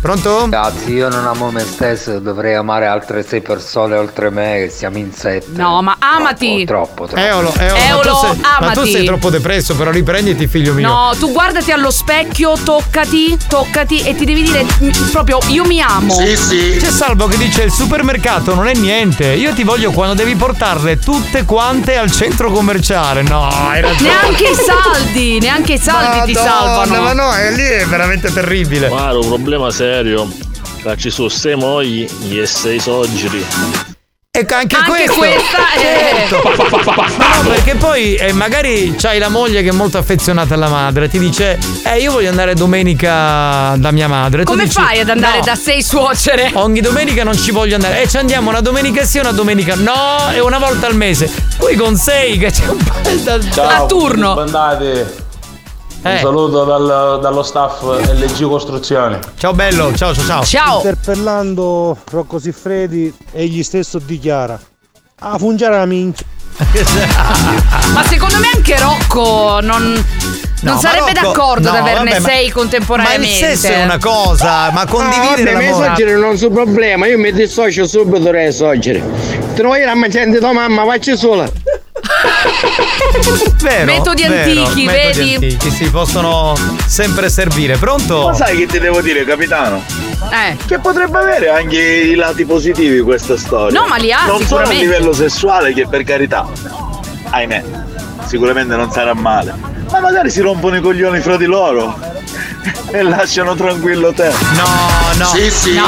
Pronto? Ragazzi, io non amo me stesso, dovrei amare altre sei persone oltre me, che siamo in sette. No, ma Oh, amati. Troppo, troppo. Eolo, Eolo, Eolo, ma, tu sei, ma tu amati. sei troppo depresso, però riprenditi figlio mio. No, tu guardati allo specchio, toccati, toccati e ti devi dire m- proprio io mi amo. C'è Salvo che dice il supermercato non è niente, io ti voglio quando devi portarle tutte quante al centro commerciale. No, hai ragione. Neanche i saldi, neanche i saldi ti Madonna, salvano. ma no, è lì è veramente terribile. Ma è un problema serio. Che ci sono sei mogli e sei soggiri. E ca- anche, Anche questo. questa è- Certo. Ma no, perché poi eh, magari c'hai la moglie che è molto affezionata alla madre, ti dice "Eh, io voglio andare domenica da mia madre". Tu Come dici, fai ad andare "No, da sei suocere? Ogni domenica non ci voglio andare. E ci andiamo una domenica sì, una domenica no, e una volta al mese. Qui con sei che c'è un bel da, Ciao, a turno. Andate. Eh. Un saluto dal- dallo staff LG Costruzione. Ciao bello, ciao ciao ciao. Interpellando Rocco Siffredi, egli stesso dichiara. A fungiare la minchia. Ma secondo me anche Rocco non, non No, sarebbe ma Rocco- d'accordo no, ad averne vabbè, ma- sei Ma contemporaneamente. il sesso è una cosa, ma condividere Ah, vabbè, l'amore. me soggere non so problema, io mi dissocio subito dai soggere. Te lo era mangiando tua mamma, facci sola. Vero, Metodi vero, antichi, metodi vedi? antichi, sì, possono sempre servire. Pronto? Ma sai che ti devo dire, capitano? Eh. Che potrebbe avere anche i lati positivi questa storia. No, ma li ha, Non solo a sicuramente. livello sessuale, che per carità, ahimè, sicuramente non sarà male. Ma magari si rompono i coglioni fra di loro e lasciano tranquillo te. No, no.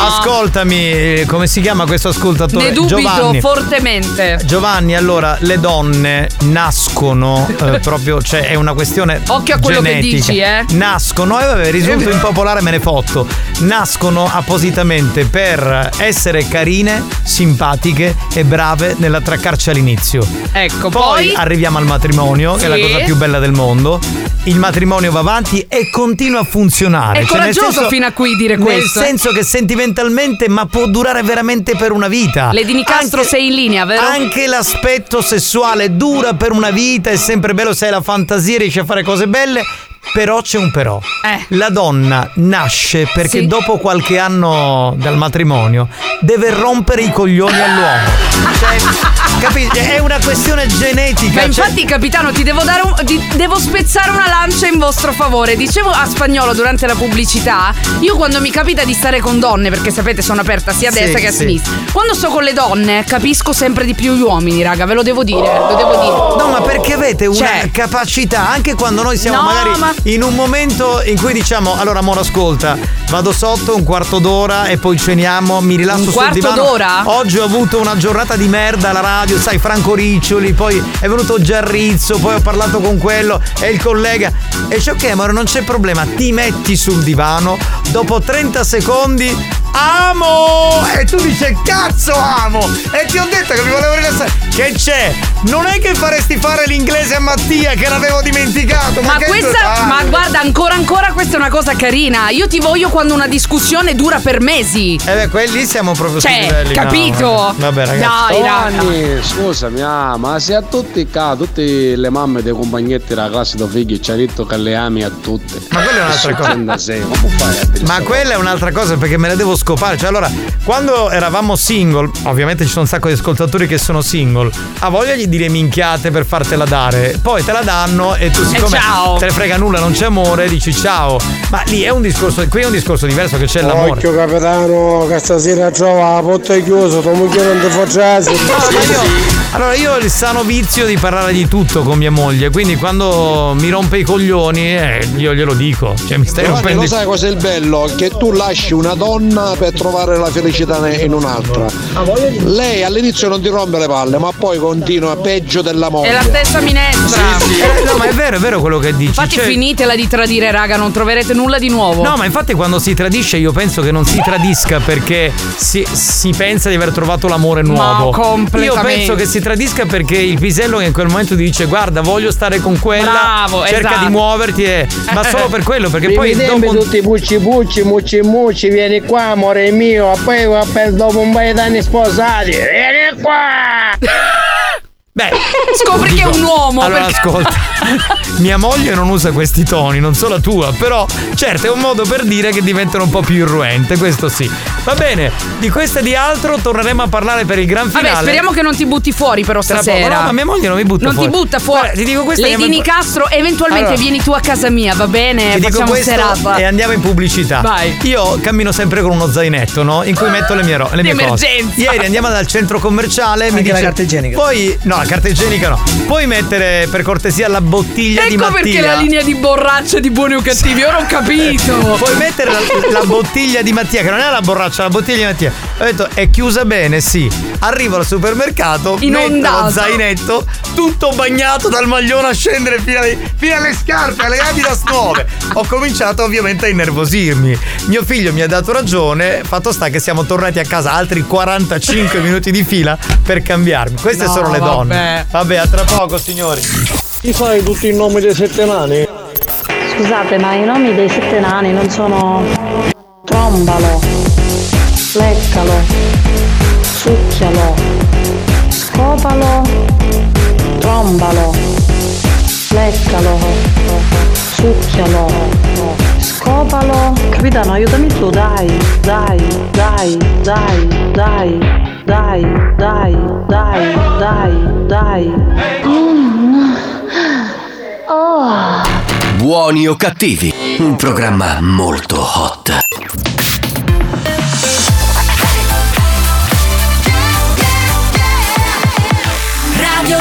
Ascoltami, come si chiama questo ascoltatore? Ne dubito Giovanni. fortemente. Giovanni, allora, le donne nascono eh, proprio, cioè è una questione Occhio a quello che genetica. dici, eh. Nascono, e vabbè, risulto impopolare, me ne fotto. Nascono appositamente per essere carine, simpatiche e brave nell'attraccarci all'inizio. Ecco, poi, poi- arriviamo al matrimonio, che è la Sì. cosa più bella del mondo. Il matrimonio va avanti e continua a funzionare. È Cioè, nel coraggioso senso- fino a qui dire nel questo. eh. senso che sentimentalmente, ma può durare veramente per una vita. Lady Nicastro sei in linea, vero? Anche l'aspetto sessuale dura per una vita, è sempre bello se hai la fantasia, riesci a fare cose belle. Però c'è un però. La donna nasce perché Eh. Sì. dopo qualche anno dal matrimonio deve rompere i coglioni all'uomo. Cioè, capisci? È una questione genetica. Ma cioè- infatti, capitano, ti devo dare un. ti- devo spezzare una lancia in vostro favore. Dicevo a spagnolo durante la pubblicità, io quando mi capita di stare con donne, perché sapete sono aperta sia a Sì, destra che a sì. sinistra. Quando sto con le donne, capisco sempre di più gli uomini, raga, ve lo devo dire, lo devo dire. No, ma perché avete una Cioè- capacità, anche quando noi siamo No, magari ma- in un momento in cui diciamo, allora amore ascolta, vado sotto un quarto d'ora e poi ceniamo, mi rilasso Un sul quarto divano. d'ora? Oggi ho avuto una giornata di merda alla radio, sai, Franco Riccioli, poi è venuto Giarrizzo, poi ho parlato con quello e il collega. E dice, ok, amore, non c'è problema, ti metti sul divano, dopo 30 secondi... Amo! E tu dici cazzo amo! E ti ho detto che mi volevo rilassare! Che c'è? Non è che faresti fare l'inglese a Mattia che l'avevo dimenticato! Ma, Ma che questa. Ah. Ma guarda, ancora ancora questa è una cosa carina. Io ti voglio quando una discussione dura per mesi. Eh beh, quelli siamo proprio Cioè, sui livelli. Eh, no, capito? vabbè. vabbè, ragazzi. Dai, raga. Giovanni, scusami, ah, ma se a tutti qua, tutte le mamme dei compagnetti della classe da figli ci ha detto che le ami a tutte. Ma quella è un'altra cosa. Ma può fare a dire Ma sta quella è un'altra cosa perché me la devo scopare. Cioè, allora, quando eravamo single, ovviamente ci sono un sacco di ascoltatori che sono single, ha voglia di dire minchiate per fartela dare. Poi te la danno e tu siccome ciao. te ne frega nulla, non c'è amore, dici ciao. Ma lì è un discorso, qui è un discorso diverso che c'è l'amore. Occhio capitano, che stasera trova la porta chiusa, tua moglie non ti facciasi. Allora io ho il sano vizio di parlare di tutto con mia moglie, quindi quando mi rompe i coglioni eh, io glielo dico. Cioè mi stai Giovanni, rompendo lo i sai cos'è il bello? Che tu lasci una donna una per trovare la felicità ne- in un'altra. Lei all'inizio non ti rompe le palle, ma poi continua peggio della È moglie. la stessa minestra. Eh, no, ma è vero, è vero quello che dici. Infatti cioè- finitela di tradire, raga, non troverete nulla di nuovo. No, ma infatti quando si tradisce io penso che non si tradisca perché si, si pensa di aver trovato l'amore nuovo. Io completamente. penso che si tradisca perché il pisello che in quel momento ti dice guarda voglio stare con quella, Bravo, cerca esatto. di muoverti, e- ma solo per quello perché Primi poi tempi dopo... tutti bucci bucci, mucci mucci, vieni qua amore mio, poi va per- dopo un paio d'anni sposati, vieni qua! Beh, Scopri che è un uomo. Allora perché- ascolta, mia moglie non usa questi toni, non so la tua, però certo è un modo per dire che diventano un po' più irruente, questo sì. Va bene, di questo e di altro torneremo a parlare per il gran finale. Vabbè, speriamo che non ti butti fuori però Tra poco. stasera. No, ma mia moglie non mi butta Non fuori. ti butta fuori. Guarda, ti dico questo, Lady andiamo in- Nicastro, eventualmente Allora. vieni tu a casa mia, va bene? Ti dico eh, Facciamo questo serata. e andiamo in pubblicità. Vai. Io cammino sempre con uno zainetto, no? In cui metto le mie, ro- le mie Di cose. emergenza. Ieri andiamo dal centro commerciale. mi Anche dice, la carta igienica. Poi, no, la carta igienica no. Puoi mettere per cortesia la bottiglia di Ecco mattina. perché la linea di borraccia di buoni o cattivi, ora ho capito. Puoi mettere la, la bottiglia di Mattia, che non è la borraccia, la bottiglia di Mattia. Ho detto, è chiusa bene, sì. Arrivo al supermercato, metto Inondato. lo zainetto, tutto bagnato dal maglione a scendere fino alle, fino alle scarpe, alle Adidas nuove. Ho cominciato ovviamente a innervosirmi. Mio figlio mi ha dato ragione, fatto sta che siamo tornati a casa altri 45 minuti di fila per cambiarmi. Queste No, sono le donne. Vabbè, a tra poco, signori. Ti fai tutti i nomi dei sette nani? Scusate, ma i nomi dei sette nani non sono trombalo, leccalo, succhialo, scopalo, trombalo, leccalo, succhialo, scopalo. Capitano, aiutami tu, dai, dai, dai, dai, dai, dai, dai, dai, dai, dai. Oh. Buoni o cattivi, un programma molto hot. Radio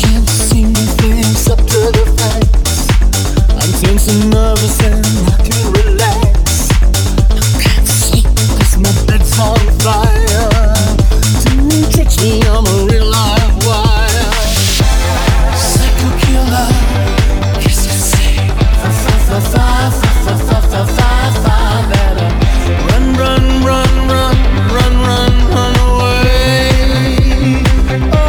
Can't seem to face up to the fight. I'm sensing nervous and I can relax. I can't sleep 'cause my bed's on fire. Doing tricks me, I'm a real live wire. Psycho killer. Yes, you say. Fa, fa, fa, fa, fa, fa, fa, fa, fa, fa, better. Run, run, run, run, run, run, run away. Oh.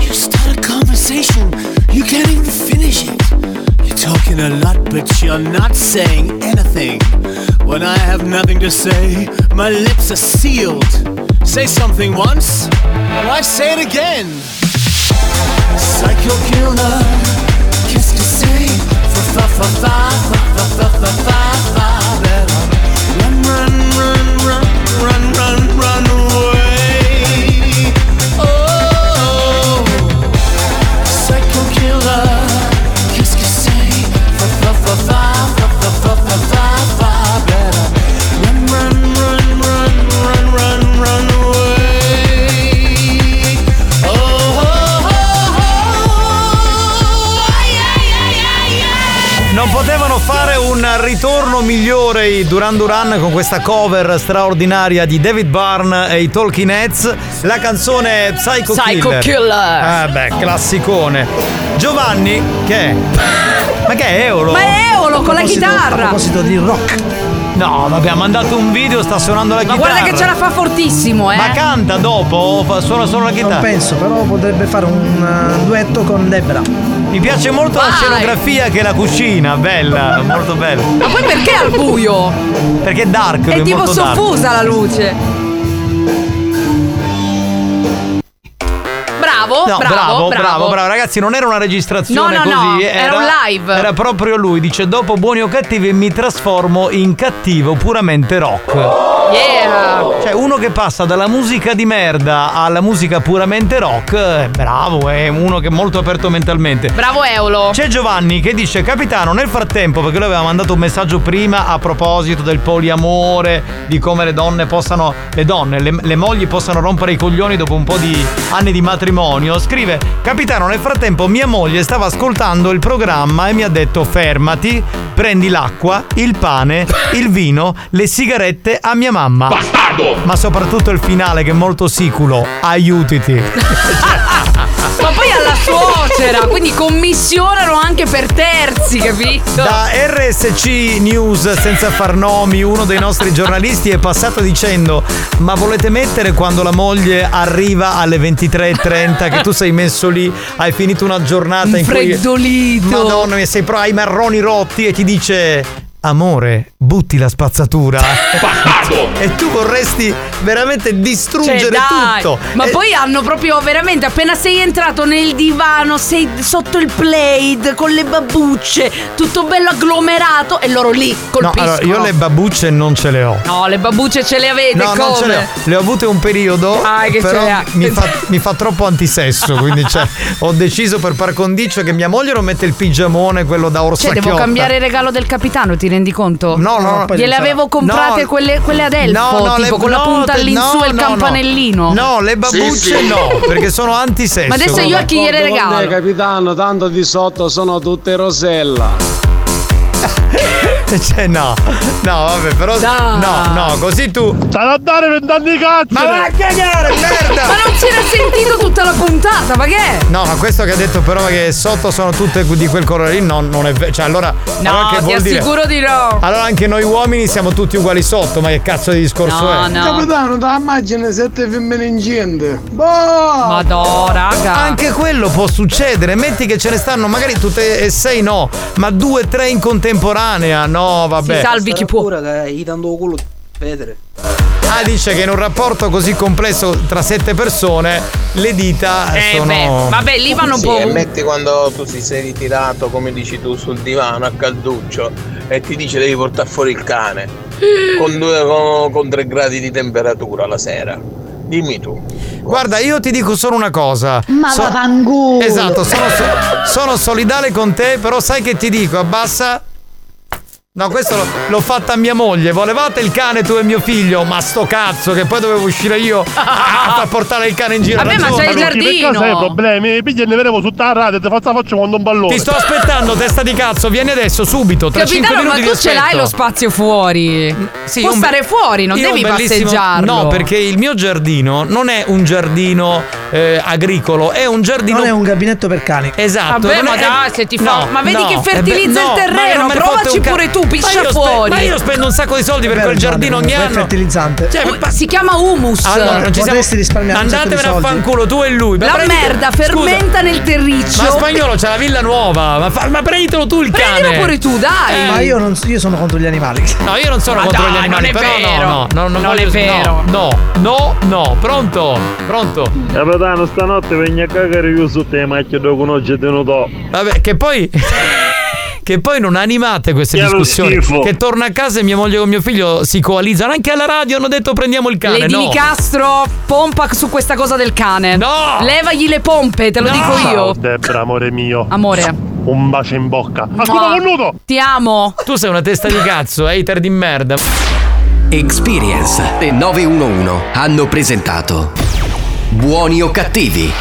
You start a conversation, you can't even finish it. You're talking a lot, but you're not saying anything. When I have nothing to say, my lips are sealed. Say something once, and I say it again. Psycho killer, kiss to say, fa fa fa fa fa fa fa fa fa fa better. Run, run, run, run, run, run, run away. Oh, psycho killer, kiss to say, fa fa fa fa fa fa fa fa fa fa better. Run, run, run, run, run, run, run away. Oh, oh, Non potevano fare un ritorno migliore i Duran Duran con questa cover straordinaria di David Byrne e i Talking Heads, la canzone Psycho, Psycho Killer. Killer. Eh beh, classicone. Giovanni, che è? Ma che è Eolo? Ma è Eolo con la A proposito- chitarra. A proposito di rock, No, vabbè, ha mandato un video, sta suonando la Ma chitarra. guarda che ce la fa fortissimo, eh. Ma canta dopo, fa- suona solo la chitarra. Non penso, però potrebbe fare un eh, duetto con Debra. Mi piace molto la scenografia che è la cucina, bella, molto bella. Ma poi perché al buio? Perché è dark, lui, È tipo molto dark. soffusa la luce. Bravo, No, bravo, bravo, bravo, bravo. Ragazzi, non era una registrazione No, no, così. no, era un live. Era proprio lui. Dice: Dopo buoni o cattivi, mi trasformo in cattivo puramente rock. Yeah. Cioè, uno che passa dalla musica di merda alla musica puramente rock, è bravo, è uno che è molto aperto mentalmente. Bravo Eolo. C'è Giovanni che dice: Capitano, nel frattempo, perché lui aveva mandato un messaggio prima a proposito del poliamore, di come le donne possano, le donne, le, le mogli possano rompere i coglioni dopo un po' di anni di matrimonio. Scrive: Capitano, nel frattempo, mia moglie stava ascoltando il programma e mi ha detto: Fermati, prendi l'acqua, il pane, il vino, le sigarette a mia mamma. Bastardo! Ma soprattutto il finale che è molto siculo: aiutiti. Ma poi alla suocera, quindi commissionano anche per terzi, capito? Da RSC News senza far nomi, uno dei nostri giornalisti è passato dicendo: Ma volete mettere quando la moglie arriva alle 23.30? Che tu sei messo lì, hai finito una giornata in Infreddolito. cui. Madonna mia, sei proprio ai marroni rotti e ti dice. Amore, butti la spazzatura. e tu vorresti veramente distruggere Cioè, dai. tutto. Ma E- poi hanno proprio veramente appena sei entrato nel divano, sei sotto il plaid con le babbucce, tutto bello agglomerato e loro lì No, colpiscono. allora io le babucce non ce le ho. No, le babbucce ce le avete No, come? non ce le ho. Le ho avute un periodo. Dai, che però ce le ha. mi fa, mi fa troppo antisesso. Quindi cioè, ho deciso per par condicio che mia moglie non mette il pigiamone, quello da Cioè, orsacchiotta devo cambiare il regalo del capitano, ti rendi conto? No, no, no. Gliele avevo comprate No. quelle, quelle ad elfo, No, no, tipo le- con la no, punta te- all'insù no, e il no, no. campanellino. No, le babbucce no, perché sono antisesso. Ma adesso io a chi gliele D'accordo con te, regalo? capitano, tanto di sotto sono tutte rosella. cioè, no, no, vabbè, però. No, no, così tu. Sta a dare vent'anni cazzo! Ma vai a cagare, merda! Ma non si era sentito tutta la puntata, ma che è? No, ma questo che ha detto però che sotto sono tutte di quel colore lì, no, non è vero. Cioè, allora. allora No, che ti vuol dire? assicuro di no. Allora anche noi uomini siamo tutti uguali sotto, ma che cazzo di discorso è? Capitano, da immagine sette femmine Boh! ingente. Madò, raga. Anche quello può succedere. Metti che ce ne stanno magari tutte e sei no, ma due, tre in contemporanea. No, vabbè. può. che gli dando culo vedere. Ah, dice che in un rapporto così complesso tra sette persone le dita Eh, sono. beh, vabbè, lì vanno sì, po'. e metti quando tu ti sei ritirato, come dici tu, sul divano a calduccio e ti dice devi portare fuori il cane Eh, con, due, con, con 3 gradi di temperatura la sera. Dimmi tu. Guarda, io ti dico solo una cosa. Ma Uh. vaffanculo. Esatto, sono, so- sono solidale con te, però sai che ti dico, abbassa. No, questo l'ho, l'ho fatta a mia moglie. Volevate il cane tu e mio figlio, ma sto cazzo che poi dovevo uscire io a, a portare il cane in giro. Vabbè, ma Ragione, c'è il Lucky, perché giardino. sai, Sai i problemi? Piglia e ne vedremo su tarrate, te faccio faccio quando un ballone. Ti sto aspettando, testa di cazzo, vieni adesso, subito. Tra cinque Capitano, ma minuti tu ti ce l'hai aspetto. lo spazio fuori. Sì, Può un be- stare fuori, non Io ho devi un bellissimo- passeggiarlo. No, perché il mio giardino non è un giardino eh, agricolo, è un giardino. Non è un gabinetto per cani. Esatto. Vabbè, non ma è- dai, se ti fa- ma vedi che eh beh, fertilizza il no, ma terreno, non me ne provaci fotte un ca- pure tu, Ma piscia io spe- fuori. Ma io spendo un sacco di soldi per quel giardino ogni anno. Cioè, fertilizzante. Oh, si chiama humus. Allora, non ci siamo... Andatevene a fanculo tu e lui. Ma La prendete- merda Scusa, fermenta nel terriccio. Cioè, Ma spagnolo c'è la villa nuova. Ma, fa- ma prenditelo tu il cane. Eh. Prendilo pure tu, dai. Ma io, non, io sono contro gli animali. No, io non sono Ma contro dai, gli animali, non è però vero. no, no, no, Non voglio- è vero. No, no, no, no. pronto, pronto. Capitano, stanotte venga a cagare io su te, ma che dopo non ci tenuto. Vabbè, che poi. Che poi non animate queste Chiaro discussioni. schifo. Che torna a casa e mia moglie con mio figlio si coalizzano. Anche alla radio hanno detto prendiamo il cane. Lady no. Nicastro, pompa su questa cosa del cane. No! Levagli le pompe, te lo dico Ciao, io. Debra, amore mio. Amore. Un bacio in bocca. Mua. Ti amo. Tu sei una testa di cazzo, hater di merda. Experience e 911 hanno presentato Buoni o cattivi?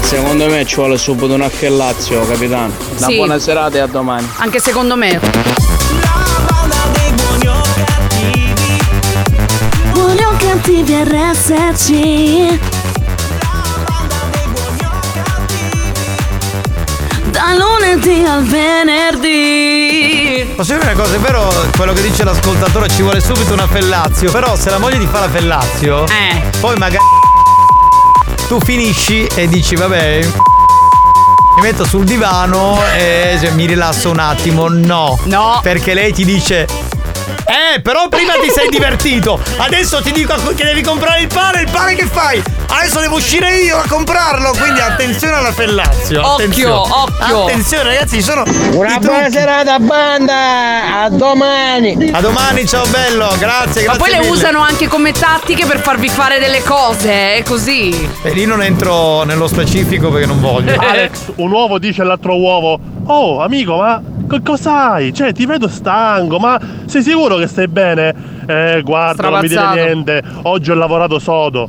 Secondo me ci vuole subito un affellazio, capitano. Una Sì. buona serata e a domani. Anche secondo me. Buoni o cattivi RSC Da lunedì al venerdì Posso dire una cosa, è vero quello che dice l'ascoltatore, ci vuole subito una fellazio, però se la moglie ti fa la fellazio, poi magari tu finisci e dici vabbè, mi metto sul divano e cioè, mi rilasso un attimo, no. No. Perché lei ti dice eh, però prima ti sei divertito. Adesso ti dico che devi comprare il pane. Il pane che fai? Adesso devo uscire io a comprarlo. Quindi attenzione alla fellazio. attenzione. Attenzione, ragazzi, ci sono. Una buona serata banda! A domani! A domani, ciao bello, grazie, grazie. Ma poi le mille. usano anche come tattiche per farvi fare delle cose, eh, così. E lì non entro nello specifico perché non Eh, voglio. Alex, un uovo dice all'altro uovo: Oh, amico, ma co- cos'hai? Cioè, ti vedo stanco, ma sei sicuro che stai bene? Eh, guarda, non mi dire Strapazzato. niente. Oggi ho lavorato sodo.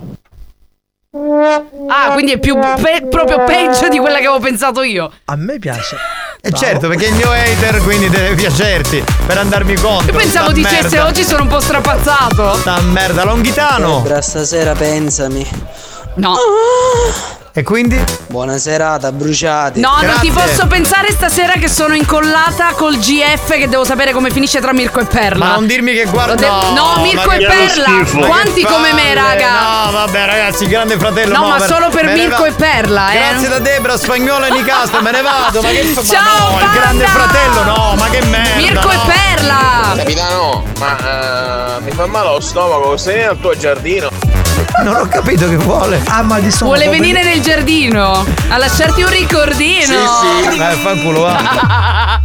Ah, quindi è più pe- proprio peggio di quella che avevo pensato io. A me piace. E certo, perché è il mio hater, quindi deve piacerti per andarmi contro. Io pensavo Sta dicesse merda. oggi sono un po' strapazzato. Sta merda, Eh, Longhitano. Sembra stasera pensami. No. E quindi? Buona serata, bruciati. No, non ti posso pensare stasera che sono incollata col GF che devo sapere come finisce tra Mirko e Perla. Ma non dirmi che guarda. Lo devo- No, Mirko e Perla. Quanti come me, raga. No, Ah, vabbè, ragazzi, grande fratello. No, ma ver- solo per me ne Mirko va- e Perla, eh. Grazie da Debra, spagnola e Nicastro, me ne vado. Ma che fa- Ciao, ma no, il banda! grande fratello, no, ma che merda. Mirko e no. Perla. Capitano, ma eh, mi fa male lo stomaco, sei nel tuo giardino. Non ho capito che vuole. Ah, ma di sono. Vuole venire nel giardino a lasciarti un ricordino. Dai, fanculo, Eh, va.